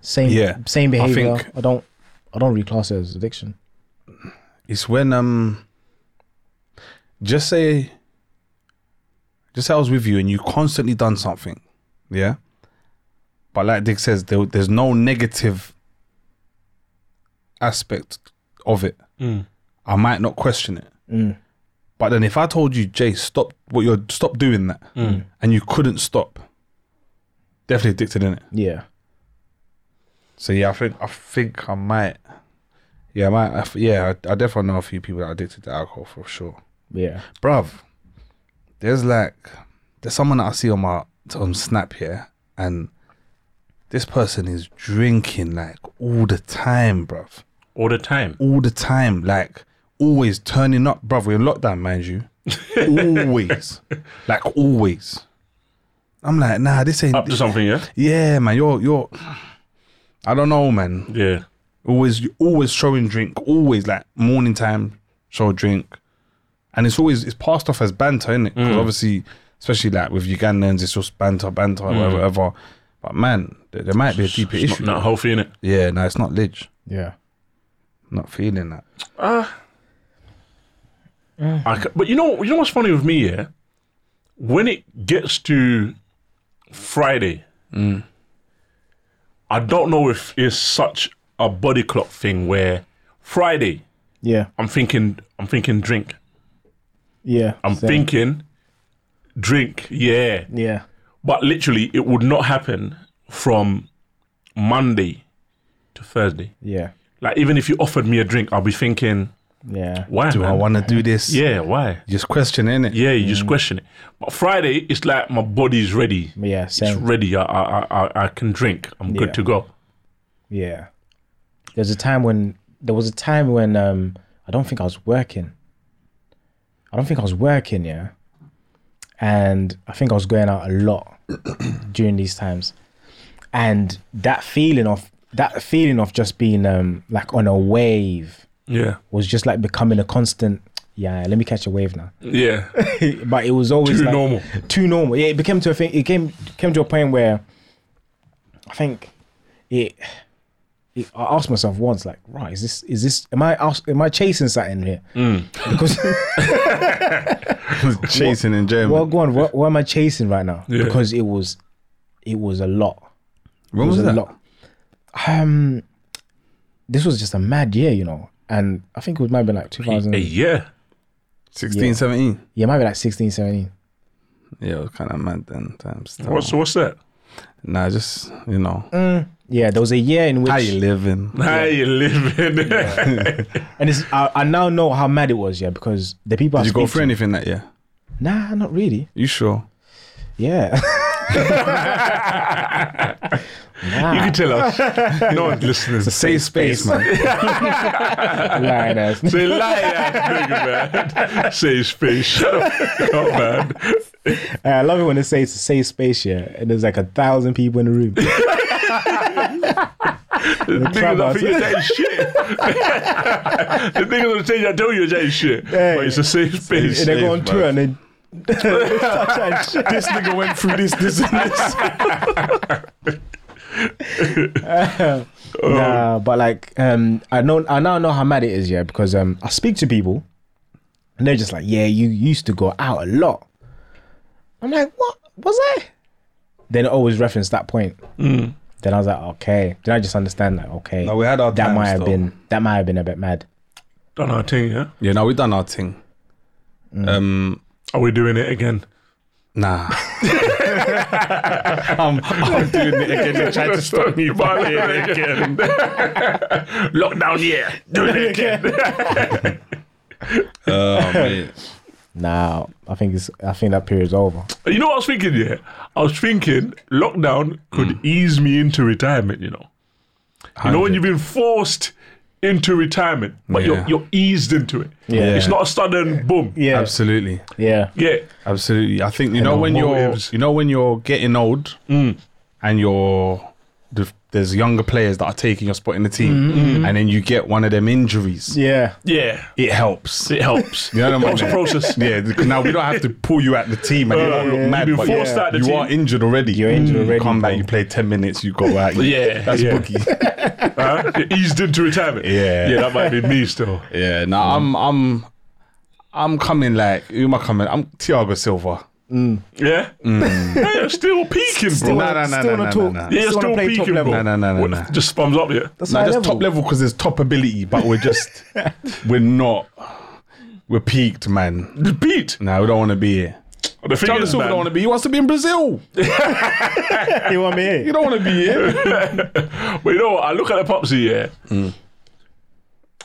[SPEAKER 1] same,
[SPEAKER 2] Yeah.
[SPEAKER 1] same
[SPEAKER 2] I
[SPEAKER 1] behavior. I,
[SPEAKER 2] think-
[SPEAKER 1] don't, I don't reclass it as addiction.
[SPEAKER 2] It's when um just say just say I was with you and you constantly done something. Yeah. But like Dick says, there, there's no negative aspect of it. I might not question it. But then if I told you, Jay, stop what you're stop doing that and you couldn't stop, definitely addicted in it.
[SPEAKER 1] Yeah,
[SPEAKER 2] So yeah, I think I think I might. Yeah, I might. I f yeah, I, I definitely know a few people that are addicted to alcohol for sure.
[SPEAKER 1] yeah,
[SPEAKER 2] Bruv, there's like there's someone that I see on my on Snap here, and this person is drinking like all the time, bruv.
[SPEAKER 3] All the time.
[SPEAKER 2] All the time, like always turning up, bruv. We're in lockdown, mind you. always, like always. I'm like, nah, this ain't.
[SPEAKER 3] Up to something, yeah?
[SPEAKER 2] yeah, man, you're you're. I don't know, man
[SPEAKER 3] Yeah.
[SPEAKER 2] always always showing drink always like morning time show drink and it's always it's passed off as banter isn't it 'Cause obviously especially like with ugandans it's just banter banter whatever, whatever But man, there, there might be a deeper
[SPEAKER 3] It's
[SPEAKER 2] issue.
[SPEAKER 3] not, not healthy, innit?
[SPEAKER 2] Yeah, no, it's not lidge.
[SPEAKER 1] Yeah.
[SPEAKER 2] Not feeling that.
[SPEAKER 3] I c but you know, you know what's funny with me, yeah? When it gets to Friday, I don't know if it's such a body clock thing where Friday
[SPEAKER 1] Yeah.
[SPEAKER 3] I'm thinking, I'm thinking drink,
[SPEAKER 1] Yeah.
[SPEAKER 3] I'm
[SPEAKER 1] same.
[SPEAKER 3] thinking drink, yeah.
[SPEAKER 1] Yeah.
[SPEAKER 3] But literally, it would not happen from Monday to Thursday.
[SPEAKER 1] Yeah.
[SPEAKER 3] Like even if you offered me a drink, I'll be thinking,
[SPEAKER 1] Yeah.
[SPEAKER 3] why?
[SPEAKER 2] Do I
[SPEAKER 3] man?
[SPEAKER 2] want to do this?
[SPEAKER 3] yeah, why?
[SPEAKER 2] Just questioning it.
[SPEAKER 3] Yeah, you
[SPEAKER 1] Mm.
[SPEAKER 3] just question it. But Friday, it's like my body's ready.
[SPEAKER 1] Yeah.
[SPEAKER 3] It's
[SPEAKER 1] Same.
[SPEAKER 3] ready. I I I, I- I can drink. I'm
[SPEAKER 1] Yeah.
[SPEAKER 3] good to go.
[SPEAKER 1] Yeah. There's a time when there was a time when um I don't think I was working. I don't think I was working, yeah. And I think I was going out a lot during these times. And that feeling of that feeling of just being um like on a wave
[SPEAKER 3] Yeah.
[SPEAKER 1] was just like becoming a constant yeah, let me catch a wave now.
[SPEAKER 3] Yeah.
[SPEAKER 1] but it was always
[SPEAKER 3] Too
[SPEAKER 1] like-
[SPEAKER 3] normal.
[SPEAKER 1] Too normal. Yeah, it became to a thing. It came came to a point where I think it. it I asked myself once, like, right, is this is this am I ask- am I chasing something here?
[SPEAKER 3] Mm.
[SPEAKER 1] Because
[SPEAKER 2] Chasing enjoyment.
[SPEAKER 1] well, go on, what, what am I chasing right now?
[SPEAKER 3] Yeah.
[SPEAKER 1] Because it was, it was a lot.
[SPEAKER 2] when
[SPEAKER 1] It
[SPEAKER 2] was,
[SPEAKER 1] was a
[SPEAKER 2] that?
[SPEAKER 1] lot. Um, this was just a mad year, you know, and I think it was maybe like 2000.
[SPEAKER 3] Hey, yeah.
[SPEAKER 2] 16,
[SPEAKER 1] Yeah.
[SPEAKER 2] 17?
[SPEAKER 1] Yeah, maybe like 16, 17.
[SPEAKER 2] Yeah, it was kind of mad then. Times.
[SPEAKER 3] What's
[SPEAKER 1] Oh.
[SPEAKER 3] what's that?
[SPEAKER 2] Nah, just, you know,
[SPEAKER 1] Yeah, there was a year in which
[SPEAKER 2] how you living?
[SPEAKER 3] How you living?
[SPEAKER 1] And it's, I, I now know how mad it was, yeah, because the people I
[SPEAKER 2] Did you go
[SPEAKER 1] speak
[SPEAKER 2] for
[SPEAKER 1] to-
[SPEAKER 2] anything that year?
[SPEAKER 1] Nah, not really.
[SPEAKER 2] You sure?
[SPEAKER 1] Yeah.
[SPEAKER 3] You can tell us. No one's listening.
[SPEAKER 2] It's a safe space, man.
[SPEAKER 1] Lying ass.
[SPEAKER 3] Say lie ass nigga, man. Say his face. Shut up, Come on, man.
[SPEAKER 1] I love it when they say it's a safe space here and there's like a thousand people in the room.
[SPEAKER 3] The niggas
[SPEAKER 1] trouble,
[SPEAKER 3] don't think
[SPEAKER 1] I
[SPEAKER 3] you're that shit. the niggas don't tell you, I tell you that shit. But it's a safe space.
[SPEAKER 1] and they go on
[SPEAKER 2] safe,
[SPEAKER 1] tour and they.
[SPEAKER 2] this nigga went through this, this, and this. Oh.
[SPEAKER 1] Nah, but like, um, I know I now know how mad it is, yeah, because um, I speak to people and they're just like, yeah, you used to go out a lot. I'm like, what was I? Then it always referenced that point. Then I was like, okay. Then I just understand that, okay.
[SPEAKER 2] No, Hmm. we had our
[SPEAKER 1] that
[SPEAKER 2] times,
[SPEAKER 1] might have
[SPEAKER 2] though.
[SPEAKER 1] been that might have been a bit mad.
[SPEAKER 3] Done our thing, yeah?
[SPEAKER 2] Yeah, no, we done our thing. Um,
[SPEAKER 3] Are we doing it again?
[SPEAKER 2] nah.
[SPEAKER 1] Um,
[SPEAKER 2] Doing it again, they tried to
[SPEAKER 3] stop me violating it again. Lockdown, yeah. Doing it again.
[SPEAKER 2] Oh, mate.
[SPEAKER 1] nah, I think it's I think that period's over.
[SPEAKER 3] You know what I was thinking, yeah? I was thinking lockdown could ease me into retirement, you know? You know, when you've been forced into retirement, but
[SPEAKER 2] Yeah.
[SPEAKER 3] you're, you're eased into it.
[SPEAKER 1] Yeah.
[SPEAKER 3] It's not a sudden boom.
[SPEAKER 1] Yeah,
[SPEAKER 2] Absolutely.
[SPEAKER 1] yeah,
[SPEAKER 3] Yeah.
[SPEAKER 2] Absolutely. I think you know when you're
[SPEAKER 3] motives.
[SPEAKER 2] you know when you're getting old
[SPEAKER 3] Mm.
[SPEAKER 2] and you're the- there's younger players that are taking your spot in the team and then you get one of them injuries.
[SPEAKER 1] yeah,
[SPEAKER 3] Mm-hmm. Yeah.
[SPEAKER 2] It helps.
[SPEAKER 3] It helps.
[SPEAKER 2] You know what I mean?
[SPEAKER 3] Helps the process. Uh,
[SPEAKER 2] Yeah, because now we don't have to pull you out the team and you don't look
[SPEAKER 3] yeah.
[SPEAKER 2] mad,
[SPEAKER 3] You've
[SPEAKER 2] but
[SPEAKER 3] been forced out the
[SPEAKER 2] you
[SPEAKER 3] team.
[SPEAKER 2] are injured already. You're
[SPEAKER 1] injured already,
[SPEAKER 2] Come back,
[SPEAKER 1] bro.
[SPEAKER 2] you play ten minutes, you go out.
[SPEAKER 3] Yeah,
[SPEAKER 2] that's
[SPEAKER 3] yeah.
[SPEAKER 2] boogie.
[SPEAKER 3] Huh? You're eased into retirement.
[SPEAKER 2] Yeah.
[SPEAKER 3] Yeah, that might be me still.
[SPEAKER 2] yeah, no, I'm I'm I'm coming like who am I coming? I'm Thiago Silva.
[SPEAKER 3] Yeah? Yeah, you're still peaking, bro.
[SPEAKER 2] No, no, no,
[SPEAKER 1] still
[SPEAKER 2] no,
[SPEAKER 1] not
[SPEAKER 2] no,
[SPEAKER 1] talk.
[SPEAKER 2] no.
[SPEAKER 3] Yeah, you're
[SPEAKER 1] Still
[SPEAKER 3] still
[SPEAKER 1] wanna play top
[SPEAKER 3] peaking, bro.
[SPEAKER 1] level.
[SPEAKER 2] No, no, no, no,
[SPEAKER 3] What-
[SPEAKER 2] no.
[SPEAKER 3] Just thumbs up, yeah?
[SPEAKER 1] That's
[SPEAKER 2] No,
[SPEAKER 1] high
[SPEAKER 2] just
[SPEAKER 1] level.
[SPEAKER 2] top level because there's top ability, but we're just we're not we're peaked, man.
[SPEAKER 3] The beat.
[SPEAKER 2] No, we don't want to be here.
[SPEAKER 3] The thing
[SPEAKER 2] Thiago
[SPEAKER 3] is,
[SPEAKER 2] Silva
[SPEAKER 3] man,
[SPEAKER 2] don't want to be. He wants to be in Brazil.
[SPEAKER 1] You want me?
[SPEAKER 2] He don't want to be here.
[SPEAKER 3] But you know what? I look at the popsy, yeah.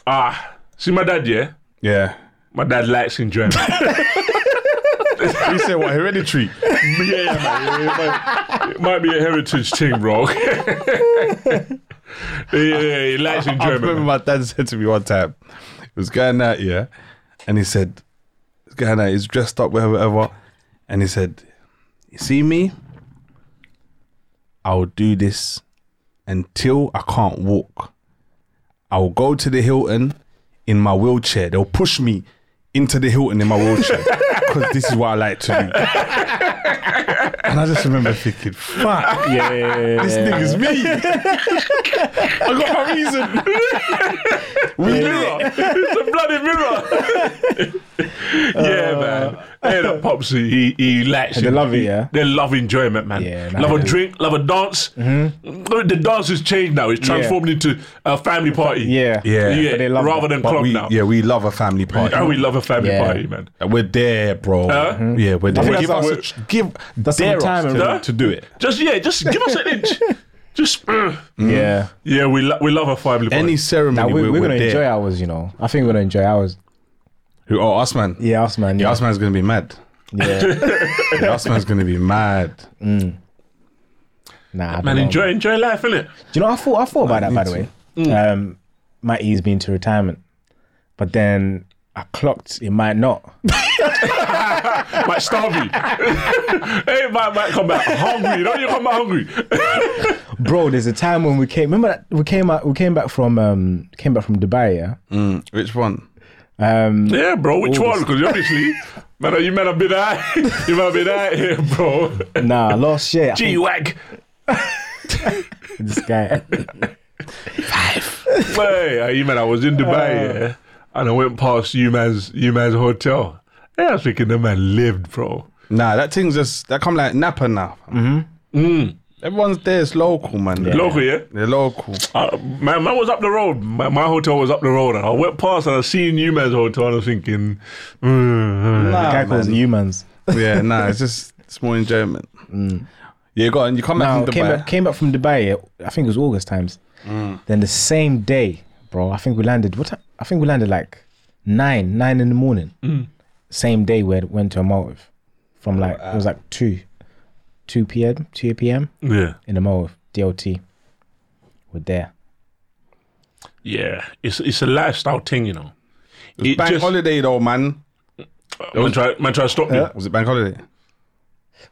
[SPEAKER 3] Ah, see my dad, yeah.
[SPEAKER 2] yeah,
[SPEAKER 3] My dad likes enjoyment. yeah,
[SPEAKER 2] he said what hereditary.
[SPEAKER 3] man. It might, it might be a heritage thing, bro. yeah, yeah, yeah, he likes
[SPEAKER 2] I remember
[SPEAKER 3] enjoyment.
[SPEAKER 2] my dad said to me one time, he was going out, yeah, and he said, he's going out, he's dressed up, whatever, whatever, and he said, you see me? I'll do this until I can't walk. I'll go to the Hilton in my wheelchair. They'll push me into the Hilton in my wheelchair because this is what I like to do. And I just remember thinking, fuck,
[SPEAKER 1] Yeah, yeah, yeah, yeah, yeah.
[SPEAKER 2] this nigga's me. I got my reason. we
[SPEAKER 3] mirror. it's a bloody mirror. yeah, man. Hey, that popsy, he, he lacks.
[SPEAKER 1] Uh, They love it, yeah?
[SPEAKER 3] They love enjoyment, man.
[SPEAKER 1] Yeah, man. Mm-hmm.
[SPEAKER 3] love a drink, love a dance. The dance has changed now. It's transformed into a family party.
[SPEAKER 1] Yeah.
[SPEAKER 2] Yeah.
[SPEAKER 3] yeah.
[SPEAKER 1] But they love
[SPEAKER 3] rather
[SPEAKER 1] that.
[SPEAKER 3] than
[SPEAKER 2] But
[SPEAKER 3] club
[SPEAKER 2] we,
[SPEAKER 3] now.
[SPEAKER 2] yeah, we love a family party.
[SPEAKER 3] Oh, we love a family
[SPEAKER 1] Yeah.
[SPEAKER 3] party, man.
[SPEAKER 2] We're there, bro.
[SPEAKER 3] Huh?
[SPEAKER 2] Yeah, we're there.
[SPEAKER 1] think
[SPEAKER 2] Give
[SPEAKER 1] that's our-
[SPEAKER 2] us a ch- give
[SPEAKER 1] that's
[SPEAKER 2] dare
[SPEAKER 1] our time
[SPEAKER 2] us
[SPEAKER 1] and-
[SPEAKER 2] to,
[SPEAKER 3] Huh?
[SPEAKER 2] to do it.
[SPEAKER 3] Just yeah, just give us an inch. Just uh,
[SPEAKER 2] mm-hmm.
[SPEAKER 1] Yeah.
[SPEAKER 3] yeah, we lo- we love a family party.
[SPEAKER 2] Any
[SPEAKER 1] Now
[SPEAKER 2] ceremony,
[SPEAKER 1] we,
[SPEAKER 2] we're,
[SPEAKER 1] we're, gonna
[SPEAKER 2] we're
[SPEAKER 1] enjoy
[SPEAKER 2] there.
[SPEAKER 1] ours, you know. I think we're gonna enjoy ours.
[SPEAKER 2] Who- Oh, us man.
[SPEAKER 1] Yeah, us man.
[SPEAKER 2] Yeah, us man's gonna be mad.
[SPEAKER 1] Yeah.
[SPEAKER 2] Yeah, us man's gonna be mad.
[SPEAKER 1] nah. I don't
[SPEAKER 3] man,
[SPEAKER 1] know,
[SPEAKER 3] enjoy enjoy life, innit?
[SPEAKER 1] Do you know? I thought I thought about that. By the
[SPEAKER 2] me
[SPEAKER 1] way,
[SPEAKER 2] Mm.
[SPEAKER 1] um, might ease me into retirement, but then I clocked it might not.
[SPEAKER 3] Might starve you. hey, might might come out hungry. You know you come out hungry.
[SPEAKER 1] Bro, there's a time when we came. Remember that we came out. We came back from um came back from Dubai. Yeah.
[SPEAKER 2] Mm, which one?
[SPEAKER 1] Um,
[SPEAKER 3] yeah, bro. Which one? Because obviously, man, you man have been out. You man have been out here, bro.
[SPEAKER 2] Mm.
[SPEAKER 1] nah, last year. I
[SPEAKER 3] G
[SPEAKER 1] think
[SPEAKER 3] wag.
[SPEAKER 1] this guy.
[SPEAKER 3] Hey, uh, you man, I was in Dubai, yeah, and I went past you man's you man's hotel. Yeah, I was thinking the man lived, bro.
[SPEAKER 2] Nah, that thing's just that come like Napa now. Mm-hmm. Everyone's there. It's local, man.
[SPEAKER 3] Mm. Local, yeah.
[SPEAKER 2] They're local.
[SPEAKER 3] Uh, man, man was up the road. My, my hotel was up the road, and I went past and I seen you man's hotel, and I was thinking, mm,
[SPEAKER 2] Nah,
[SPEAKER 1] guy calls
[SPEAKER 2] man.
[SPEAKER 1] it humans.
[SPEAKER 2] yeah, nah. It's just it's more enjoyment. Yeah, go on. You come
[SPEAKER 1] Now, Mm.
[SPEAKER 2] back from
[SPEAKER 1] came
[SPEAKER 2] Dubai.
[SPEAKER 1] back, came back from Dubai. yeah, I think it was August times. Then the same day, bro. I think we landed. What? Time? I think we landed like nine, nine in the morning. Same day we had- went to a Maldives from like it was like two, two p.m. two p.m.
[SPEAKER 3] yeah,
[SPEAKER 1] in the Maldives. DLT. We're there.
[SPEAKER 3] yeah. It's it's a lifestyle thing, you know. It
[SPEAKER 2] bank
[SPEAKER 3] just,
[SPEAKER 2] holiday though, man.
[SPEAKER 3] man, try, man, try to stop me.
[SPEAKER 2] Was it bank holiday?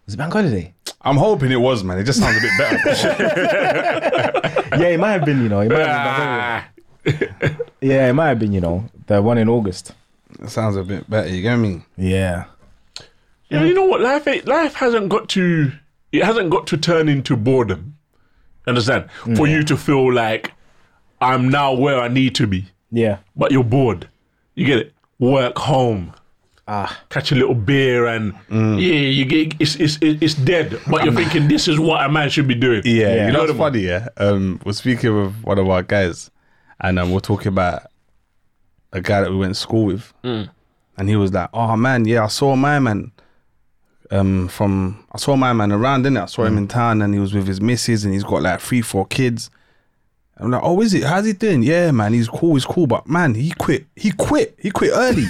[SPEAKER 1] Was it bank holiday?
[SPEAKER 2] I'm hoping it was, man. It just sounds a bit better.
[SPEAKER 1] yeah, it might have been. You know, it might have been bank holiday.
[SPEAKER 3] Ah,
[SPEAKER 1] yeah, it might have been. You know, the one in August.
[SPEAKER 2] it sounds a bit better. You get me?
[SPEAKER 1] Yeah.
[SPEAKER 3] yeah, you know what? Life ain't- life hasn't got to it hasn't got to turn into boredom. Understand? For you to feel like I'm now where I need to be,
[SPEAKER 1] Yeah.
[SPEAKER 3] but you're bored. You get it? Work home.
[SPEAKER 1] Ah.
[SPEAKER 3] catch a little beer and
[SPEAKER 2] Mm.
[SPEAKER 3] yeah, you get it's it's it's it's dead. But you're thinking this is what a man should be doing.
[SPEAKER 2] Yeah,
[SPEAKER 1] Yeah.
[SPEAKER 2] you know what's funny? Yeah, um, we're speaking with one of our guys, and um, we're talking about a guy that we went to school with, and he was like, "Oh man, yeah, I saw my man, um, from I saw my man around, didn't I? I saw him in town, and he was with his missus, and he's got like three, four kids." I'm like, "Oh, is it? How's he doing? Yeah, man, he's cool, he's cool, but man, he quit, he quit, he quit early."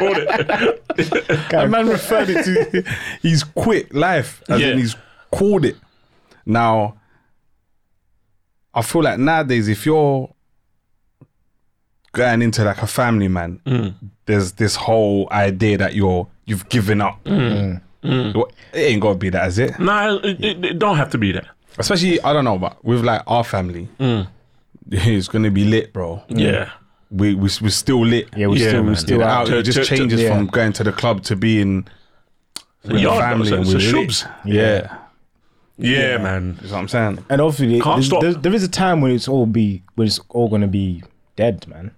[SPEAKER 3] Call it.
[SPEAKER 2] A man referred it to he's quit life as
[SPEAKER 3] Yeah.
[SPEAKER 2] in he's called it. Now, I feel like nowadays, if you're going into like a family man,
[SPEAKER 3] Mm.
[SPEAKER 2] there's this whole idea that you're you've given up. Well, It ain't gotta be that, is it?
[SPEAKER 3] nah, it, it, it don't have to be that.
[SPEAKER 2] Especially I don't know, but with like our family,
[SPEAKER 1] Mm.
[SPEAKER 2] it's gonna be lit, bro.
[SPEAKER 3] Yeah.
[SPEAKER 2] We we we're still lit.
[SPEAKER 1] Yeah, we
[SPEAKER 3] Yeah,
[SPEAKER 1] still, we
[SPEAKER 3] man.
[SPEAKER 1] still
[SPEAKER 2] The
[SPEAKER 1] out.
[SPEAKER 2] outlook
[SPEAKER 3] To-
[SPEAKER 2] just
[SPEAKER 3] to- to-
[SPEAKER 2] changes
[SPEAKER 1] yeah.
[SPEAKER 2] from going to the club to being with the
[SPEAKER 3] yard,
[SPEAKER 2] family
[SPEAKER 3] so-
[SPEAKER 2] and
[SPEAKER 3] so
[SPEAKER 2] with it.
[SPEAKER 3] shubs.
[SPEAKER 2] Yeah.
[SPEAKER 3] yeah, man.
[SPEAKER 2] That's what I'm saying.
[SPEAKER 1] And obviously,
[SPEAKER 3] Can't
[SPEAKER 1] there's-
[SPEAKER 3] stop.
[SPEAKER 1] there's- there is a time when it's all be when it's all gonna be dead, man.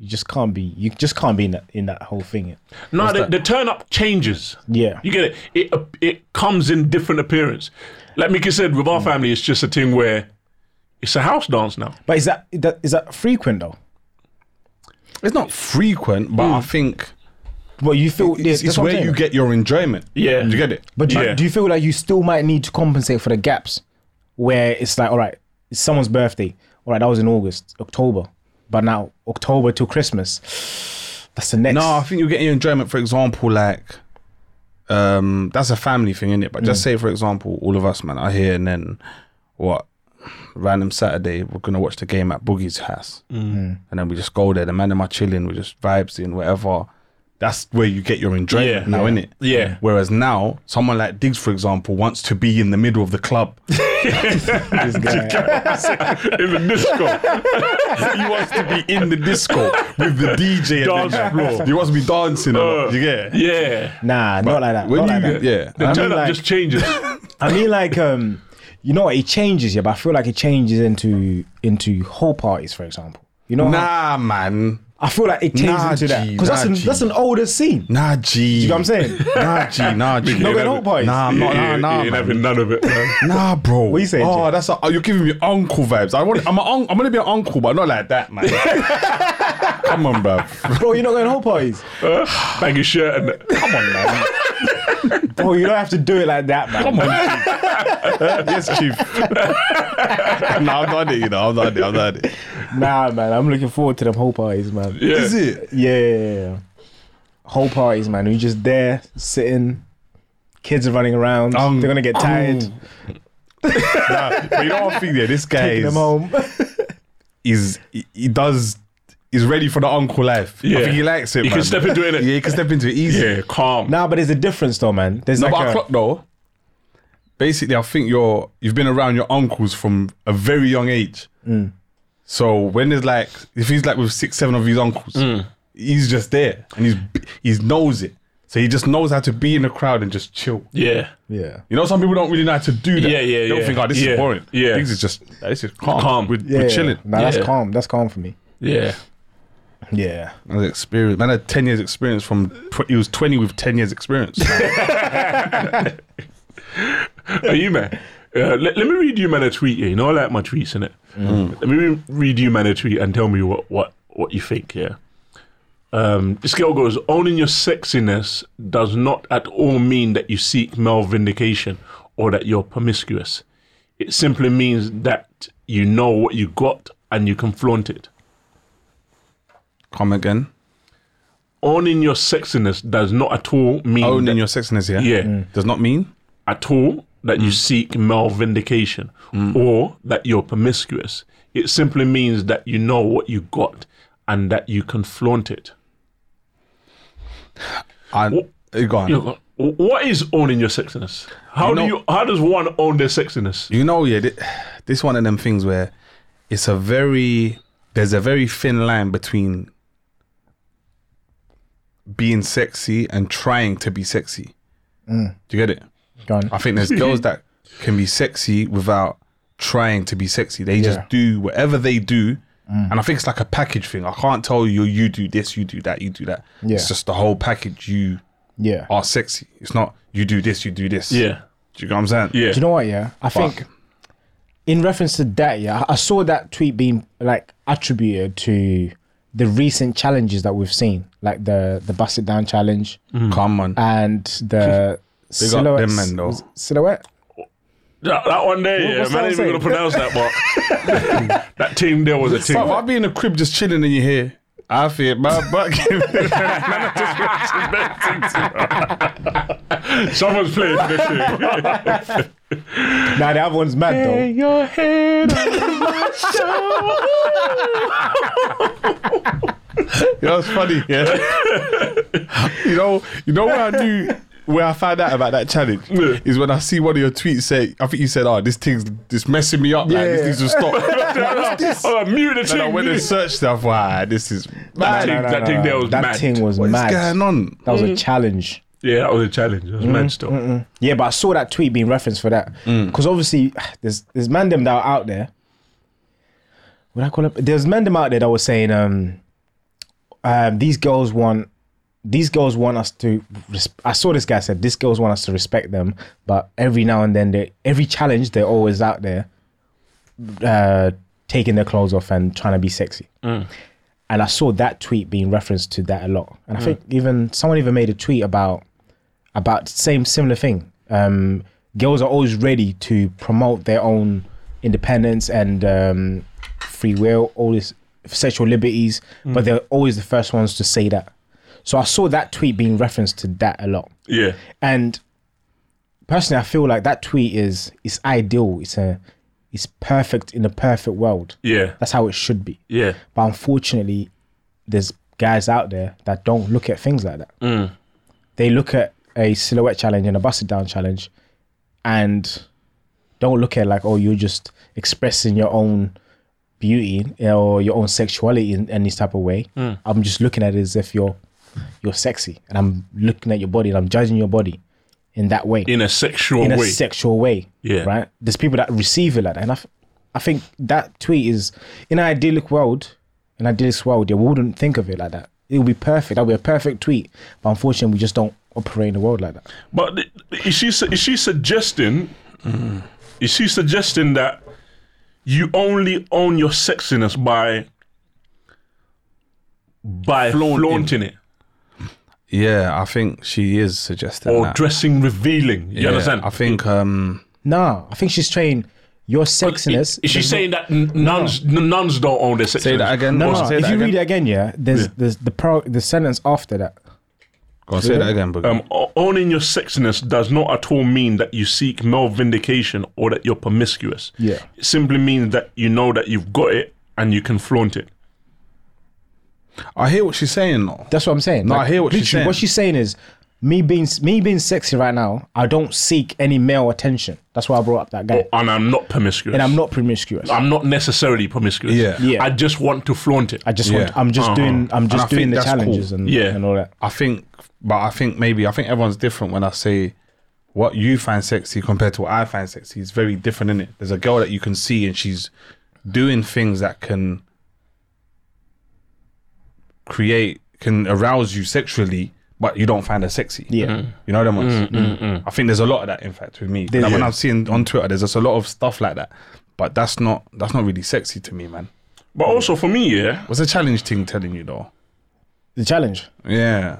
[SPEAKER 1] You just can't be. You just can't be in that in that whole thing.
[SPEAKER 3] No, the, the turn up changes.
[SPEAKER 1] Yeah.
[SPEAKER 3] You get it. It ap- it comes in different appearance. Like Mickey said, with
[SPEAKER 2] Mm.
[SPEAKER 3] our family, it's just a thing where it's a house dance now.
[SPEAKER 1] But is that is that is that frequent though?
[SPEAKER 2] It's not frequent, but I think
[SPEAKER 1] Well, you feel Mm. yeah, that's
[SPEAKER 2] it's, it's
[SPEAKER 1] what I'm
[SPEAKER 2] where
[SPEAKER 1] saying.
[SPEAKER 2] you get your enjoyment.
[SPEAKER 3] Yeah.
[SPEAKER 2] You get it?
[SPEAKER 1] But do,
[SPEAKER 3] Yeah.
[SPEAKER 1] you, do you feel like you still might need to compensate for the gaps where it's like, all right, it's someone's birthday. All right, that was in August, October, but now October to Christmas. That's the next.
[SPEAKER 2] No, I think you're getting your enjoyment, for example, like um that's a family thing, isn't it? But
[SPEAKER 3] Mm.
[SPEAKER 2] just say for example, all of us man are here and then what random Saturday we're gonna watch the
[SPEAKER 3] Mm.
[SPEAKER 2] game at Boogie's house. And then we just go there, the man and my chilling, we just vibes in, whatever. that's where you get your enjoyment
[SPEAKER 3] Yeah.
[SPEAKER 2] now,
[SPEAKER 3] Yeah.
[SPEAKER 2] innit?
[SPEAKER 3] Yeah.
[SPEAKER 2] Whereas now, someone like Diggs, for example, wants to be in the middle of the club.
[SPEAKER 3] in the disco.
[SPEAKER 2] he wants to be in the disco with the DJ. and
[SPEAKER 3] Dance
[SPEAKER 2] the-
[SPEAKER 3] floor. Uh.
[SPEAKER 2] He wants to be dancing. a lot, you get? it?
[SPEAKER 3] Yeah.
[SPEAKER 1] Nah, not like that.
[SPEAKER 2] When
[SPEAKER 1] not
[SPEAKER 2] you,
[SPEAKER 1] like that.
[SPEAKER 2] yeah.
[SPEAKER 3] The
[SPEAKER 1] mean,
[SPEAKER 3] turn up
[SPEAKER 1] like-
[SPEAKER 3] just changes.
[SPEAKER 1] I mean, like, um, you know what? It changes, yeah, but I feel like it changes into into whole parties, for example. You know, how-
[SPEAKER 2] Nah, man.
[SPEAKER 1] I feel like it changes
[SPEAKER 2] Nah,
[SPEAKER 1] into that
[SPEAKER 2] G,
[SPEAKER 1] because that's
[SPEAKER 2] nah,
[SPEAKER 1] an,
[SPEAKER 2] G.
[SPEAKER 1] that's an older scene.
[SPEAKER 2] Nah, G.
[SPEAKER 1] You know what I'm saying?
[SPEAKER 2] Nah, G. Nah, G.
[SPEAKER 1] No, we're not boys.
[SPEAKER 2] Nah, I'm not.
[SPEAKER 3] Yeah,
[SPEAKER 2] Nah,
[SPEAKER 3] yeah,
[SPEAKER 2] nah,
[SPEAKER 3] you ain't
[SPEAKER 2] man.
[SPEAKER 3] having none of it. man.
[SPEAKER 2] Nah, bro. What
[SPEAKER 1] you saying,
[SPEAKER 2] Oh,
[SPEAKER 1] Jay?
[SPEAKER 2] that's a, oh, you're giving me uncle vibes. I want. I'm a, un, I'm gonna be an uncle, but not like that, man. Come on, bro.
[SPEAKER 1] Bro, you're not going to whole parties.
[SPEAKER 3] Bang your shirt and
[SPEAKER 2] Come on, man.
[SPEAKER 1] Bro, you don't have to do it like that, man.
[SPEAKER 2] Come on, chief. yes, chief. nah, I'm not it. You know, I'm not it. I'm not it.
[SPEAKER 1] Nah, man, I'm looking forward to them whole parties, man.
[SPEAKER 3] yeah.
[SPEAKER 2] Is it?
[SPEAKER 1] Yeah, yeah, yeah, yeah. Whole parties, man. You just there sitting, kids are running around.
[SPEAKER 2] Um,
[SPEAKER 1] They're gonna get tired.
[SPEAKER 2] oh. Nah, but you know what I think? Yeah, this guy
[SPEAKER 1] Taking them
[SPEAKER 2] is,
[SPEAKER 1] home.
[SPEAKER 2] is he, he does is ready for the uncle life.
[SPEAKER 3] Yeah.
[SPEAKER 2] I think he likes it.
[SPEAKER 3] You can
[SPEAKER 2] man.
[SPEAKER 3] step into it, innit?
[SPEAKER 2] Yeah, you can step into it easy.
[SPEAKER 3] Yeah, calm.
[SPEAKER 1] nah, but there's a difference though, man. There's
[SPEAKER 2] No,
[SPEAKER 1] like
[SPEAKER 2] but
[SPEAKER 1] a,
[SPEAKER 2] I clocked though. Basically, I think you're you've been around your uncles from a very young age.
[SPEAKER 1] Mm.
[SPEAKER 2] So when there's like if he's like with six, seven of his uncles,
[SPEAKER 3] Mm.
[SPEAKER 2] he's just there and he's he knows it. So he just knows how to be in the crowd and just chill.
[SPEAKER 3] Yeah.
[SPEAKER 1] yeah.
[SPEAKER 2] You know, some people don't really know how to do that.
[SPEAKER 3] Yeah, yeah,
[SPEAKER 2] They don't
[SPEAKER 3] yeah.
[SPEAKER 2] think, oh, this
[SPEAKER 3] Yeah,
[SPEAKER 2] is boring.
[SPEAKER 3] yeah.
[SPEAKER 2] Things is just this is calm.
[SPEAKER 3] Calm.
[SPEAKER 2] We're,
[SPEAKER 1] Yeah,
[SPEAKER 2] we're chilling.
[SPEAKER 1] Nah,
[SPEAKER 3] Yeah.
[SPEAKER 1] that's calm. That's calm for me.
[SPEAKER 3] Yeah.
[SPEAKER 1] Yeah.
[SPEAKER 2] Man, experience. Man had ten years experience from tw- he was twenty with ten years experience.
[SPEAKER 3] Are you man? Uh, let, let me read you man a tweet. Yeah, you know I like my tweets in it. Let me re- read you man a tweet and tell me what what what you think. Yeah. Um, this girl goes, owning your sexiness does not at all mean that you seek male vindication or that you're promiscuous. It simply means that you know what you got and you can flaunt it.
[SPEAKER 2] Come again.
[SPEAKER 3] Owning your sexiness does not at all mean that
[SPEAKER 2] Owning your sexiness, yeah.
[SPEAKER 3] Mm. Yeah. Mm.
[SPEAKER 2] Does not mean
[SPEAKER 3] at all that
[SPEAKER 1] Mm.
[SPEAKER 3] you seek male vindication or that you're promiscuous. It simply means that you know what you got and that you can flaunt it.
[SPEAKER 2] I. Go on.
[SPEAKER 3] You know, What is owning your sexiness? How
[SPEAKER 2] You
[SPEAKER 3] do
[SPEAKER 2] know-
[SPEAKER 3] you? How does one own their sexiness?
[SPEAKER 2] You know, yeah, thi- this one of them things where it's a very there's a very thin line between being sexy and trying to be sexy.
[SPEAKER 1] Mm.
[SPEAKER 2] Do you get it?
[SPEAKER 1] Go on.
[SPEAKER 3] Uh,
[SPEAKER 2] I think there's girls that can be sexy without trying to be sexy. They
[SPEAKER 1] Yeah. Mm.
[SPEAKER 2] just do whatever they do. And I think it's like a package thing. I can't tell you you do this, you do that, you do that.
[SPEAKER 1] Yeah.
[SPEAKER 2] It's just the whole package. You
[SPEAKER 1] Yeah.
[SPEAKER 3] uh,
[SPEAKER 2] are sexy. It's not you do this, you do this.
[SPEAKER 3] Yeah,
[SPEAKER 2] Do you know what I'm saying?
[SPEAKER 3] yeah,
[SPEAKER 1] Do you know what? Yeah, I think in reference to that, yeah, I I saw that tweet being like attributed to the recent challenges that we've seen, like the the bust it down challenge
[SPEAKER 3] Mm.
[SPEAKER 2] Come on.
[SPEAKER 1] and the
[SPEAKER 2] up
[SPEAKER 1] silhouette.
[SPEAKER 2] them men, though.
[SPEAKER 1] was it silhouette.
[SPEAKER 3] that, that one there. yeah,
[SPEAKER 1] what's
[SPEAKER 3] man, I
[SPEAKER 1] that
[SPEAKER 3] ain't even
[SPEAKER 1] saying?
[SPEAKER 3] gonna pronounce that. But that team there was a team.
[SPEAKER 2] Bro, I'll be in the crib just chilling and you hear, I feel my butt.
[SPEAKER 3] Someone's playing this thing.
[SPEAKER 1] Now the other one's mad though.
[SPEAKER 3] Your head on my shoulder.
[SPEAKER 2] You know, it's funny. Yeah. you know, you know where I knew where I found out about that challenge
[SPEAKER 3] Yeah.
[SPEAKER 2] is when I see one of your tweets say, I think you said, "Oh, this thing's this messing me up. Like
[SPEAKER 1] Yeah.
[SPEAKER 2] this needs to stop." Like, what's this?
[SPEAKER 3] Oh, mute the
[SPEAKER 2] And I
[SPEAKER 3] team.
[SPEAKER 2] went and
[SPEAKER 3] mute.
[SPEAKER 2] searched stuff. Why this is
[SPEAKER 3] That
[SPEAKER 2] mad.
[SPEAKER 3] thing- that thing there was
[SPEAKER 1] that
[SPEAKER 3] mad.
[SPEAKER 1] thing was
[SPEAKER 2] What's
[SPEAKER 1] mad.
[SPEAKER 2] going on?
[SPEAKER 1] That was a challenge.
[SPEAKER 3] Yeah, that was a challenge. That was mad stuff.
[SPEAKER 1] Yeah, but I saw that tweet being referenced for that because obviously there's there's man them that are out there. What I call it? There's men them out there that were saying, um, um, these girls want, these girls want us to. Res- I saw this guy said these girls want us to respect them, but every now and then they every challenge they're always out there, uh, taking their clothes off and trying to be sexy. And I saw that tweet being referenced to that a lot, and I think even someone even made a tweet about about same similar thing. Um, girls are always ready to promote their own independence and um, free will, all this sexual liberties, but they're always the first ones to say that. So I saw that tweet being referenced to that a lot,
[SPEAKER 3] Yeah.
[SPEAKER 1] and personally, I feel like that tweet is it's ideal. It's a it's perfect in a perfect world.
[SPEAKER 3] Yeah.
[SPEAKER 1] That's how it should be.
[SPEAKER 3] Yeah.
[SPEAKER 1] But unfortunately, there's guys out there that don't look at things like that. They look at a silhouette challenge and a busted down challenge and don't look at like, oh, you're just expressing your own beauty or your own sexuality in any type of way. I'm just looking at it as if you're you're sexy and I'm looking at your body and I'm judging your body in that way
[SPEAKER 3] in a sexual
[SPEAKER 1] in a
[SPEAKER 3] way.
[SPEAKER 1] sexual way.
[SPEAKER 3] Yeah.
[SPEAKER 1] Right. There's people that receive it like that, and I, f- I think that tweet is in an idyllic world. In an idyllic world, you wouldn't think of it like that. It would be perfect. That would be a perfect tweet. But unfortunately, we just don't operate in the world like that.
[SPEAKER 3] But th- is she su- is she suggesting? Is she suggesting that you only own your sexiness by by flaunting, it
[SPEAKER 2] Yeah, I think she is suggesting
[SPEAKER 3] or
[SPEAKER 2] that.
[SPEAKER 3] dressing revealing? You
[SPEAKER 2] Yeah,
[SPEAKER 3] understand?
[SPEAKER 2] I think um,
[SPEAKER 1] No, I think she's saying your sexiness.
[SPEAKER 3] Is, she
[SPEAKER 1] does
[SPEAKER 3] saying that n- nuns n- nuns don't own their sexiness?
[SPEAKER 2] say that again.
[SPEAKER 1] not-
[SPEAKER 2] Go on,
[SPEAKER 1] No, no.
[SPEAKER 2] say
[SPEAKER 1] If
[SPEAKER 2] that
[SPEAKER 1] you
[SPEAKER 2] again.
[SPEAKER 1] read it again, yeah, there's there's the pro the sentence after that.
[SPEAKER 2] Go on, say that again. Boogie.
[SPEAKER 3] Um, o- owning your sexiness does not at all mean that you seek male vindication or that you're promiscuous.
[SPEAKER 1] Yeah.
[SPEAKER 3] It simply means that you know that you've got it and you can flaunt it.
[SPEAKER 2] I hear what she's saying. though.
[SPEAKER 1] That's what I'm saying.
[SPEAKER 2] No, I hear what she's
[SPEAKER 1] literally, What
[SPEAKER 2] saying.
[SPEAKER 1] she's saying is me being me being sexy right now. I don't seek any male attention. That's why I brought up that guy.
[SPEAKER 3] And I'm not promiscuous.
[SPEAKER 1] and I'm not promiscuous.
[SPEAKER 3] I'm not necessarily promiscuous.
[SPEAKER 2] Yeah.
[SPEAKER 1] Yeah.
[SPEAKER 3] I just want to flaunt it.
[SPEAKER 1] I just want.
[SPEAKER 2] Yeah. Uh-huh.
[SPEAKER 1] I'm just doing. I'm
[SPEAKER 2] And I
[SPEAKER 1] just doing
[SPEAKER 2] think
[SPEAKER 1] the
[SPEAKER 2] that's cool.
[SPEAKER 1] challenges and
[SPEAKER 3] Yeah.
[SPEAKER 1] and all that.
[SPEAKER 2] I think, but I think maybe I think everyone's different when I say what you find sexy compared to what I find sexy is very different in it. There's a girl that you can see and she's doing things that can create can arouse you sexually, but you don't find her sexy. Mm-hmm.
[SPEAKER 1] Yeah.
[SPEAKER 2] you know them ones.
[SPEAKER 3] Mm,
[SPEAKER 2] I think there's a lot of that in fact with me. Like When I'm seeing on Twitter, there's just a lot of stuff like that. But that's not that's not really sexy to me, man.
[SPEAKER 3] but also for me, yeah,
[SPEAKER 2] What's the challenge thing telling you though?
[SPEAKER 1] The challenge.
[SPEAKER 2] Yeah.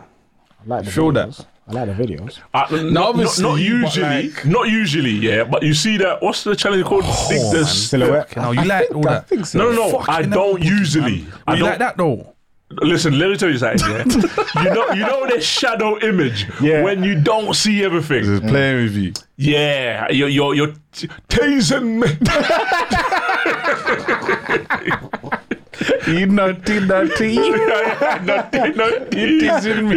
[SPEAKER 1] I like the
[SPEAKER 2] Feel that.
[SPEAKER 1] videos. I like the videos.
[SPEAKER 3] I, n- not,
[SPEAKER 2] obviously,
[SPEAKER 3] not
[SPEAKER 2] but
[SPEAKER 3] usually,
[SPEAKER 2] like- Oh,
[SPEAKER 3] not usually, yeah. But you see that what's the challenge called? Think
[SPEAKER 2] man.
[SPEAKER 3] there's-
[SPEAKER 1] Silhouette.
[SPEAKER 2] Fucking hell, you like all that?
[SPEAKER 3] no, no, no. I
[SPEAKER 2] Fucking
[SPEAKER 3] don't
[SPEAKER 2] hell,
[SPEAKER 3] usually.
[SPEAKER 2] man.
[SPEAKER 3] I
[SPEAKER 2] you
[SPEAKER 3] don't
[SPEAKER 2] like that though?
[SPEAKER 3] Listen, let me tell you something. Yeah? you know, you know the shadow image
[SPEAKER 1] Yeah.
[SPEAKER 3] when you don't see everything.
[SPEAKER 2] playing with you.
[SPEAKER 3] Yeah, you're you're, you're t- tasing me.
[SPEAKER 2] You naughty, naughty.
[SPEAKER 3] no, no, you teasing me.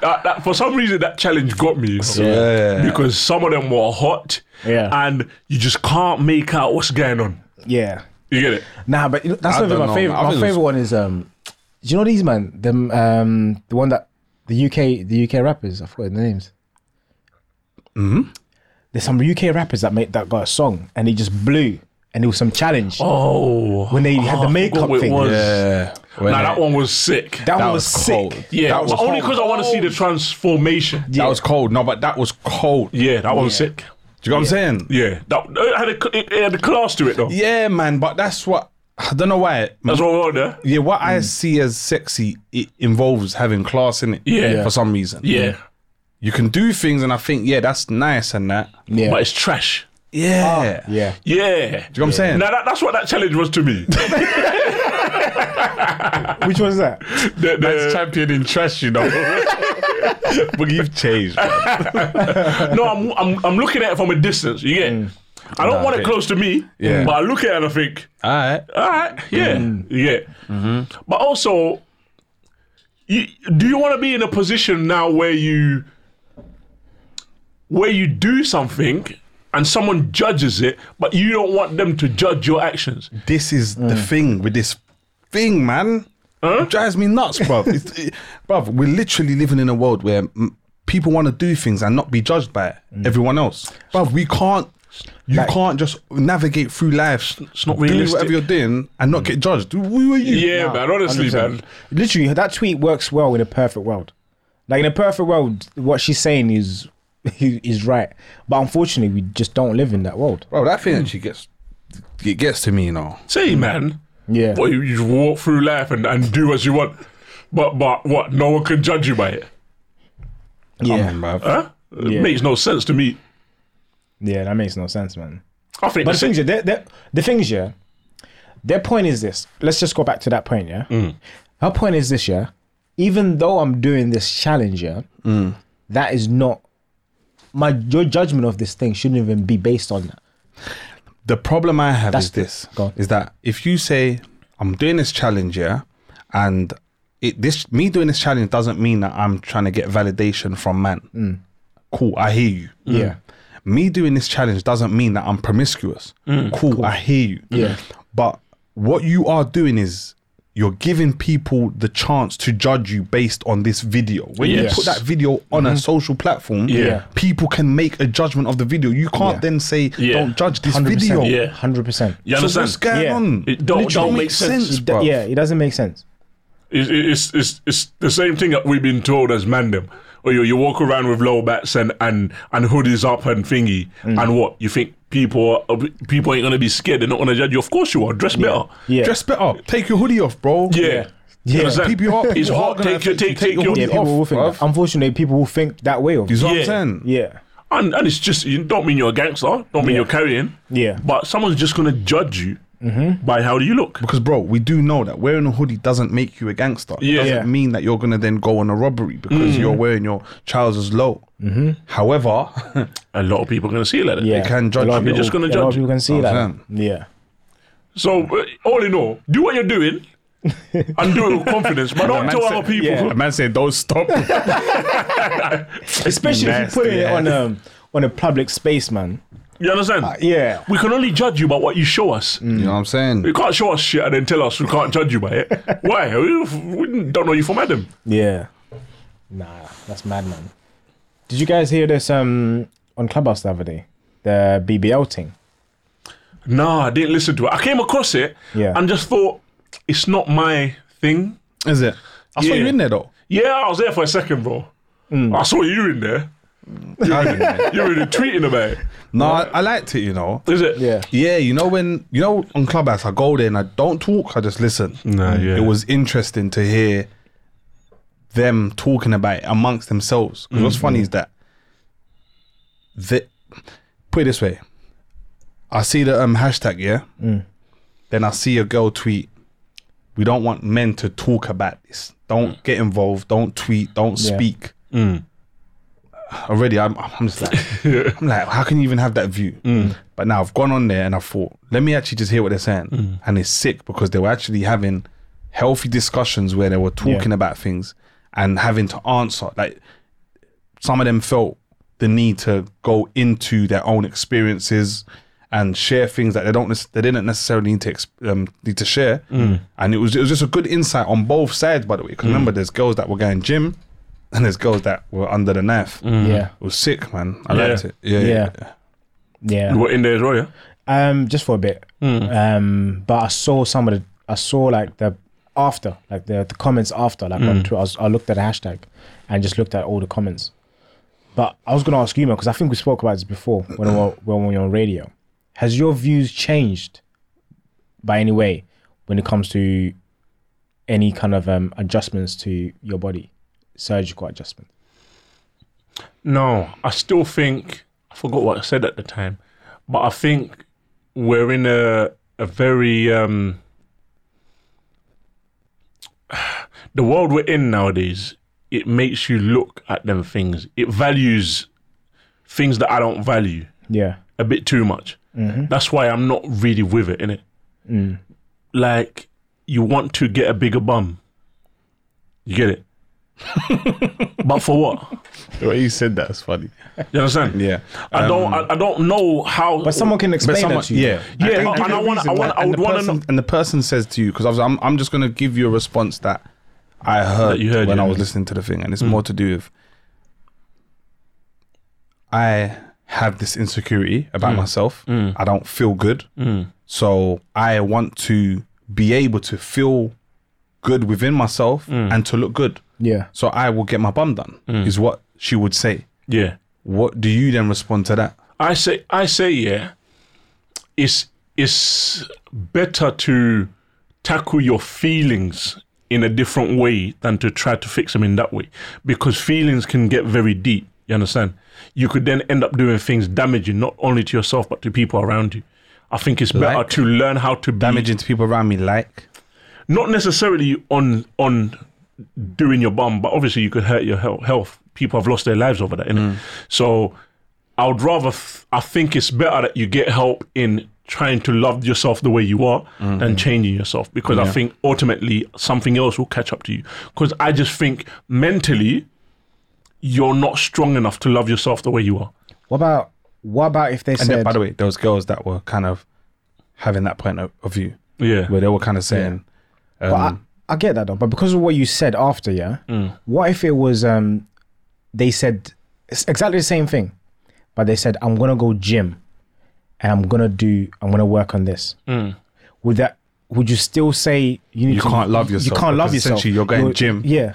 [SPEAKER 3] That- that- for some reason, that challenge got me. you know?
[SPEAKER 2] Yeah.
[SPEAKER 3] Because some of them were hot.
[SPEAKER 1] Yeah.
[SPEAKER 3] And you just can't make out what's going on.
[SPEAKER 1] Yeah.
[SPEAKER 3] You get it?
[SPEAKER 1] Nah, but you know, that's
[SPEAKER 2] I
[SPEAKER 1] not even my
[SPEAKER 2] don't know,
[SPEAKER 1] favorite.
[SPEAKER 2] man. I
[SPEAKER 1] My
[SPEAKER 2] think it was-
[SPEAKER 1] favorite one is um. Do you know these man? Them um the one that the UK the UK rappers. I forgot the names. Hmm.
[SPEAKER 2] Mm-hmm.
[SPEAKER 1] There's some UK rappers that made that got a song and they just blew and it was some challenge
[SPEAKER 3] Oh.
[SPEAKER 1] when they had the makeup
[SPEAKER 3] what it
[SPEAKER 1] thing.
[SPEAKER 3] was.
[SPEAKER 2] Yeah. When
[SPEAKER 3] Nah,
[SPEAKER 2] that,
[SPEAKER 3] that one was sick.
[SPEAKER 1] That, one was,
[SPEAKER 2] was
[SPEAKER 1] sick.
[SPEAKER 2] cold.
[SPEAKER 3] yeah.
[SPEAKER 2] that
[SPEAKER 3] it was
[SPEAKER 2] was
[SPEAKER 3] only because I want to see the transformation. Yeah,
[SPEAKER 1] yeah.
[SPEAKER 2] was cold. No, but that was cold. Do
[SPEAKER 3] that one was sick.
[SPEAKER 2] you know what I'm saying?
[SPEAKER 3] Yeah. That, it, had a, it, it had a class to it, though.
[SPEAKER 2] Yeah, man. But that's what I don't know why.
[SPEAKER 3] That's what we want, eh?
[SPEAKER 2] yeah, what I see as sexy it involves having class in it.
[SPEAKER 3] Yeah.
[SPEAKER 2] for some reason.
[SPEAKER 3] Yeah.
[SPEAKER 2] you can do things, and I think yeah, that's nice and that.
[SPEAKER 1] Yeah.
[SPEAKER 3] But it's trash.
[SPEAKER 2] Yeah, Do you know
[SPEAKER 1] yeah.
[SPEAKER 3] Yeah.
[SPEAKER 2] what I'm saying?
[SPEAKER 3] Now, that, that's what that challenge was to me.
[SPEAKER 1] Which one's that?
[SPEAKER 3] The- the-
[SPEAKER 2] champion in trash, you know. but you've changed. man.
[SPEAKER 3] no, I'm, I'm I'm looking at it from a distance. You get. it? I don't want it
[SPEAKER 2] Mm. okay.
[SPEAKER 3] close to me,
[SPEAKER 2] Yeah.
[SPEAKER 3] but I look at it and I think,
[SPEAKER 2] All right.
[SPEAKER 3] all right, yeah, yeah. But also, you, do you want to be in a position now where you where you do something and someone judges it, but you don't want them to judge your actions?
[SPEAKER 2] this is the
[SPEAKER 1] Mm.
[SPEAKER 2] thing with this thing, man. It drives me nuts, bruv. It's- it- bruv, we're literally living in a world where mm, people want to do things and not be judged by everyone else. Bruv, we can't. You
[SPEAKER 1] Mm. Like-
[SPEAKER 2] can't just navigate through life,
[SPEAKER 3] It's not
[SPEAKER 2] do
[SPEAKER 3] realistic.
[SPEAKER 2] whatever you're doing, and not get judged. Who are you?
[SPEAKER 3] Yeah, man. Honestly,
[SPEAKER 1] 100%.
[SPEAKER 3] man.
[SPEAKER 1] Literally, that tweet works well in a perfect world. Like in a perfect world, what she's saying is is right. But unfortunately, we just don't live in that world.
[SPEAKER 2] bro. That thing actually gets it gets to me, you know.
[SPEAKER 3] Say, man.
[SPEAKER 1] Yeah.
[SPEAKER 3] What you, you walk through life and, and do as you want, but but what? No one can judge you by it.
[SPEAKER 1] Yeah,
[SPEAKER 2] Come on, bruv.
[SPEAKER 3] Huh? It makes no sense to me.
[SPEAKER 1] yeah, that makes no sense, man.
[SPEAKER 3] I
[SPEAKER 1] But the
[SPEAKER 3] think that's it.
[SPEAKER 1] things, yeah, they're, they're, the things, yeah. Their point is this. Let's just go back to that point, yeah. Her point is this, yeah. Even though I'm doing this challenge, yeah, that is not my your judgment of this thing shouldn't even be based on that.
[SPEAKER 2] The problem I have
[SPEAKER 1] That's
[SPEAKER 2] is this:
[SPEAKER 1] Go on.
[SPEAKER 2] is that if you say I'm doing this challenge, yeah, And it this me doing this challenge doesn't mean that I'm trying to get validation from man.
[SPEAKER 1] Mm.
[SPEAKER 2] Cool, I hear you.
[SPEAKER 1] Yeah.
[SPEAKER 2] Me doing this challenge doesn't mean that I'm promiscuous.
[SPEAKER 3] Mm.
[SPEAKER 2] Cool, I hear you.
[SPEAKER 1] Yeah.
[SPEAKER 2] But what you are doing is you're giving people the chance to judge you based on this video. When
[SPEAKER 3] Yes.
[SPEAKER 2] you put that video on
[SPEAKER 1] Mm-hmm.
[SPEAKER 2] a social platform,
[SPEAKER 3] Yeah.
[SPEAKER 2] people can make a judgment of the video. You can't then say,
[SPEAKER 3] Yeah.
[SPEAKER 2] don't judge this
[SPEAKER 1] 100%.
[SPEAKER 2] video.
[SPEAKER 3] Yeah.
[SPEAKER 1] Hundred percent.
[SPEAKER 3] You
[SPEAKER 2] So
[SPEAKER 3] understand?
[SPEAKER 2] what's going
[SPEAKER 1] Yeah.
[SPEAKER 2] on?
[SPEAKER 3] It don't-
[SPEAKER 2] Literally
[SPEAKER 3] don't make
[SPEAKER 2] makes
[SPEAKER 3] sense.
[SPEAKER 2] sense, bro.
[SPEAKER 1] Yeah, it doesn't make sense.
[SPEAKER 3] It's, it's, it's, it's the same thing that we've been told as mandem. Or you, you walk around with low bats and, and, and hoodies up and thingy, and what you think people are, uh, people ain't gonna be scared? They're not gonna judge you. Of course you are. Dress better.
[SPEAKER 1] Yeah.
[SPEAKER 2] Dress better. Take your hoodie off, bro.
[SPEAKER 3] Yeah.
[SPEAKER 1] Yeah.
[SPEAKER 3] understand?
[SPEAKER 2] People are-
[SPEAKER 3] It's
[SPEAKER 2] people are
[SPEAKER 3] hot.
[SPEAKER 2] gonna
[SPEAKER 3] Take your
[SPEAKER 2] affect you.
[SPEAKER 3] take take
[SPEAKER 2] Take
[SPEAKER 3] your
[SPEAKER 2] your
[SPEAKER 1] Yeah, people
[SPEAKER 2] off,
[SPEAKER 1] will think.
[SPEAKER 2] bruv.
[SPEAKER 1] Unfortunately, people will think that way of.
[SPEAKER 2] You see what
[SPEAKER 3] Yeah.
[SPEAKER 2] I'm saying?
[SPEAKER 1] Yeah.
[SPEAKER 3] And, and it's just you don't mean you're a gangster, don't mean you're carrying.
[SPEAKER 1] Yeah.
[SPEAKER 3] But someone's just gonna judge you by how you look.
[SPEAKER 2] Because, bro, we do know that wearing a hoodie doesn't make you a gangster. It
[SPEAKER 3] Yeah. Mm.
[SPEAKER 2] doesn't
[SPEAKER 1] Yeah.
[SPEAKER 2] mean that you're going to then go on a robbery because you're wearing your trousers low. Mm-hmm. However,
[SPEAKER 3] A lot of people are gonna see it like that.
[SPEAKER 1] Yeah.
[SPEAKER 2] can judge
[SPEAKER 1] A lot of
[SPEAKER 2] you.
[SPEAKER 3] They're just
[SPEAKER 1] people-
[SPEAKER 3] gonna
[SPEAKER 1] A lot of
[SPEAKER 3] judge you.
[SPEAKER 1] people can see
[SPEAKER 2] Oh,
[SPEAKER 1] that.
[SPEAKER 2] fam.
[SPEAKER 1] Yeah.
[SPEAKER 3] So uh, all in all, do what you're doing and do it with confidence, but don't
[SPEAKER 2] man
[SPEAKER 3] tell
[SPEAKER 2] said-
[SPEAKER 3] other people.
[SPEAKER 1] yeah.
[SPEAKER 2] man said, don't stop.
[SPEAKER 1] Especially if
[SPEAKER 2] Nasty,
[SPEAKER 1] you put it
[SPEAKER 2] yeah.
[SPEAKER 1] on um on a public space, man.
[SPEAKER 3] You understand?
[SPEAKER 1] Uh, Yeah.
[SPEAKER 3] We can only judge you by what you show us.
[SPEAKER 1] Mm.
[SPEAKER 2] you know what I'm saying?
[SPEAKER 3] You can't show us shit and then tell us we can't judge you by it. Why? We, we don't know you from Adam.
[SPEAKER 1] Yeah. Nah, that's mad, man. Did you guys hear this um on Clubhouse the other day? The BBL thing.
[SPEAKER 3] No, I didn't listen to it. I came across it
[SPEAKER 1] Yeah.
[SPEAKER 3] and just thought it's not my thing.
[SPEAKER 2] Is it? I saw
[SPEAKER 3] Yeah.
[SPEAKER 2] you in there, though.
[SPEAKER 3] Yeah, I was there for a second, bro.
[SPEAKER 1] Mm.
[SPEAKER 3] I saw you in there. You were really tweeting about it.
[SPEAKER 2] no, I, I liked it, you know.
[SPEAKER 3] Is it?
[SPEAKER 1] Yeah.
[SPEAKER 2] Yeah, you know when you know on Clubhouse, I go there and I don't talk, I just listen.
[SPEAKER 3] Nah, yeah.
[SPEAKER 2] It was interesting to hear them talking about it amongst themselves. 'Cause
[SPEAKER 3] Mm.
[SPEAKER 2] What's funny is that the put it this way, I see the um hashtag yeah, then I see a girl tweet, "We don't want men to talk about this. Don't get involved. Don't tweet. Don't
[SPEAKER 1] Yeah.
[SPEAKER 2] speak." already I'm, I'm just like I'm like how can you even have that view but now I've gone on there and I thought let me actually just hear what they're saying and it's sick because they were actually having healthy discussions where they were talking about things and having to answer like some of them felt the need to go into their own experiences and share things that they don't nec- they didn't necessarily need to ex- um, need to share and it was it was just a good insight on both sides by the way 'Cause remember there's girls that were going gym and there's girls that were under the knife
[SPEAKER 1] Yeah.
[SPEAKER 2] it was sick, man. I
[SPEAKER 3] Yeah.
[SPEAKER 2] liked it. Yeah,
[SPEAKER 1] Mm. Yeah.
[SPEAKER 3] You
[SPEAKER 1] Yeah.
[SPEAKER 3] were in there as well, yeah?
[SPEAKER 1] Um, just for a bit.
[SPEAKER 2] Hmm.
[SPEAKER 1] Um, but I saw some of the I saw like the after, like the, the comments after, like
[SPEAKER 2] Hmm.
[SPEAKER 1] on Twitter. I, was, I looked at the hashtag and just looked at all the comments. But I was gonna ask you, man, because I think we spoke about this before when we were, when we were on radio. Has your views changed by any way when it comes to any kind of um, adjustments to your body, surgical adjustment?
[SPEAKER 3] No, I still think I forgot what I said at the time, but I think we're in a a very um the world we're in nowadays. It makes you look at them things. It values things that I don't value
[SPEAKER 1] Yeah,
[SPEAKER 3] a bit too much. That's why I'm not really with it, innit? Like, you want to get a bigger bum. You get it? but for what?
[SPEAKER 2] The way you said that's funny.
[SPEAKER 3] You understand?
[SPEAKER 2] Yeah.
[SPEAKER 3] I don't. I, I don't know how.
[SPEAKER 1] Um, but someone can explain that to you.
[SPEAKER 2] yeah,
[SPEAKER 3] Yeah, and I wanna- I wanna- I
[SPEAKER 2] and the
[SPEAKER 3] would wanna
[SPEAKER 2] person-
[SPEAKER 3] know-
[SPEAKER 2] And the person says to you, because I'm, I'm just gonna give you a response that I heard,
[SPEAKER 3] That you heard,
[SPEAKER 2] when I
[SPEAKER 3] yeah.
[SPEAKER 2] was listening to the thing, and it's more to do with I have this insecurity about myself. I don't feel good, so I want to be able to feel good within myself and to look good.
[SPEAKER 1] yeah,
[SPEAKER 2] So I will get my bum done. Is what she would say.
[SPEAKER 3] Yeah,
[SPEAKER 2] What do you then respond to that?
[SPEAKER 3] I say. I say. Yeah, it's it's better to tackle your feelings in a different way than to try to fix them in that way because feelings can get very deep. You understand? You could then end up doing things damaging not only to yourself but to people around you. I think it's better
[SPEAKER 2] Like?
[SPEAKER 3] to learn how to be
[SPEAKER 2] Damaging to people around me, like
[SPEAKER 3] not necessarily on on doing your bum, but obviously you could hurt your health. health. People have lost their lives over that, innit? So I would rather. Th- I think it's better that you get help in trying to love yourself the way you are than changing yourself because I think ultimately something else will catch up to you. Because I just think mentally, you're not strong enough to love yourself the way you are.
[SPEAKER 1] What about what about if they
[SPEAKER 2] And
[SPEAKER 1] said
[SPEAKER 2] then, by the way, there was girls that were kind of having that point of, of view
[SPEAKER 3] Yeah.
[SPEAKER 2] where they were kind of saying,
[SPEAKER 1] But
[SPEAKER 2] um,
[SPEAKER 1] I, I get that though. But because of what you said after, yeah.
[SPEAKER 2] Mm.
[SPEAKER 1] What if it was um they said it's exactly the same thing, but they said I'm gonna go gym, and I'm gonna do I'm gonna work on this. Would that would you still say you need
[SPEAKER 2] Mm. You
[SPEAKER 1] to-
[SPEAKER 2] can't love yourself,
[SPEAKER 1] You can't love
[SPEAKER 2] because
[SPEAKER 1] yourself.
[SPEAKER 2] essentially you're going gym.
[SPEAKER 1] Yeah.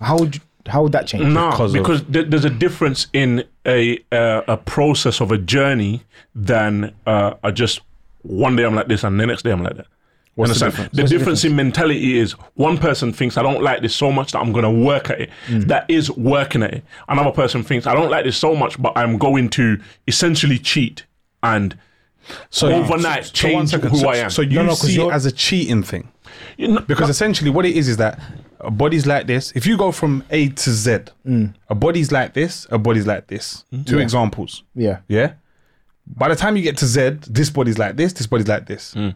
[SPEAKER 1] How would you, how would that change?
[SPEAKER 3] No,
[SPEAKER 2] because
[SPEAKER 3] because,
[SPEAKER 2] of-
[SPEAKER 3] there- there's a difference in a uh, a process of a journey than uh, I just one day I'm like this and the next day I'm like that.
[SPEAKER 2] What's the
[SPEAKER 3] Understand?
[SPEAKER 2] difference?
[SPEAKER 3] the difference in mentality is one person thinks I don't like this so much that I'm going to work at it.
[SPEAKER 2] Mm.
[SPEAKER 3] That is working at it. Another person thinks I don't like this so much, but I'm going to essentially cheat and
[SPEAKER 2] so
[SPEAKER 3] overnight
[SPEAKER 2] one
[SPEAKER 3] change
[SPEAKER 2] second.
[SPEAKER 3] who
[SPEAKER 2] so,
[SPEAKER 3] I am.
[SPEAKER 2] So you
[SPEAKER 1] No, no, 'cause
[SPEAKER 2] see it
[SPEAKER 1] you're-
[SPEAKER 2] as a cheating thing.
[SPEAKER 3] you know,
[SPEAKER 2] Because essentially, what it is is that a body's like this. If you go from A to Z,
[SPEAKER 1] Mm.
[SPEAKER 2] a body's like this, a body's like this.
[SPEAKER 3] Mm.
[SPEAKER 2] Two examples.
[SPEAKER 1] Yeah.
[SPEAKER 2] Yeah. By the time you get to Z, this body's like this, this body's like this.
[SPEAKER 3] Mm.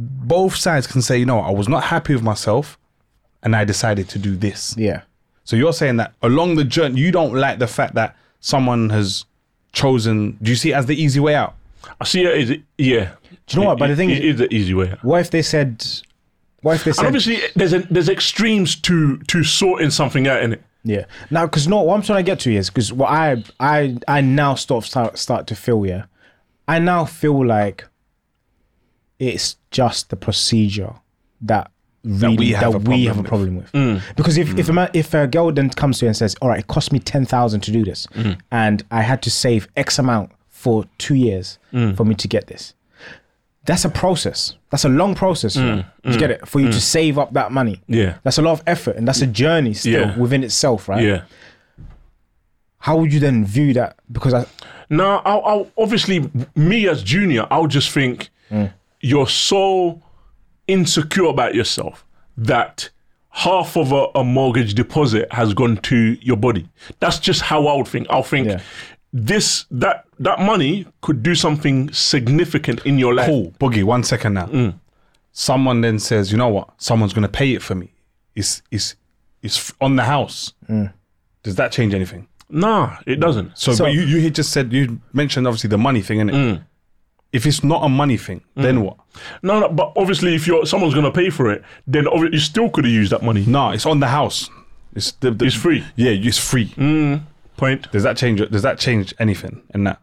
[SPEAKER 2] Both sides can say, you know, I was not happy with myself and I decided to do this.
[SPEAKER 1] Yeah.
[SPEAKER 2] So you're saying that along the journey, you don't like the fact that someone has chosen, do you see it as the easy way out?
[SPEAKER 3] I see it as yeah.
[SPEAKER 1] Do you know what? But the thing
[SPEAKER 3] is,
[SPEAKER 1] is,
[SPEAKER 3] it is the easy way.
[SPEAKER 1] what if they said, what if they
[SPEAKER 3] And
[SPEAKER 1] said,
[SPEAKER 3] obviously, there's a, there's extremes to to sorting something out in it.
[SPEAKER 1] Yeah. Now, because no, what I'm trying to get to is because what I I I now start start start to feel yeah, I now feel like it's just the procedure that really that we have, a, problem
[SPEAKER 2] with.
[SPEAKER 1] with. Mm. Because if if a man, if a girl then comes to you and says, "All right, it cost me ten thousand to do this, and I had to save X amount for two years for me to get this," that's a process. That's a long process. you know. You get it for you to save up that money.
[SPEAKER 3] Yeah.
[SPEAKER 1] That's a lot of effort and that's a journey still
[SPEAKER 3] Yeah.
[SPEAKER 1] within itself, right?
[SPEAKER 3] Yeah.
[SPEAKER 1] How would you then view that? Because I,
[SPEAKER 3] No, I'll, I'll obviously me as junior, I'll just think you're so insecure about yourself that half of a, a mortgage deposit has gone to your body. That's just how I would think. I'll think
[SPEAKER 1] Yeah.
[SPEAKER 3] this that that money could do something significant in your life.
[SPEAKER 2] Cool, Boogie, one second now.
[SPEAKER 3] Mm.
[SPEAKER 2] Someone then says, you know what? Someone's going to pay it for me. It's, it's, it's on the house. Does that change anything?
[SPEAKER 3] Nah, it doesn't.
[SPEAKER 2] So,
[SPEAKER 1] So-
[SPEAKER 2] but you, you had just said you mentioned obviously the money thing, innit?
[SPEAKER 3] Mm.
[SPEAKER 2] If it's not a money thing, then what?
[SPEAKER 3] No, no, but obviously if you're someone's gonna pay for it, then obvi- you still could have used that money.
[SPEAKER 2] No, it's on the house. It's the, the-
[SPEAKER 3] It's free. Mm.
[SPEAKER 2] Yeah, it's free.
[SPEAKER 3] Point.
[SPEAKER 2] Does that change? Does that change anything in that?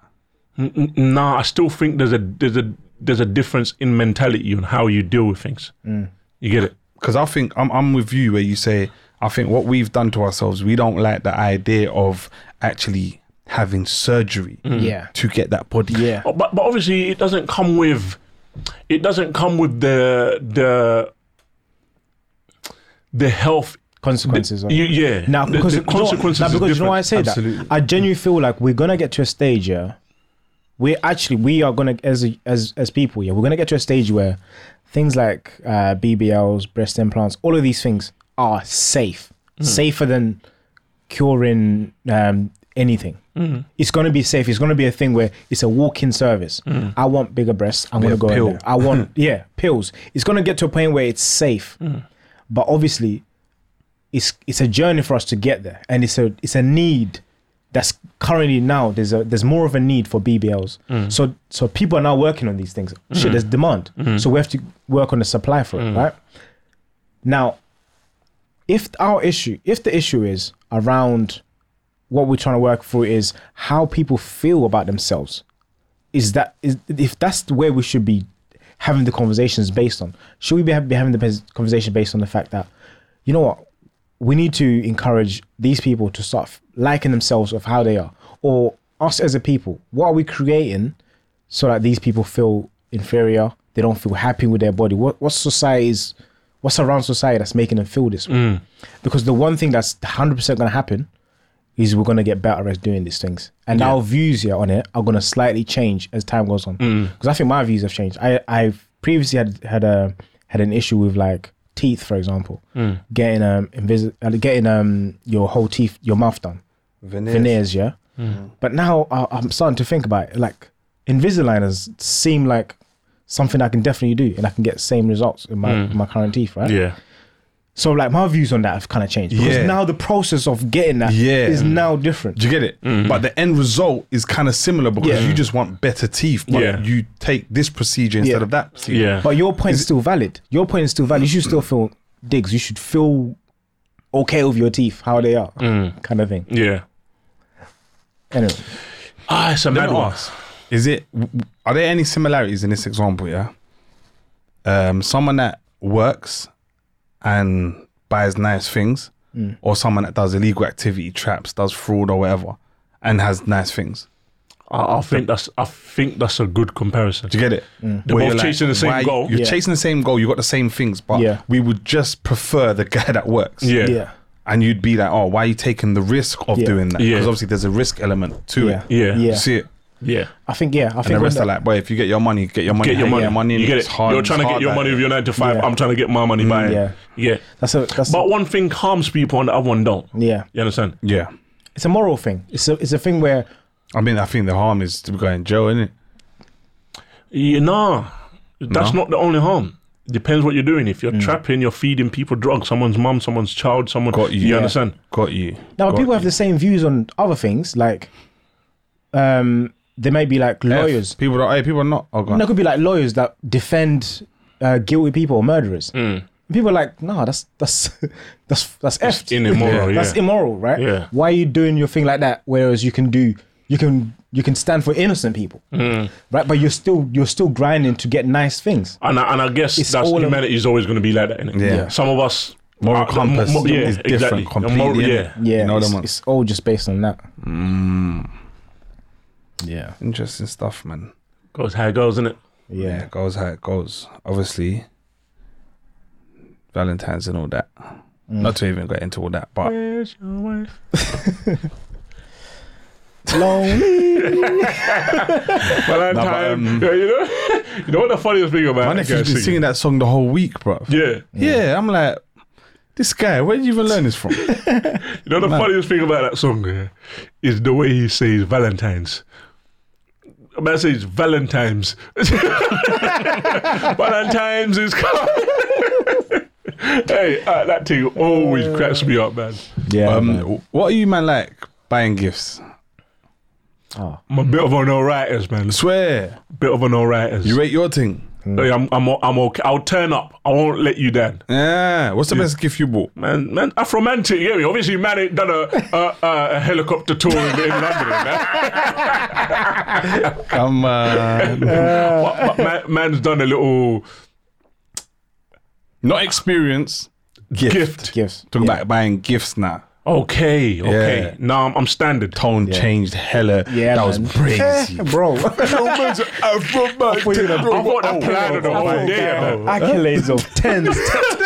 [SPEAKER 3] Nah, I still think there's a there's a there's a difference in mentality and how you deal with things.
[SPEAKER 1] Mm.
[SPEAKER 3] You get it?
[SPEAKER 2] Because I think I'm I'm with you where you say I think what we've done to ourselves, we don't like the idea of actually having surgery
[SPEAKER 1] Mm. Yeah.
[SPEAKER 2] to get that body.
[SPEAKER 1] yeah.
[SPEAKER 3] Oh, But but obviously it doesn't come with it doesn't come with the the the health.
[SPEAKER 1] Consequences. of-
[SPEAKER 3] You, yeah.
[SPEAKER 1] now,
[SPEAKER 3] The-
[SPEAKER 1] because,
[SPEAKER 3] the,
[SPEAKER 1] you know what-
[SPEAKER 3] consequences.
[SPEAKER 1] now,
[SPEAKER 3] is
[SPEAKER 1] because you know why I
[SPEAKER 3] different.
[SPEAKER 1] say
[SPEAKER 2] Absolutely.
[SPEAKER 1] that? I genuinely feel like we're going to get to a stage, yeah. We're actually, we are going to, as, a- as, as people, yeah, we're going to get to a stage where things like uh, BBLs, breast implants, all of these things are safe,
[SPEAKER 3] Hmm.
[SPEAKER 1] safer than curing um, anything. It's going to be safe. It's going to be a thing where it's a walk-in service. I want bigger breasts. I'm going to go in
[SPEAKER 2] pill.
[SPEAKER 1] there. I want yeah pills. It's going to get to a point where it's safe, but obviously, it's it's a journey for us to get there, and it's a it's a need that's currently now there's a there's more of a need for BBLs. So so people are now working on these things. Shit, there's demand, so we have to work on the supply for it, right? Now, if our issue, if the issue is around what we're trying to work through is how people feel about themselves, is that is if that's the way we should be having the conversations based on? Should we be, ha- be having the bas- conversation based on the fact that you know what we need to encourage these people to start f- liking themselves of how they are, or us as a people, what are we creating so that these people feel inferior? They don't feel happy with their body. What what's society's what's around society that's making them feel this way? Because the one thing that's hundred percent gonna happen is we're gonna get better at doing these things, and our views here on it are gonna slightly change as time goes on.
[SPEAKER 2] Mm.
[SPEAKER 1] Because I think my views have changed. I I previously had had a had an issue with like teeth, for example,
[SPEAKER 2] Mm.
[SPEAKER 1] getting um invis- uh, getting um your whole teeth your mouth done
[SPEAKER 2] Veneers. Mm.
[SPEAKER 1] veneers, yeah. But now I, I'm starting to think about it. Like Invisaligners seem like something I can definitely do, and I can get same results in my
[SPEAKER 2] Mm.
[SPEAKER 1] my current teeth, right?
[SPEAKER 3] Yeah.
[SPEAKER 1] So like my views on that have kind of changed because
[SPEAKER 2] Yeah.
[SPEAKER 1] now the process of getting that is
[SPEAKER 2] Yeah.
[SPEAKER 1] now different.
[SPEAKER 2] Do you get it? But the end result is kind of similar because
[SPEAKER 1] Mm-hmm. Yeah.
[SPEAKER 2] you just want better teeth, but
[SPEAKER 3] Yeah.
[SPEAKER 2] you take this procedure instead
[SPEAKER 1] Yeah.
[SPEAKER 2] of that procedure.
[SPEAKER 3] Yeah.
[SPEAKER 1] But your point is still valid. Your point is still valid. You should still feel digs. You should feel okay with your teeth, how they are,
[SPEAKER 2] Mm.
[SPEAKER 1] kind of thing.
[SPEAKER 3] yeah.
[SPEAKER 1] Anyway,
[SPEAKER 3] Ah, it's a
[SPEAKER 2] Let
[SPEAKER 3] mad
[SPEAKER 2] me
[SPEAKER 3] one.
[SPEAKER 2] ask, is it? w- w- Are there any similarities in this example? Yeah, um, someone that works and buys nice things,
[SPEAKER 3] Mm.
[SPEAKER 2] or someone that does illegal activity, traps, does fraud or whatever, and has nice things.
[SPEAKER 3] I, I think that's I think that's a good comparison.
[SPEAKER 2] Do you get it?
[SPEAKER 3] Mm. They're
[SPEAKER 2] Where
[SPEAKER 3] both
[SPEAKER 2] you're
[SPEAKER 3] chasing the same
[SPEAKER 2] why-
[SPEAKER 3] goal.
[SPEAKER 2] You're
[SPEAKER 1] Yeah.
[SPEAKER 2] chasing the same goal. You got the same things, but
[SPEAKER 1] Yeah.
[SPEAKER 2] we would just prefer the guy that works.
[SPEAKER 3] Yeah.
[SPEAKER 1] yeah,
[SPEAKER 2] and you'd be like, oh, why are you taking the risk of
[SPEAKER 1] Yeah.
[SPEAKER 2] doing that? Because
[SPEAKER 3] Yeah.
[SPEAKER 2] obviously there's a risk element to
[SPEAKER 1] yeah,
[SPEAKER 2] it.
[SPEAKER 3] Yeah.
[SPEAKER 2] You
[SPEAKER 1] yeah.
[SPEAKER 2] see it.
[SPEAKER 3] Yeah.
[SPEAKER 1] I think yeah. I
[SPEAKER 2] And
[SPEAKER 1] think
[SPEAKER 2] the
[SPEAKER 1] when
[SPEAKER 2] rest
[SPEAKER 1] the-
[SPEAKER 2] are like, boy, if you get your money, get your money.
[SPEAKER 3] Get your
[SPEAKER 2] Hey,
[SPEAKER 3] money.
[SPEAKER 2] money
[SPEAKER 3] you get
[SPEAKER 2] it's
[SPEAKER 3] it.
[SPEAKER 2] hard,
[SPEAKER 3] You're
[SPEAKER 2] it's
[SPEAKER 3] trying to get
[SPEAKER 2] hard,
[SPEAKER 3] your
[SPEAKER 2] like-
[SPEAKER 3] money with your nine to five.
[SPEAKER 1] Yeah. Mm,
[SPEAKER 3] I'm trying to get my money by
[SPEAKER 1] yeah.
[SPEAKER 3] yeah.
[SPEAKER 1] That's a that's
[SPEAKER 3] But one thing harms people and the other one don't.
[SPEAKER 1] yeah.
[SPEAKER 3] You understand?
[SPEAKER 2] Yeah.
[SPEAKER 1] It's a moral thing. It's a it's a thing where
[SPEAKER 2] I mean, I think the harm is to go in jail, isn't it?
[SPEAKER 3] Yeah, nah. That's
[SPEAKER 2] No. Mm.
[SPEAKER 3] not the only harm. It depends what you're doing. If you're trapping, you're feeding people drugs, someone's mum, someone's child, someone.
[SPEAKER 2] Got you.
[SPEAKER 3] you
[SPEAKER 2] Yeah.
[SPEAKER 3] understand?
[SPEAKER 2] Got you.
[SPEAKER 1] now
[SPEAKER 2] Got
[SPEAKER 1] people have
[SPEAKER 2] you.
[SPEAKER 1] the same views on other things. Like, um, there may be like
[SPEAKER 2] F.
[SPEAKER 1] lawyers.
[SPEAKER 2] People are, hey, people are not. Oh, God.
[SPEAKER 1] And there could be like lawyers that defend uh, guilty people or murderers.
[SPEAKER 3] Hmm.
[SPEAKER 1] People are like, no, that's that's that's that's effed.
[SPEAKER 3] immoral,
[SPEAKER 1] that's
[SPEAKER 3] yeah.
[SPEAKER 1] immoral, right?
[SPEAKER 3] Yeah.
[SPEAKER 1] Why are you doing your thing like that? Whereas you can do you can you can stand for innocent people,
[SPEAKER 3] Hmm.
[SPEAKER 1] right? But you're still you're still grinding to get nice things.
[SPEAKER 3] And I, and I guess
[SPEAKER 1] It's
[SPEAKER 3] that's
[SPEAKER 1] all a-
[SPEAKER 3] humanity is always going to be like that. Innit?
[SPEAKER 2] Yeah.
[SPEAKER 3] Some of us
[SPEAKER 2] Moral
[SPEAKER 3] uh, the
[SPEAKER 2] compass
[SPEAKER 3] mo- yeah,
[SPEAKER 2] is
[SPEAKER 3] exactly.
[SPEAKER 2] different
[SPEAKER 3] The
[SPEAKER 2] completely.
[SPEAKER 3] moral-
[SPEAKER 2] innit?
[SPEAKER 3] yeah.
[SPEAKER 1] Yeah,
[SPEAKER 2] You know
[SPEAKER 1] it's,
[SPEAKER 2] them. Hmm.
[SPEAKER 1] it's all just based on that. Yeah,
[SPEAKER 2] Interesting stuff, man.
[SPEAKER 3] Goes how it goes, isn't it?
[SPEAKER 2] Yeah,
[SPEAKER 1] yeah,
[SPEAKER 2] it goes how it goes. Obviously, Valentine's and all that.
[SPEAKER 3] Mm.
[SPEAKER 2] Not to even get into all that, but
[SPEAKER 1] lonely.
[SPEAKER 3] Valentine.
[SPEAKER 2] um,
[SPEAKER 3] yeah, you know, you know what the funniest thing about
[SPEAKER 2] man,
[SPEAKER 3] that
[SPEAKER 2] if you've
[SPEAKER 3] guy
[SPEAKER 2] been singing. that song the whole week, bro.
[SPEAKER 3] Yeah,
[SPEAKER 2] Yeah, I'm like, this guy, where did you even learn this from?
[SPEAKER 3] you know the funniest thing about that song yeah, is the way he says Valentine's. A man says Valentine's. Valentine's is coming. hey, uh, that thing always cracks me up, man.
[SPEAKER 1] yeah, man.
[SPEAKER 2] um, what are you, man, like buying gifts?
[SPEAKER 3] I'm a bit of an all-righters, man.
[SPEAKER 2] Swear,
[SPEAKER 3] Bit of an all-righters.
[SPEAKER 2] you rate your thing.
[SPEAKER 3] Hey, I'm, I'm, o- I'm okay. I'll turn up. I won't let you down.
[SPEAKER 2] Yeah, what's the best gift you bought?
[SPEAKER 3] Man, man, Afromantic, yeah. Obviously, man ain't done a, a, a, a helicopter tour in, in London, man.
[SPEAKER 2] Come on,
[SPEAKER 3] But- but man. Man's done a little
[SPEAKER 2] not experience, gift.
[SPEAKER 3] gift.
[SPEAKER 1] gifts.
[SPEAKER 2] Talking
[SPEAKER 1] yeah.
[SPEAKER 2] about buying gifts now.
[SPEAKER 3] Okay, okay.
[SPEAKER 2] Yeah.
[SPEAKER 3] Now I'm, I'm standard.
[SPEAKER 2] Tone changed hella.
[SPEAKER 1] yeah, man.
[SPEAKER 2] that was crazy.
[SPEAKER 1] bro. you were gonna-
[SPEAKER 3] I want a plan on the whole day. man.
[SPEAKER 1] Accolades of tens.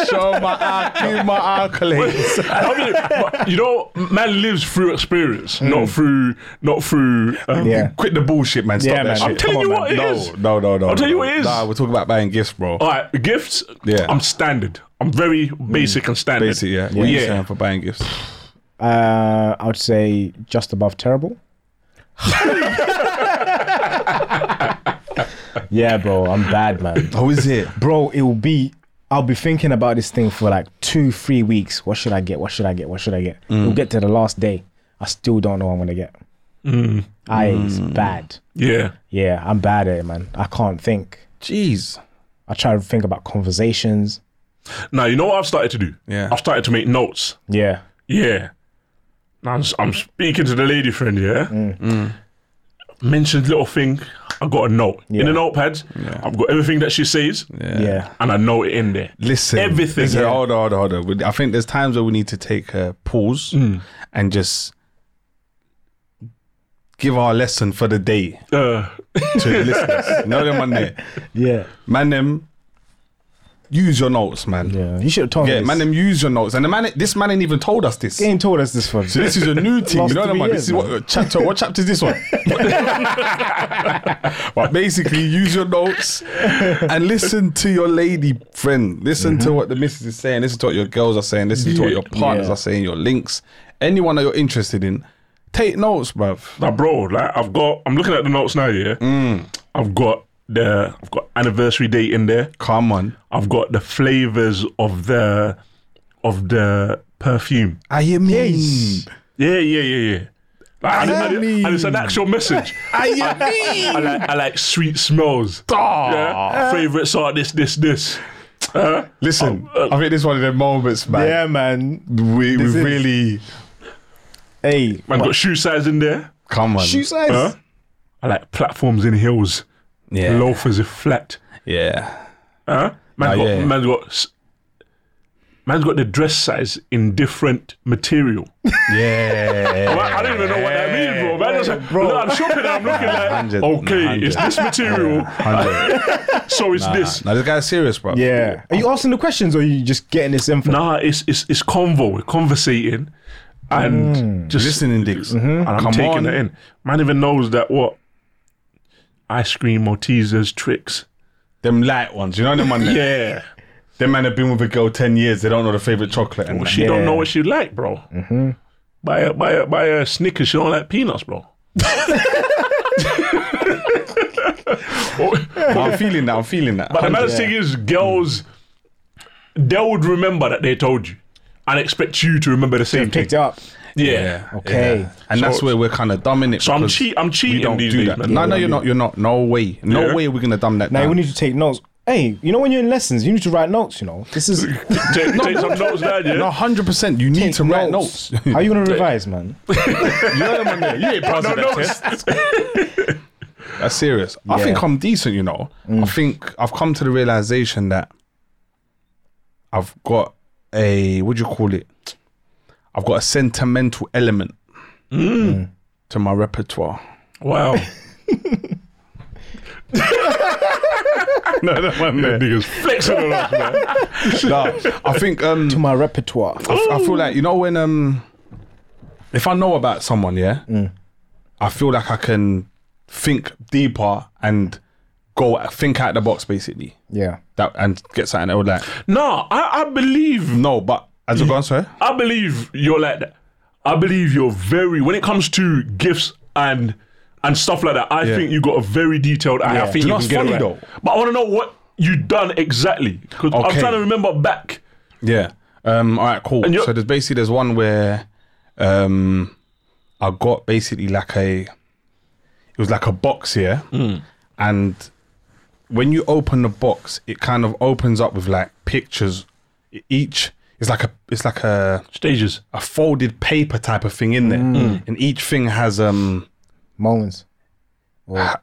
[SPEAKER 2] Show my accolades, give my accolades.
[SPEAKER 3] I mean, but, you know, man lives through experience, not through, not through. Um,
[SPEAKER 1] Yeah.
[SPEAKER 2] Quit the bullshit, man. Stop
[SPEAKER 1] Yeah, man.
[SPEAKER 2] that shit.
[SPEAKER 1] I'm
[SPEAKER 3] telling
[SPEAKER 2] Come
[SPEAKER 3] you
[SPEAKER 2] on,
[SPEAKER 3] what
[SPEAKER 2] man.
[SPEAKER 3] it
[SPEAKER 2] no,
[SPEAKER 3] is.
[SPEAKER 2] No, no, no.
[SPEAKER 3] I'll tell you
[SPEAKER 2] no.
[SPEAKER 3] what it is.
[SPEAKER 2] Nah, we're talking about buying gifts, bro.
[SPEAKER 3] All right, gifts.
[SPEAKER 2] Yeah.
[SPEAKER 3] I'm standard. I'm very basic and standard.
[SPEAKER 2] Basically, yeah. What are you
[SPEAKER 3] Yeah.
[SPEAKER 2] saying for buying gifts?
[SPEAKER 1] Uh, I would say just above terrible. yeah, bro, I'm bad, man.
[SPEAKER 2] How Oh, is it?
[SPEAKER 1] Bro, it will be. I'll be thinking about this thing for like two, three weeks. What should I get? What should I get? What should I get? We'll get to the last day. I still don't know what I'm gonna get. I it's bad.
[SPEAKER 3] Yeah.
[SPEAKER 1] Yeah, I'm bad at it, man. I can't think.
[SPEAKER 2] Jeez.
[SPEAKER 1] I try to think about conversations.
[SPEAKER 3] Now you know what I've started to do.
[SPEAKER 2] Yeah.
[SPEAKER 3] I've started to make notes.
[SPEAKER 1] Yeah,
[SPEAKER 3] Yeah. Now I'm, s- I'm speaking to the lady friend, yeah? Mentioned little thing, I got a note. In the notepad, I've got everything that she says
[SPEAKER 1] yeah, yeah,
[SPEAKER 3] and I note it in there.
[SPEAKER 2] Listen,
[SPEAKER 3] Everything,
[SPEAKER 2] Listen,
[SPEAKER 3] yeah.
[SPEAKER 2] Hold on, hold on, hold on. We- I think there's times where we need to take a pause
[SPEAKER 3] Hmm.
[SPEAKER 2] and just give our lesson for the day
[SPEAKER 3] Uh,
[SPEAKER 2] to the listeners. You know them man there.
[SPEAKER 1] yeah.
[SPEAKER 2] Man them, use your notes, man. Yeah,
[SPEAKER 1] You should have told me. this.
[SPEAKER 2] man them, use your notes. And the man, this man ain't even told us this.
[SPEAKER 1] He ain't told us this one.
[SPEAKER 2] So this is a new thing.
[SPEAKER 1] Last
[SPEAKER 2] you know what I
[SPEAKER 1] three
[SPEAKER 2] mean? This is
[SPEAKER 1] years,
[SPEAKER 2] what uh, chapter. What chapter is this one? but basically, use your notes and listen to your lady friend. Listen to what the missus is saying. Listen to what your girls are saying. Listen to what your partners
[SPEAKER 1] Mm-hmm. Yeah.
[SPEAKER 2] are saying. Your links, anyone that you're interested in. Take notes, bruv.
[SPEAKER 3] Nah, bro, like I've got, I'm looking at the notes now. Yeah, I've got the, I've got anniversary date in there.
[SPEAKER 2] Come on.
[SPEAKER 3] I've got the flavors of the, of the perfume.
[SPEAKER 2] I hear me.
[SPEAKER 3] Yeah, yeah, yeah, yeah. Like, and, and-
[SPEAKER 2] Yummy.
[SPEAKER 3] and it's an actual message.
[SPEAKER 2] I hear
[SPEAKER 3] I like, I like sweet smells. Yeah? Favorites are this, this, this. Huh?
[SPEAKER 2] Listen, I think this is one of the moments, man.
[SPEAKER 1] Yeah, man.
[SPEAKER 2] We, we
[SPEAKER 1] This is-
[SPEAKER 2] really.
[SPEAKER 1] Hey,
[SPEAKER 3] Man, got shoe size in there.
[SPEAKER 2] Come on.
[SPEAKER 1] shoe size.
[SPEAKER 3] Huh? I like platforms in hills.
[SPEAKER 2] Yeah.
[SPEAKER 3] Loafers is flat.
[SPEAKER 2] Yeah.
[SPEAKER 3] Huh? Man,
[SPEAKER 2] Ah,
[SPEAKER 3] got,
[SPEAKER 2] yeah.
[SPEAKER 3] man's got s- man's got the dress size in different material.
[SPEAKER 2] Yeah.
[SPEAKER 3] Man, I don't even know what that means, bro. Man, just, look, I'm shopping. I'm looking like,
[SPEAKER 2] 100,
[SPEAKER 3] okay,
[SPEAKER 2] 100.
[SPEAKER 3] it's this material,
[SPEAKER 2] 100.
[SPEAKER 3] so it's this.
[SPEAKER 2] Now, this guy's serious, bro.
[SPEAKER 1] Yeah. Are you asking the questions or are you just getting this info?
[SPEAKER 3] Nah, it's it's it's convo. We're conversating, and
[SPEAKER 2] Mm.
[SPEAKER 3] just
[SPEAKER 2] Listening, dicks.
[SPEAKER 3] and I'm
[SPEAKER 2] Come
[SPEAKER 3] taking
[SPEAKER 2] on.
[SPEAKER 3] it in. Man even knows that what ice cream Maltesers tricks.
[SPEAKER 2] Them light ones. You know them man.
[SPEAKER 3] Yeah,
[SPEAKER 2] Them man have been with a girl 10 years. They don't know the favorite chocolate. And
[SPEAKER 3] Well, Oh, she don't know what she like, bro.
[SPEAKER 2] Mm-hmm.
[SPEAKER 3] Buy a buy a buy a Snickers. She don't like peanuts, bro. but
[SPEAKER 2] I'm feeling that. I'm feeling that.
[SPEAKER 3] the maddest thing is, girls, they would remember that they told you, and expect you to remember the same thing.
[SPEAKER 1] Picked up.
[SPEAKER 3] Yeah.
[SPEAKER 1] Okay.
[SPEAKER 2] And that's where we're kind of dumbing it.
[SPEAKER 3] So I'm
[SPEAKER 2] because
[SPEAKER 3] cheat. I'm
[SPEAKER 2] We
[SPEAKER 3] cheating
[SPEAKER 2] don't
[SPEAKER 3] these
[SPEAKER 2] do
[SPEAKER 3] days,
[SPEAKER 2] that.
[SPEAKER 3] man.
[SPEAKER 2] No, no, you're not. You're not. No way. No
[SPEAKER 3] Yeah.
[SPEAKER 2] way we're going to dumb that
[SPEAKER 1] Now
[SPEAKER 2] down.
[SPEAKER 1] we need to take notes. Hey, you know when you're in lessons, you need to write notes. You know, this is
[SPEAKER 3] take, take some notes down, yeah.
[SPEAKER 2] no, 100%. You need to write notes.
[SPEAKER 1] How you gonna revise, man?
[SPEAKER 2] you know them man, there. You ain't passing that test. That's serious. I
[SPEAKER 1] Yeah. Mm.
[SPEAKER 2] think I'm decent, you know. I think I've come to the realization that I've got a what do you call it? I've got a sentimental element
[SPEAKER 1] Mm.
[SPEAKER 2] to my repertoire.
[SPEAKER 3] Wow.
[SPEAKER 2] no, no, man, there.
[SPEAKER 3] Niggas flexing on us, man.
[SPEAKER 2] No, I think um,
[SPEAKER 1] To my repertoire.
[SPEAKER 2] I, f- I feel like you know when um, if I know about someone, yeah,
[SPEAKER 1] Mm.
[SPEAKER 2] I feel like I can think deeper and go think out the box, basically.
[SPEAKER 1] Yeah.
[SPEAKER 2] that and get something that would like
[SPEAKER 3] No, I, I believe
[SPEAKER 2] no, but as a gone sir,
[SPEAKER 3] I believe you're like that. I believe you're very when it comes to gifts and and stuff like that. I think you got a very detailed eye. I
[SPEAKER 2] Do
[SPEAKER 3] think
[SPEAKER 2] you
[SPEAKER 3] you
[SPEAKER 2] know
[SPEAKER 3] can
[SPEAKER 2] what's
[SPEAKER 3] get it
[SPEAKER 2] funny
[SPEAKER 3] right.
[SPEAKER 2] though?
[SPEAKER 3] But I want to know what you done exactly because I'm
[SPEAKER 2] Okay.
[SPEAKER 3] trying to remember back.
[SPEAKER 2] yeah. Um, all right, cool.
[SPEAKER 3] you're-
[SPEAKER 2] So there's basically there's one where, um, I got basically like a, it was like a box here, and when you open the box, it kind of opens up with like pictures. E, Each it's like a it's like a
[SPEAKER 3] Stages.
[SPEAKER 2] a folded paper type of thing in there, Hmm. and each thing has um
[SPEAKER 1] Moments.
[SPEAKER 2] how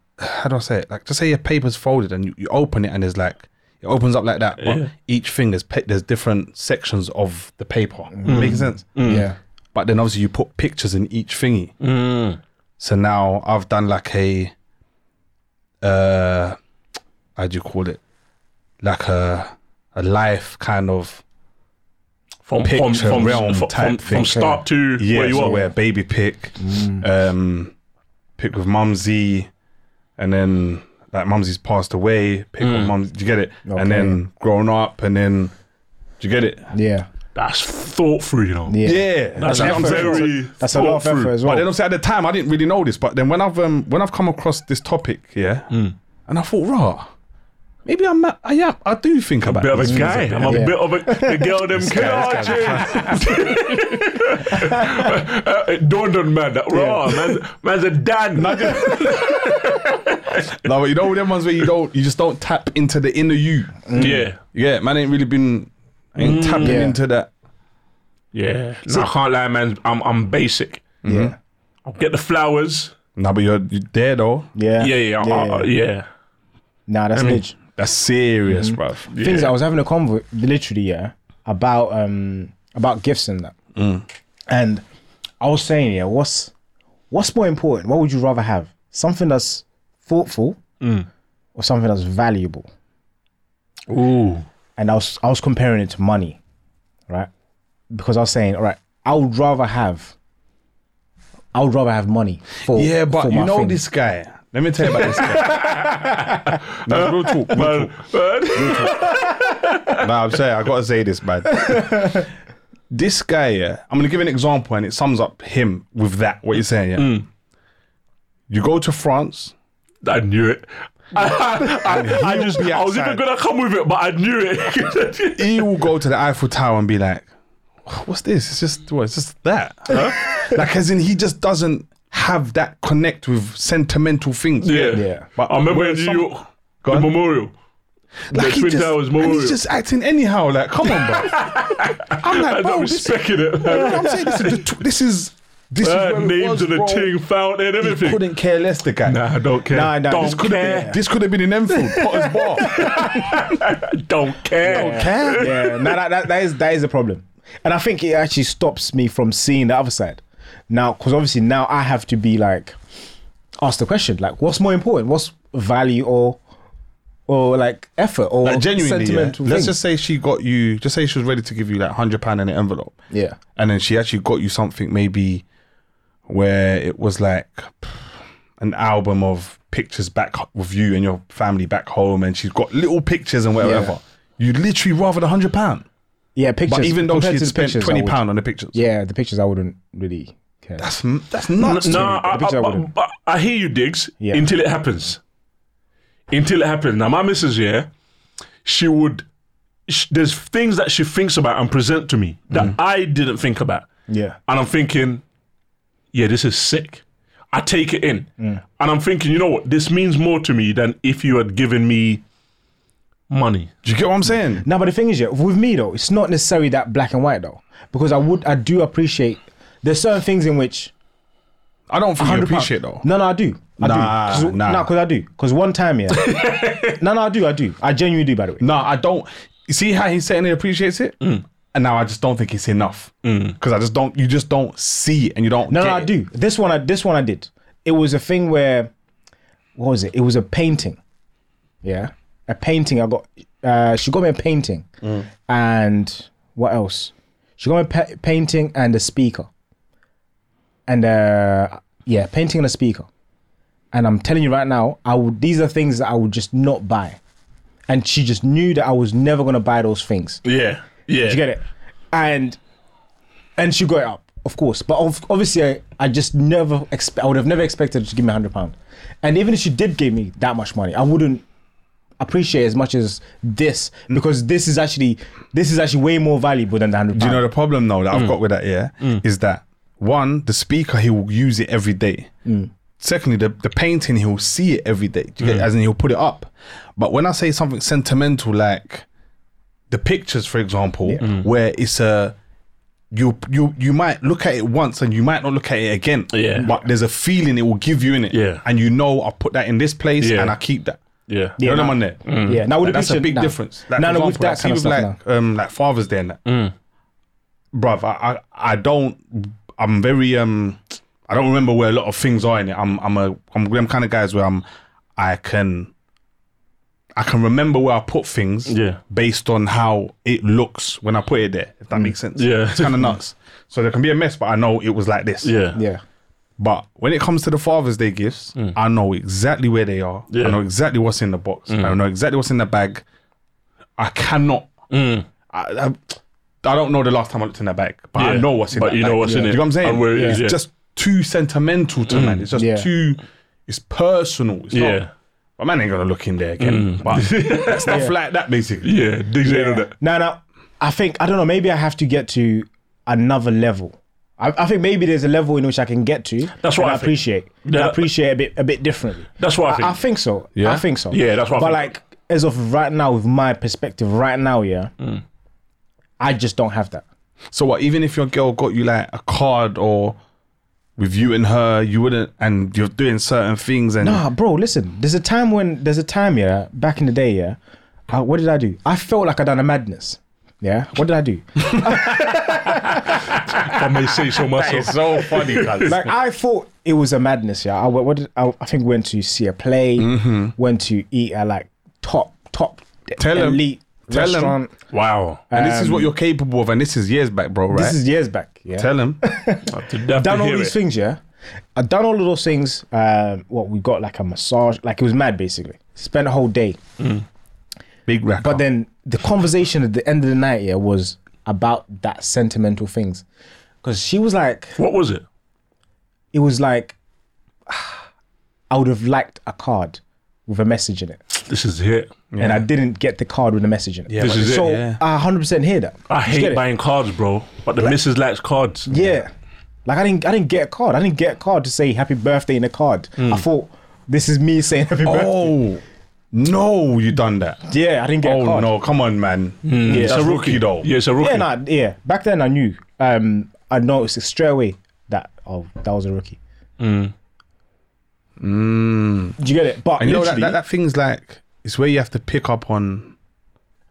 [SPEAKER 2] do I say it? Like, just say your paper's folded and you, you open it and there's like, it opens up like that, but each finger's pi- there's different sections of the paper. Makes sense?
[SPEAKER 1] Yeah.
[SPEAKER 2] But then obviously you put pictures in each thingy.
[SPEAKER 3] Mm.
[SPEAKER 2] So now I've done like a, uh, how do you call it? Like a, a life kind of
[SPEAKER 3] From from
[SPEAKER 2] Picture
[SPEAKER 3] from,
[SPEAKER 2] realm
[SPEAKER 3] from,
[SPEAKER 2] type
[SPEAKER 3] from, from
[SPEAKER 2] thing.
[SPEAKER 3] start to
[SPEAKER 2] yeah,
[SPEAKER 3] where you
[SPEAKER 2] so
[SPEAKER 3] are. Mm.
[SPEAKER 2] where baby pick, um, pick with mumsy, and then like mumsy's passed away, pick
[SPEAKER 3] Mm.
[SPEAKER 2] with mumsy. Do you get it?
[SPEAKER 1] Okay.
[SPEAKER 2] And then grown up, and then do you get it?
[SPEAKER 1] Yeah.
[SPEAKER 3] That's thought through, you know.
[SPEAKER 1] Yeah.
[SPEAKER 3] That's,
[SPEAKER 2] like, I'm
[SPEAKER 1] effort.
[SPEAKER 2] saying,
[SPEAKER 3] very
[SPEAKER 1] That's a lot of
[SPEAKER 3] thought through.
[SPEAKER 1] effort as
[SPEAKER 2] But
[SPEAKER 1] well.
[SPEAKER 2] then obviously at the time I didn't really know this, but then when I've um, when I've come across this topic, yeah,
[SPEAKER 3] Hmm.
[SPEAKER 2] and I thought, rah, maybe I'm not, I am I do think about
[SPEAKER 3] Bit of a
[SPEAKER 2] this.
[SPEAKER 3] guy. I'm a
[SPEAKER 1] Yeah.
[SPEAKER 3] bit of a the girl them
[SPEAKER 2] guy,
[SPEAKER 3] chain. Uh, It dawned on man that raw man's, man's a Dan.
[SPEAKER 2] No, but you know them ones where you don't you just don't tap into the inner you.
[SPEAKER 3] yeah.
[SPEAKER 2] Yeah, man ain't really been ain't
[SPEAKER 3] Mm.
[SPEAKER 2] tapping
[SPEAKER 1] Yeah.
[SPEAKER 2] into that.
[SPEAKER 3] Yeah. No, I can't lie, man. I'm I'm basic.
[SPEAKER 1] Yeah.
[SPEAKER 3] I'll get the flowers.
[SPEAKER 2] No, but you're, you're there though.
[SPEAKER 1] Yeah.
[SPEAKER 3] Yeah, yeah, yeah.
[SPEAKER 1] Yeah.
[SPEAKER 3] I, I, yeah.
[SPEAKER 1] Nah, that's niche.
[SPEAKER 2] That's serious,
[SPEAKER 3] Mm-hmm.
[SPEAKER 2] bruv.
[SPEAKER 1] Things I was having a convo literally, yeah, about um about gifts and that.
[SPEAKER 2] Mm.
[SPEAKER 1] And I was saying, yeah, what's what's more important? What would you rather have? Something that's thoughtful
[SPEAKER 2] Mm.
[SPEAKER 1] or something that's valuable?
[SPEAKER 3] Ooh.
[SPEAKER 1] and I was I was comparing it to money, right? Because I was saying, all right, I would rather have, I would rather have money for
[SPEAKER 2] Yeah,
[SPEAKER 1] for
[SPEAKER 2] but
[SPEAKER 1] my
[SPEAKER 2] you know
[SPEAKER 1] thing.
[SPEAKER 2] this guy. Let me tell you about this guy. no, real talk, real talk.
[SPEAKER 3] But
[SPEAKER 2] Nah, I'm sorry, I gotta say this, man. This guy, yeah, I'm gonna give an example, and it sums up him with that. What you're saying, yeah. You go to France,
[SPEAKER 3] I knew it. I, I, I just,
[SPEAKER 2] be
[SPEAKER 3] I was even
[SPEAKER 2] outside.
[SPEAKER 3] gonna come with it, but I knew it.
[SPEAKER 2] he will go to the Eiffel Tower and be like, "What's this? It's just what? It's just that." huh?" like, as in, he just doesn't have that connect with sentimental things.
[SPEAKER 3] yeah.
[SPEAKER 1] Yeah.
[SPEAKER 2] But
[SPEAKER 3] I remember in
[SPEAKER 2] when
[SPEAKER 3] New
[SPEAKER 2] some-
[SPEAKER 3] York,
[SPEAKER 2] Go
[SPEAKER 3] the
[SPEAKER 2] on.
[SPEAKER 3] memorial.
[SPEAKER 2] Like,
[SPEAKER 3] the
[SPEAKER 2] he
[SPEAKER 3] Twin
[SPEAKER 2] just-
[SPEAKER 3] Towers
[SPEAKER 2] and
[SPEAKER 3] memorial.
[SPEAKER 2] he's just acting anyhow. Like, come on, bro. I'm
[SPEAKER 3] I
[SPEAKER 2] like,
[SPEAKER 3] don't
[SPEAKER 2] bro, this,
[SPEAKER 3] respecting it. man.
[SPEAKER 2] I'm saying this is the tw- this is this
[SPEAKER 3] Uh,
[SPEAKER 2] is where it
[SPEAKER 3] names
[SPEAKER 2] was,
[SPEAKER 3] of the
[SPEAKER 2] bro.
[SPEAKER 3] ting, fountain,
[SPEAKER 2] He
[SPEAKER 3] everything.
[SPEAKER 2] couldn't care less. The guy.
[SPEAKER 3] Nah, I don't care.
[SPEAKER 1] Nah, nah,
[SPEAKER 3] don't
[SPEAKER 1] this
[SPEAKER 2] Could have
[SPEAKER 3] care.
[SPEAKER 2] been, this could have been in Enfield, Potter's Bar.
[SPEAKER 3] Don't care.
[SPEAKER 2] Care?
[SPEAKER 1] yeah, no, that, that, that is that is a problem, and I think it actually stops me from seeing the other side. Now, because obviously now I have to be like, ask the question like, what's more important? What's value or or like effort or
[SPEAKER 2] Like, genuinely, yeah.
[SPEAKER 1] sentimental?
[SPEAKER 2] let's
[SPEAKER 1] thing?
[SPEAKER 2] just say she got you. Just say she was ready to give you like hundred pound in an envelope.
[SPEAKER 1] yeah,
[SPEAKER 2] and then she actually got you something maybe where it was like an album of pictures back with you and your family back home and she's got little pictures and whatever you'd literally rather the 100 pound
[SPEAKER 1] yeah. Pictures,
[SPEAKER 2] but even though
[SPEAKER 1] compared
[SPEAKER 2] she
[SPEAKER 1] to
[SPEAKER 2] had
[SPEAKER 1] the
[SPEAKER 2] spent
[SPEAKER 1] pictures, I
[SPEAKER 2] 20
[SPEAKER 1] would-
[SPEAKER 2] pound on the pictures
[SPEAKER 1] Yeah, the pictures I wouldn't really care.
[SPEAKER 2] that's that's nuts
[SPEAKER 3] No,
[SPEAKER 2] to me.
[SPEAKER 3] I, I,
[SPEAKER 1] The picture I
[SPEAKER 3] but-
[SPEAKER 1] wouldn't.
[SPEAKER 3] but I hear you, Diggs,
[SPEAKER 1] Yeah.
[SPEAKER 3] until it happens. Until it happens. Now, my missus, yeah, she would, sh there's things that she thinks about and present to me that I didn't think about.
[SPEAKER 1] yeah,
[SPEAKER 3] And I'm thinking, yeah, this is sick. I take it in. And I'm thinking, you know what? This means more to me than if you had given me money.
[SPEAKER 2] do you get what i'm saying
[SPEAKER 1] No, but the thing is, yeah, with me though, it's not necessarily that black and white though, because I would, I do appreciate. There's certain things in which
[SPEAKER 2] i don't think you
[SPEAKER 1] 100 pound-
[SPEAKER 2] appreciate though
[SPEAKER 1] No, no, I do. I
[SPEAKER 2] Nah,
[SPEAKER 1] do. Cause,
[SPEAKER 2] nah.
[SPEAKER 1] nah, 'cause I do. Because one time, yeah. no, no, I do. I do. I genuinely do. By the way,
[SPEAKER 2] no i don't you see how he's saying he appreciates it and now i just don't think it's enough because i just don't you just don't see it and you don't
[SPEAKER 1] no,
[SPEAKER 2] get
[SPEAKER 1] no, I
[SPEAKER 2] it.
[SPEAKER 1] do. This one, I this one I did. It was a thing where, what was it? It was a painting. Yeah, a painting. I got. Uh, she got me a painting, and what else? She got me a pa- painting and a speaker, and uh, yeah, painting and a speaker. And I'm telling you right now, I would. These are things that I would just not buy, and she just knew that I was never gonna buy those things.
[SPEAKER 3] Yeah. Yeah.
[SPEAKER 1] Do you get it? And and she got it up, of course. But of, obviously, I, I just never expe- I would have never expected her to give me a hundred pound. And even if she did give me that much money, I wouldn't appreciate as much as this
[SPEAKER 2] Mm.
[SPEAKER 1] because this is actually this is actually way more valuable than the hundred.
[SPEAKER 2] Do you know the problem though that
[SPEAKER 3] Mm.
[SPEAKER 2] I've got with that? Yeah, is that one the speaker he will use it every day.
[SPEAKER 3] Mm.
[SPEAKER 2] Secondly, the, the painting he will see it every day. Do you get, As in he'll put it up. But when I say something sentimental like the pictures, for example,
[SPEAKER 3] Mm.
[SPEAKER 2] where it's a you you you might look at it once and you might not look at it again.
[SPEAKER 3] Yeah.
[SPEAKER 2] But there's a feeling it will give you in it.
[SPEAKER 3] Yeah.
[SPEAKER 2] And you know I put that in this place
[SPEAKER 3] Yeah.
[SPEAKER 2] and I keep that.
[SPEAKER 3] Yeah. Mm.
[SPEAKER 2] You know
[SPEAKER 1] nah.
[SPEAKER 2] them on there.
[SPEAKER 1] Yeah, now with the
[SPEAKER 2] That's a
[SPEAKER 1] picture-
[SPEAKER 2] big
[SPEAKER 1] nah.
[SPEAKER 2] difference. Like,
[SPEAKER 1] Nah,
[SPEAKER 2] for
[SPEAKER 1] no, with
[SPEAKER 2] example,
[SPEAKER 1] that
[SPEAKER 2] like,
[SPEAKER 1] kind of
[SPEAKER 2] see with,
[SPEAKER 1] stuff,
[SPEAKER 2] like, um, like Father's Day and that.
[SPEAKER 3] Mm.
[SPEAKER 2] Bruv, I, I, I don't. I'm very um. I don't remember where a lot of things are in it. I'm I'm a I'm them kind of guys where I'm I can I can remember where I put things
[SPEAKER 3] Yeah.
[SPEAKER 2] based on how it looks when I put it there. If that makes sense.
[SPEAKER 3] Yeah.
[SPEAKER 2] It's kind of nuts. So there can be a mess, but I know it was like this.
[SPEAKER 3] Yeah.
[SPEAKER 1] Yeah,
[SPEAKER 2] But when it comes to the Father's Day gifts, I know exactly where they are.
[SPEAKER 3] Mm. Yeah. Mm.
[SPEAKER 2] I know exactly what's in the box. I know exactly what's in the bag. I cannot.
[SPEAKER 3] Mm.
[SPEAKER 2] I, I, I don't know the last time I looked in that bag, but I
[SPEAKER 3] Yeah.
[SPEAKER 2] know what's in.
[SPEAKER 3] But
[SPEAKER 2] that
[SPEAKER 3] you know
[SPEAKER 2] bag.
[SPEAKER 3] what's in
[SPEAKER 2] Do
[SPEAKER 3] it
[SPEAKER 2] You know what I'm saying?
[SPEAKER 3] and where it is,
[SPEAKER 2] it's
[SPEAKER 3] yeah. Mm.
[SPEAKER 2] just too sentimental to man. It's just
[SPEAKER 1] Yeah.
[SPEAKER 2] too. It's personal. It's yeah.
[SPEAKER 3] Yeah. Mm.
[SPEAKER 2] Not, my man ain't gonna look in there again. But stuff like that, basically.
[SPEAKER 3] Yeah. Diggs ain't on that.
[SPEAKER 1] No, no. I think I don't know. Maybe I have to get to another level. I, I think maybe there's a level in which I can get to.
[SPEAKER 3] That's
[SPEAKER 1] and
[SPEAKER 3] what I
[SPEAKER 1] I
[SPEAKER 3] think.
[SPEAKER 1] appreciate. And I
[SPEAKER 3] Yeah.
[SPEAKER 1] appreciate a bit a bit differently.
[SPEAKER 3] That's what I think.
[SPEAKER 1] I think so.
[SPEAKER 2] Yeah?
[SPEAKER 1] I think so.
[SPEAKER 3] Yeah, that's what I
[SPEAKER 1] But
[SPEAKER 3] think.
[SPEAKER 1] like, as of right now, with my perspective, right now, yeah,
[SPEAKER 3] Mm.
[SPEAKER 1] I just don't have that.
[SPEAKER 2] So what? Even if your girl got you like a card or with you and her, you wouldn't, and you're doing certain things, and
[SPEAKER 1] Ah, bro, listen. There's a time when there's a time, yeah, back in the day, yeah. Uh, what did I do? I felt like I done a madness. Yeah. What did I do?
[SPEAKER 3] If I may say so myself.
[SPEAKER 2] It's so funny, cuz.
[SPEAKER 1] like I thought it was a madness. Yeah, I went. What did, I, I think we went to see a play. Went to eat at like top top
[SPEAKER 2] Mm-hmm. Tell 'em.
[SPEAKER 1] elite
[SPEAKER 2] Tell 'em.
[SPEAKER 1] restaurant.
[SPEAKER 3] wow.
[SPEAKER 2] and this is what you're capable of, and this is years back, bro, right?
[SPEAKER 1] Um, This is years back. Yeah,
[SPEAKER 2] Tell him.
[SPEAKER 1] done all these things. Yeah, I done all of those things. Um, what we got like a massage. Like it was mad. Basically, spent a whole day.
[SPEAKER 2] Big rack.
[SPEAKER 1] But then the conversation at the end of the night, yeah, was about that sentimental things. Because she was like,
[SPEAKER 3] What was it?
[SPEAKER 1] it was like, I would have liked a card with a message in it.
[SPEAKER 3] This is it.
[SPEAKER 1] And I didn't get the card with a message in it.
[SPEAKER 3] This is it,
[SPEAKER 1] so
[SPEAKER 2] yeah.
[SPEAKER 1] I 100% hear that.
[SPEAKER 3] I
[SPEAKER 1] You get
[SPEAKER 3] hate
[SPEAKER 1] it?
[SPEAKER 3] buying cards, bro. But the missus likes cards.
[SPEAKER 1] Yeah. Like I didn't I didn't get a card. I didn't get a card to say happy birthday in a card.
[SPEAKER 3] Mm.
[SPEAKER 1] I thought this is me saying happy birthday.
[SPEAKER 2] Oh no, you done that.
[SPEAKER 1] Yeah, I didn't get a
[SPEAKER 2] Oh
[SPEAKER 1] card.
[SPEAKER 2] no, come on, man.
[SPEAKER 1] Yeah.
[SPEAKER 2] That's rookie though.
[SPEAKER 3] Yeah, it's a rookie.
[SPEAKER 1] Yeah, nah, yeah. Back then I knew. Um I noticed it straight away that oh that was a rookie. Mm. Do you get it? But
[SPEAKER 2] And you know that,
[SPEAKER 1] literally,
[SPEAKER 2] that that thing's like it's where you have to pick up on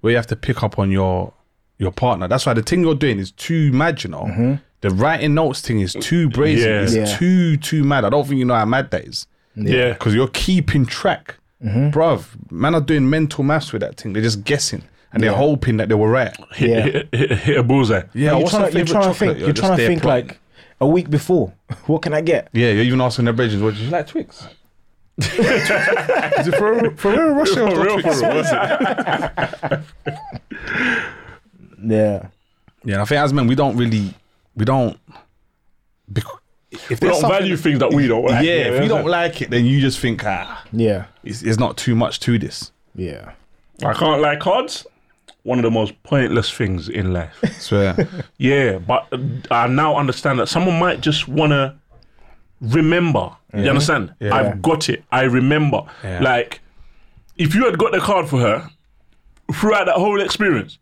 [SPEAKER 2] where you have to pick up on your your partner. That's why the thing you're doing is too mad, you know. The writing notes thing is too brazen.
[SPEAKER 3] Yeah.
[SPEAKER 2] It's
[SPEAKER 1] Mm-hmm. Yeah.
[SPEAKER 2] too too mad. I don't think you know how mad that is.
[SPEAKER 3] yeah.
[SPEAKER 2] Because you're keeping track. Bruv, man are doing mental maths with that thing. They're just guessing and they're hoping that they were right.
[SPEAKER 1] Yeah.
[SPEAKER 3] Hit, hit, hit a bullseye.
[SPEAKER 2] Yeah,
[SPEAKER 1] you're
[SPEAKER 2] what's
[SPEAKER 1] trying,
[SPEAKER 2] her
[SPEAKER 1] to- you're trying
[SPEAKER 2] favourite
[SPEAKER 1] to
[SPEAKER 2] chocolate?
[SPEAKER 1] think you're
[SPEAKER 2] just
[SPEAKER 1] trying to
[SPEAKER 2] there
[SPEAKER 1] think
[SPEAKER 2] plotting.
[SPEAKER 1] like a week before, what can I get?
[SPEAKER 2] Yeah, you're even asking their bridges, what do you like Twix? Is it for, for real Russia or
[SPEAKER 3] For real,
[SPEAKER 2] Twix?
[SPEAKER 3] for real.
[SPEAKER 1] Yeah.
[SPEAKER 2] Yeah, and I think as men, we don't really, we don't. Bec- if
[SPEAKER 3] We
[SPEAKER 2] there's
[SPEAKER 3] don't
[SPEAKER 2] something-
[SPEAKER 3] value things that we don't
[SPEAKER 2] yeah,
[SPEAKER 3] like.
[SPEAKER 2] if you don't like it, then you just think, ah,
[SPEAKER 1] Yeah.
[SPEAKER 2] it's, it's not too much to this.
[SPEAKER 1] Yeah.
[SPEAKER 3] I can't like cards. One of the most pointless things in life.
[SPEAKER 2] Swear.
[SPEAKER 3] Yeah, but uh, I now understand that someone might just want to remember. You understand? I've got it. I remember.
[SPEAKER 2] Yeah.
[SPEAKER 3] Like, if you had got the card for her throughout that whole experience,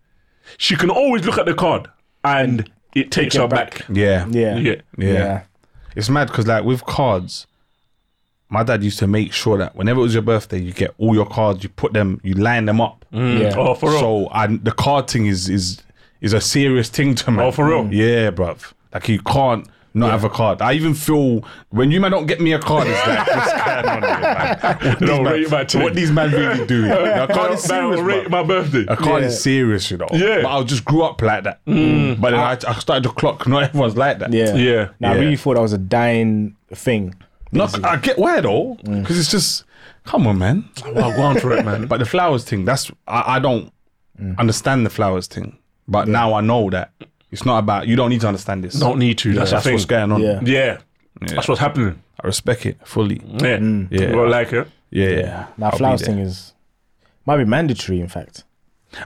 [SPEAKER 3] she can always look at the card and it takes
[SPEAKER 1] it
[SPEAKER 3] her
[SPEAKER 1] back.
[SPEAKER 3] back.
[SPEAKER 2] yeah.
[SPEAKER 1] Yeah.
[SPEAKER 3] Yeah.
[SPEAKER 2] Yeah. It's mad because like with cards, my dad used to make sure that whenever it was your birthday, you get all your cards, you put them, you line them up.
[SPEAKER 1] Yeah.
[SPEAKER 3] Oh, for real.
[SPEAKER 2] So and the card thing is is is a serious thing to me.
[SPEAKER 3] Oh, for real?
[SPEAKER 2] Yeah, bruv. Like you can't not have a card. I even feel when you man don't get me a card, it's like what's going on here, man? What,
[SPEAKER 3] No,
[SPEAKER 2] these,
[SPEAKER 3] rate my
[SPEAKER 2] man,
[SPEAKER 3] team.
[SPEAKER 2] what these man really doing? A
[SPEAKER 3] Man,
[SPEAKER 2] card is
[SPEAKER 3] man,
[SPEAKER 2] serious,
[SPEAKER 3] rate
[SPEAKER 2] bruv.
[SPEAKER 3] my birthday.
[SPEAKER 2] A card
[SPEAKER 1] Yeah.
[SPEAKER 2] is serious, you know.
[SPEAKER 3] Yeah. Mm.
[SPEAKER 2] But I just grew up like that. But then I, I started to clock. Not everyone's like that.
[SPEAKER 1] Yeah.
[SPEAKER 3] Yeah.
[SPEAKER 1] Now, I
[SPEAKER 2] Yeah.
[SPEAKER 1] really thought that was a dying thing.
[SPEAKER 2] No, I get why though, because it's just come on, man.
[SPEAKER 3] Well, go on for it, man.
[SPEAKER 2] But the flowers thing, that's I, I don't understand the flowers thing. But now I know that it's not about you. Don't need to understand this.
[SPEAKER 3] Don't need to. That's,
[SPEAKER 2] that's
[SPEAKER 3] the thing.
[SPEAKER 2] what's going on.
[SPEAKER 1] Yeah.
[SPEAKER 3] yeah. That's what's happening.
[SPEAKER 2] I respect it fully.
[SPEAKER 3] Yeah.
[SPEAKER 2] Yeah.
[SPEAKER 3] You don't like it.
[SPEAKER 2] Yeah, yeah.
[SPEAKER 1] Now,
[SPEAKER 2] I'll be
[SPEAKER 1] flowers
[SPEAKER 2] there.
[SPEAKER 1] thing is might be mandatory, in fact.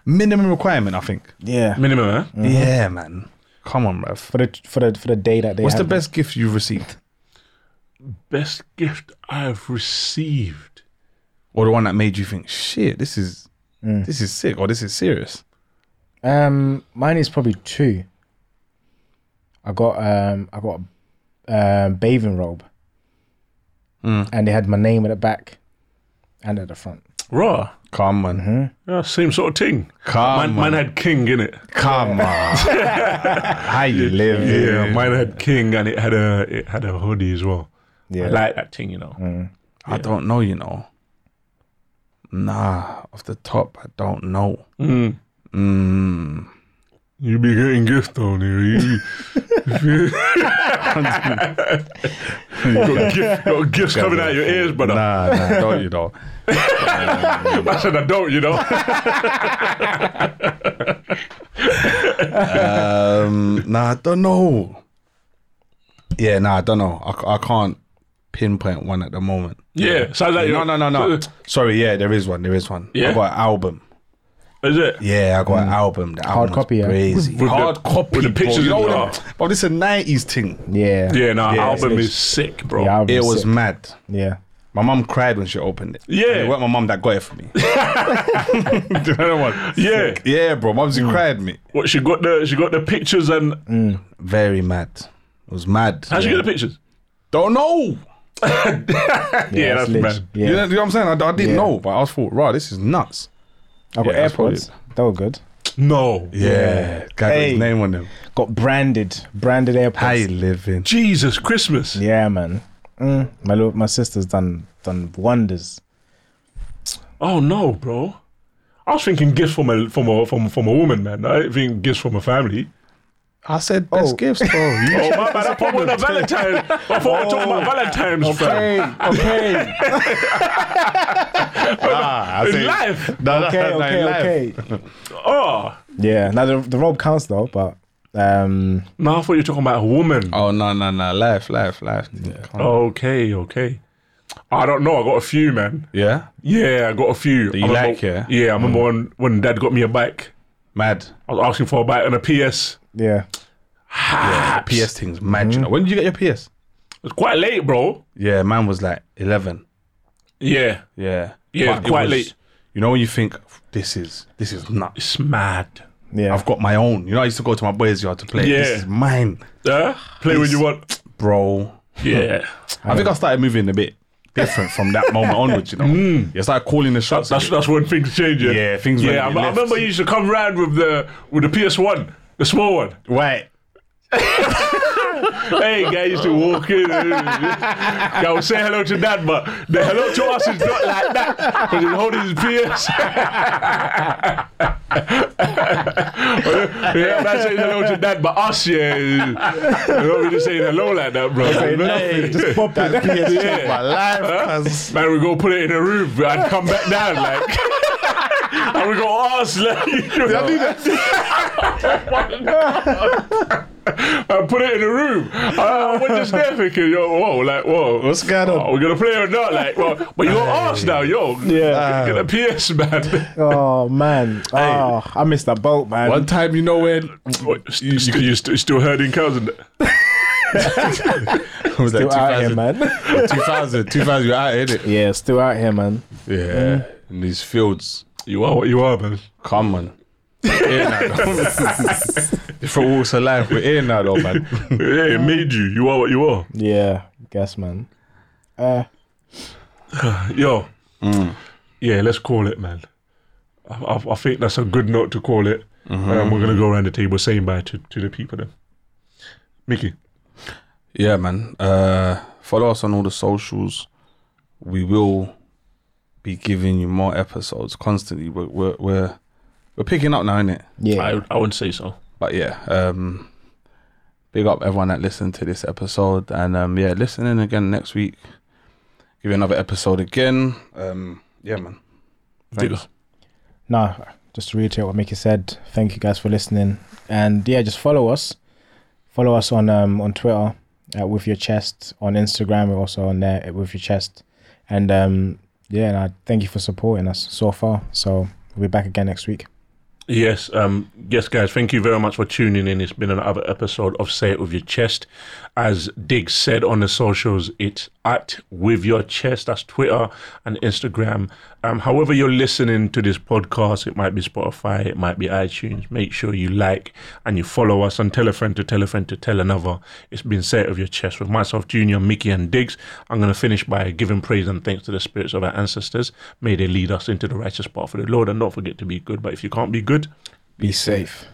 [SPEAKER 2] minimum requirement. I think.
[SPEAKER 1] Yeah.
[SPEAKER 3] Minimum, eh?
[SPEAKER 2] Yeah, man. Come on, bruv.
[SPEAKER 1] For the for the for the day that they.
[SPEAKER 2] What's the
[SPEAKER 1] had it.
[SPEAKER 2] best gift you've received,
[SPEAKER 3] Best gift I've received.
[SPEAKER 2] or the one that made you think, shit, this is this is sick, or this is serious?
[SPEAKER 1] Um, mine is probably two. I got um I got a um, bathing robe,
[SPEAKER 2] Mm.
[SPEAKER 1] and they had my name at the back, and at the front.
[SPEAKER 3] Raw.
[SPEAKER 2] Come on,
[SPEAKER 3] Yeah, same sort of thing.
[SPEAKER 2] Come
[SPEAKER 3] mine, mine
[SPEAKER 2] on.
[SPEAKER 3] had king in it.
[SPEAKER 2] come on. How you live?
[SPEAKER 3] Yeah, mine had king and it had a it had a hoodie as well. I
[SPEAKER 1] Yeah.
[SPEAKER 3] like that thing, you know.
[SPEAKER 2] Mm. I don't know, you know. Nah, off the top, I don't know.
[SPEAKER 3] You be getting gifts on here. You, got, gift, got gifts coming out your ears, uh, brother.
[SPEAKER 2] Nah, nah, don't you know?
[SPEAKER 3] That's an adult, you know.
[SPEAKER 2] Um, nah, I don't know. Yeah, nah, I don't know. I, c- I can't pinpoint one at the moment.
[SPEAKER 3] yeah, sounds like
[SPEAKER 2] No,
[SPEAKER 3] you're-
[SPEAKER 2] no, no, no. Sorry, yeah, there is one. There is one.
[SPEAKER 3] Yeah?
[SPEAKER 2] I got an album.
[SPEAKER 3] Is it?
[SPEAKER 2] Yeah, I got an album. The album was
[SPEAKER 1] copy, yeah.
[SPEAKER 2] crazy.
[SPEAKER 3] the-
[SPEAKER 2] Hard copy.
[SPEAKER 3] with the
[SPEAKER 2] bro.
[SPEAKER 3] pictures
[SPEAKER 2] You know
[SPEAKER 3] in the
[SPEAKER 2] what?
[SPEAKER 3] art.
[SPEAKER 2] Bro, this is a nineties thing.
[SPEAKER 1] Yeah.
[SPEAKER 3] Yeah, no,
[SPEAKER 2] Yeah,
[SPEAKER 3] album
[SPEAKER 1] it's-
[SPEAKER 3] is sick, bro.
[SPEAKER 1] The album
[SPEAKER 2] It was
[SPEAKER 1] sick.
[SPEAKER 2] mad.
[SPEAKER 1] yeah.
[SPEAKER 2] My mum cried when she opened it.
[SPEAKER 3] Yeah.
[SPEAKER 2] And it wasn't my mum that got it for me. the other one.
[SPEAKER 3] Yeah.
[SPEAKER 2] Yeah, bro. Mumsy
[SPEAKER 3] Mm.
[SPEAKER 2] cried me.
[SPEAKER 3] What she got the she got the pictures and
[SPEAKER 2] Very mad. It was mad.
[SPEAKER 3] how'd you get the pictures?
[SPEAKER 2] Don't know.
[SPEAKER 3] Yeah, that's
[SPEAKER 1] lit.
[SPEAKER 3] mad.
[SPEAKER 1] Yeah.
[SPEAKER 2] You, know, you know what I'm saying? I, I didn't
[SPEAKER 1] Yeah.
[SPEAKER 2] know, but I was thought, raw, this is nuts.
[SPEAKER 1] I got
[SPEAKER 2] Yeah, that's probably
[SPEAKER 1] AirPods. They were good.
[SPEAKER 3] No.
[SPEAKER 2] Yeah. Guy got
[SPEAKER 1] Hey.
[SPEAKER 2] his name on them.
[SPEAKER 1] Got branded, branded AirPods.
[SPEAKER 2] How you living?
[SPEAKER 3] Jesus Christmas.
[SPEAKER 1] Yeah, man. Mm, my little, my sister's done done wonders.
[SPEAKER 3] Oh no, bro. I was thinking gifts from a from a from, from a woman, man. I didn't think gifts from a family.
[SPEAKER 2] I said best
[SPEAKER 1] Oh.
[SPEAKER 2] gifts, bro. You
[SPEAKER 3] Oh, my bad. I thought we were on a Valentine. I thought we were talking
[SPEAKER 2] Oh.
[SPEAKER 3] about Valentine's, fam.
[SPEAKER 1] okay,
[SPEAKER 4] Ah, I
[SPEAKER 3] It's
[SPEAKER 4] see.
[SPEAKER 3] live.
[SPEAKER 4] No, that's
[SPEAKER 1] okay,
[SPEAKER 4] not
[SPEAKER 1] okay,
[SPEAKER 4] live.
[SPEAKER 1] okay.
[SPEAKER 3] Oh,
[SPEAKER 1] Yeah. Now the the robe counts though, but um,
[SPEAKER 3] no, I thought you were talking about a woman.
[SPEAKER 2] Oh no, no, no. Life, life, life. Oh. Yeah.
[SPEAKER 3] Okay, okay. I don't know. I got a few, man. Yeah, I got a few.
[SPEAKER 2] you
[SPEAKER 3] I remember-
[SPEAKER 2] like, Mm. yeah?
[SPEAKER 3] Yeah, I remember when, when dad got me a bike.
[SPEAKER 2] Mad.
[SPEAKER 3] I was asking for a bike and a PS.
[SPEAKER 1] yeah.
[SPEAKER 2] PS things, mad. You know. When did you get your PS?
[SPEAKER 3] It's quite late, bro.
[SPEAKER 2] Yeah, mine was like eleven.
[SPEAKER 3] Yeah.
[SPEAKER 2] Yeah.
[SPEAKER 3] Yeah,
[SPEAKER 2] But
[SPEAKER 3] it's
[SPEAKER 2] it
[SPEAKER 3] quite
[SPEAKER 2] was-
[SPEAKER 3] late.
[SPEAKER 2] You know when you think this is this is nuts.
[SPEAKER 3] It's mad.
[SPEAKER 1] Yeah.
[SPEAKER 2] I've got my own. You know, I used to go to my boys' yard to play.
[SPEAKER 3] Yeah.
[SPEAKER 2] This is mine,
[SPEAKER 3] Yeah? Play when you want.
[SPEAKER 2] bro.
[SPEAKER 3] Yeah.
[SPEAKER 2] I think I started moving a bit different from that moment onwards. You know, yeah, I started calling the shots. a
[SPEAKER 3] That's
[SPEAKER 2] bit.
[SPEAKER 3] that's when things change.
[SPEAKER 2] Yeah, things
[SPEAKER 3] Yeah, I,
[SPEAKER 2] went a bit
[SPEAKER 3] I
[SPEAKER 2] left.
[SPEAKER 3] remember you used to come round with the with the PS One, the small one.
[SPEAKER 2] right.
[SPEAKER 3] hey, guy used to walk in. Guy would say hello to dad, but the hello to us is not like that because he's holding his PS. yeah, man says hello to dad, but us, yeah, we're not really saying hello like that, bro.
[SPEAKER 2] Hey, just pop that PS yeah. my life, cause
[SPEAKER 3] Man, we go put it in a room and come back down, like. and we go ass, like. You know? and put it in a room. I, I went just there thinking, yo, whoa, like, whoa.
[SPEAKER 2] what's going
[SPEAKER 1] Oh,
[SPEAKER 2] on?
[SPEAKER 3] Are we gonna play or not? Like, well, but you got asked now, yo.
[SPEAKER 1] Yeah.
[SPEAKER 3] Get a PS, man.
[SPEAKER 1] oh man. Oh, I missed that boat, man.
[SPEAKER 2] One time, you know when
[SPEAKER 3] What, you, you, you st- still herding cows and
[SPEAKER 2] it was
[SPEAKER 1] Still
[SPEAKER 2] like
[SPEAKER 1] out here,
[SPEAKER 2] 2000,
[SPEAKER 1] man.
[SPEAKER 2] 2000, 2000, you're out, innit?
[SPEAKER 1] yeah, still out here, man.
[SPEAKER 2] Yeah, in these fields.
[SPEAKER 3] You are what you are, man.
[SPEAKER 2] Come on. We're here now, though. Different walks of life. We're here now, though, man.
[SPEAKER 3] Yeah, it made you. You are what you are.
[SPEAKER 1] Yeah, guess, man. Uh,
[SPEAKER 3] Yo. Yeah, let's call it, man. I, I, I think that's a good note to call it. Um, we're gonna go around the table saying bye to, to the people then. Mickey.
[SPEAKER 2] Yeah, man. Uh, follow us on all the socials. We will be giving you more episodes constantly. We're we're we're, we're picking up now, innit?
[SPEAKER 1] yeah.
[SPEAKER 3] I wouldn't say so.
[SPEAKER 2] But yeah, um, big up everyone that listened to this episode, and um, yeah, listen in again next week. Give you another episode again. Um, yeah, man.
[SPEAKER 3] Bigger.
[SPEAKER 1] Nah, just to reiterate what Mickey said, thank you guys for listening. And yeah, just follow us. Follow us on um on Twitter at with your chest, on Instagram, we're also on there at with your chest. And um yeah, and I thank you for supporting us so far. So we'll be back again next week.
[SPEAKER 3] Yes, um, yes, guys. Thank you very much for tuning in. It's been another episode of Say It With Your Chest. As Diggs said on the socials, it's at With Your Chest. That's Twitter and Instagram. Um, however, you're listening to this podcast, it might be Spotify, it might be iTunes. Make sure you like and you follow us and tell a friend to tell a friend to tell another. It's been Say It With Your Chest with myself, Junior, Mickey, and Diggs. I'm going to finish by giving praise and thanks to the spirits of our ancestors. May they lead us into the righteous path for the Lord. And don't forget to be good. But if you can't be good,
[SPEAKER 1] Be safe.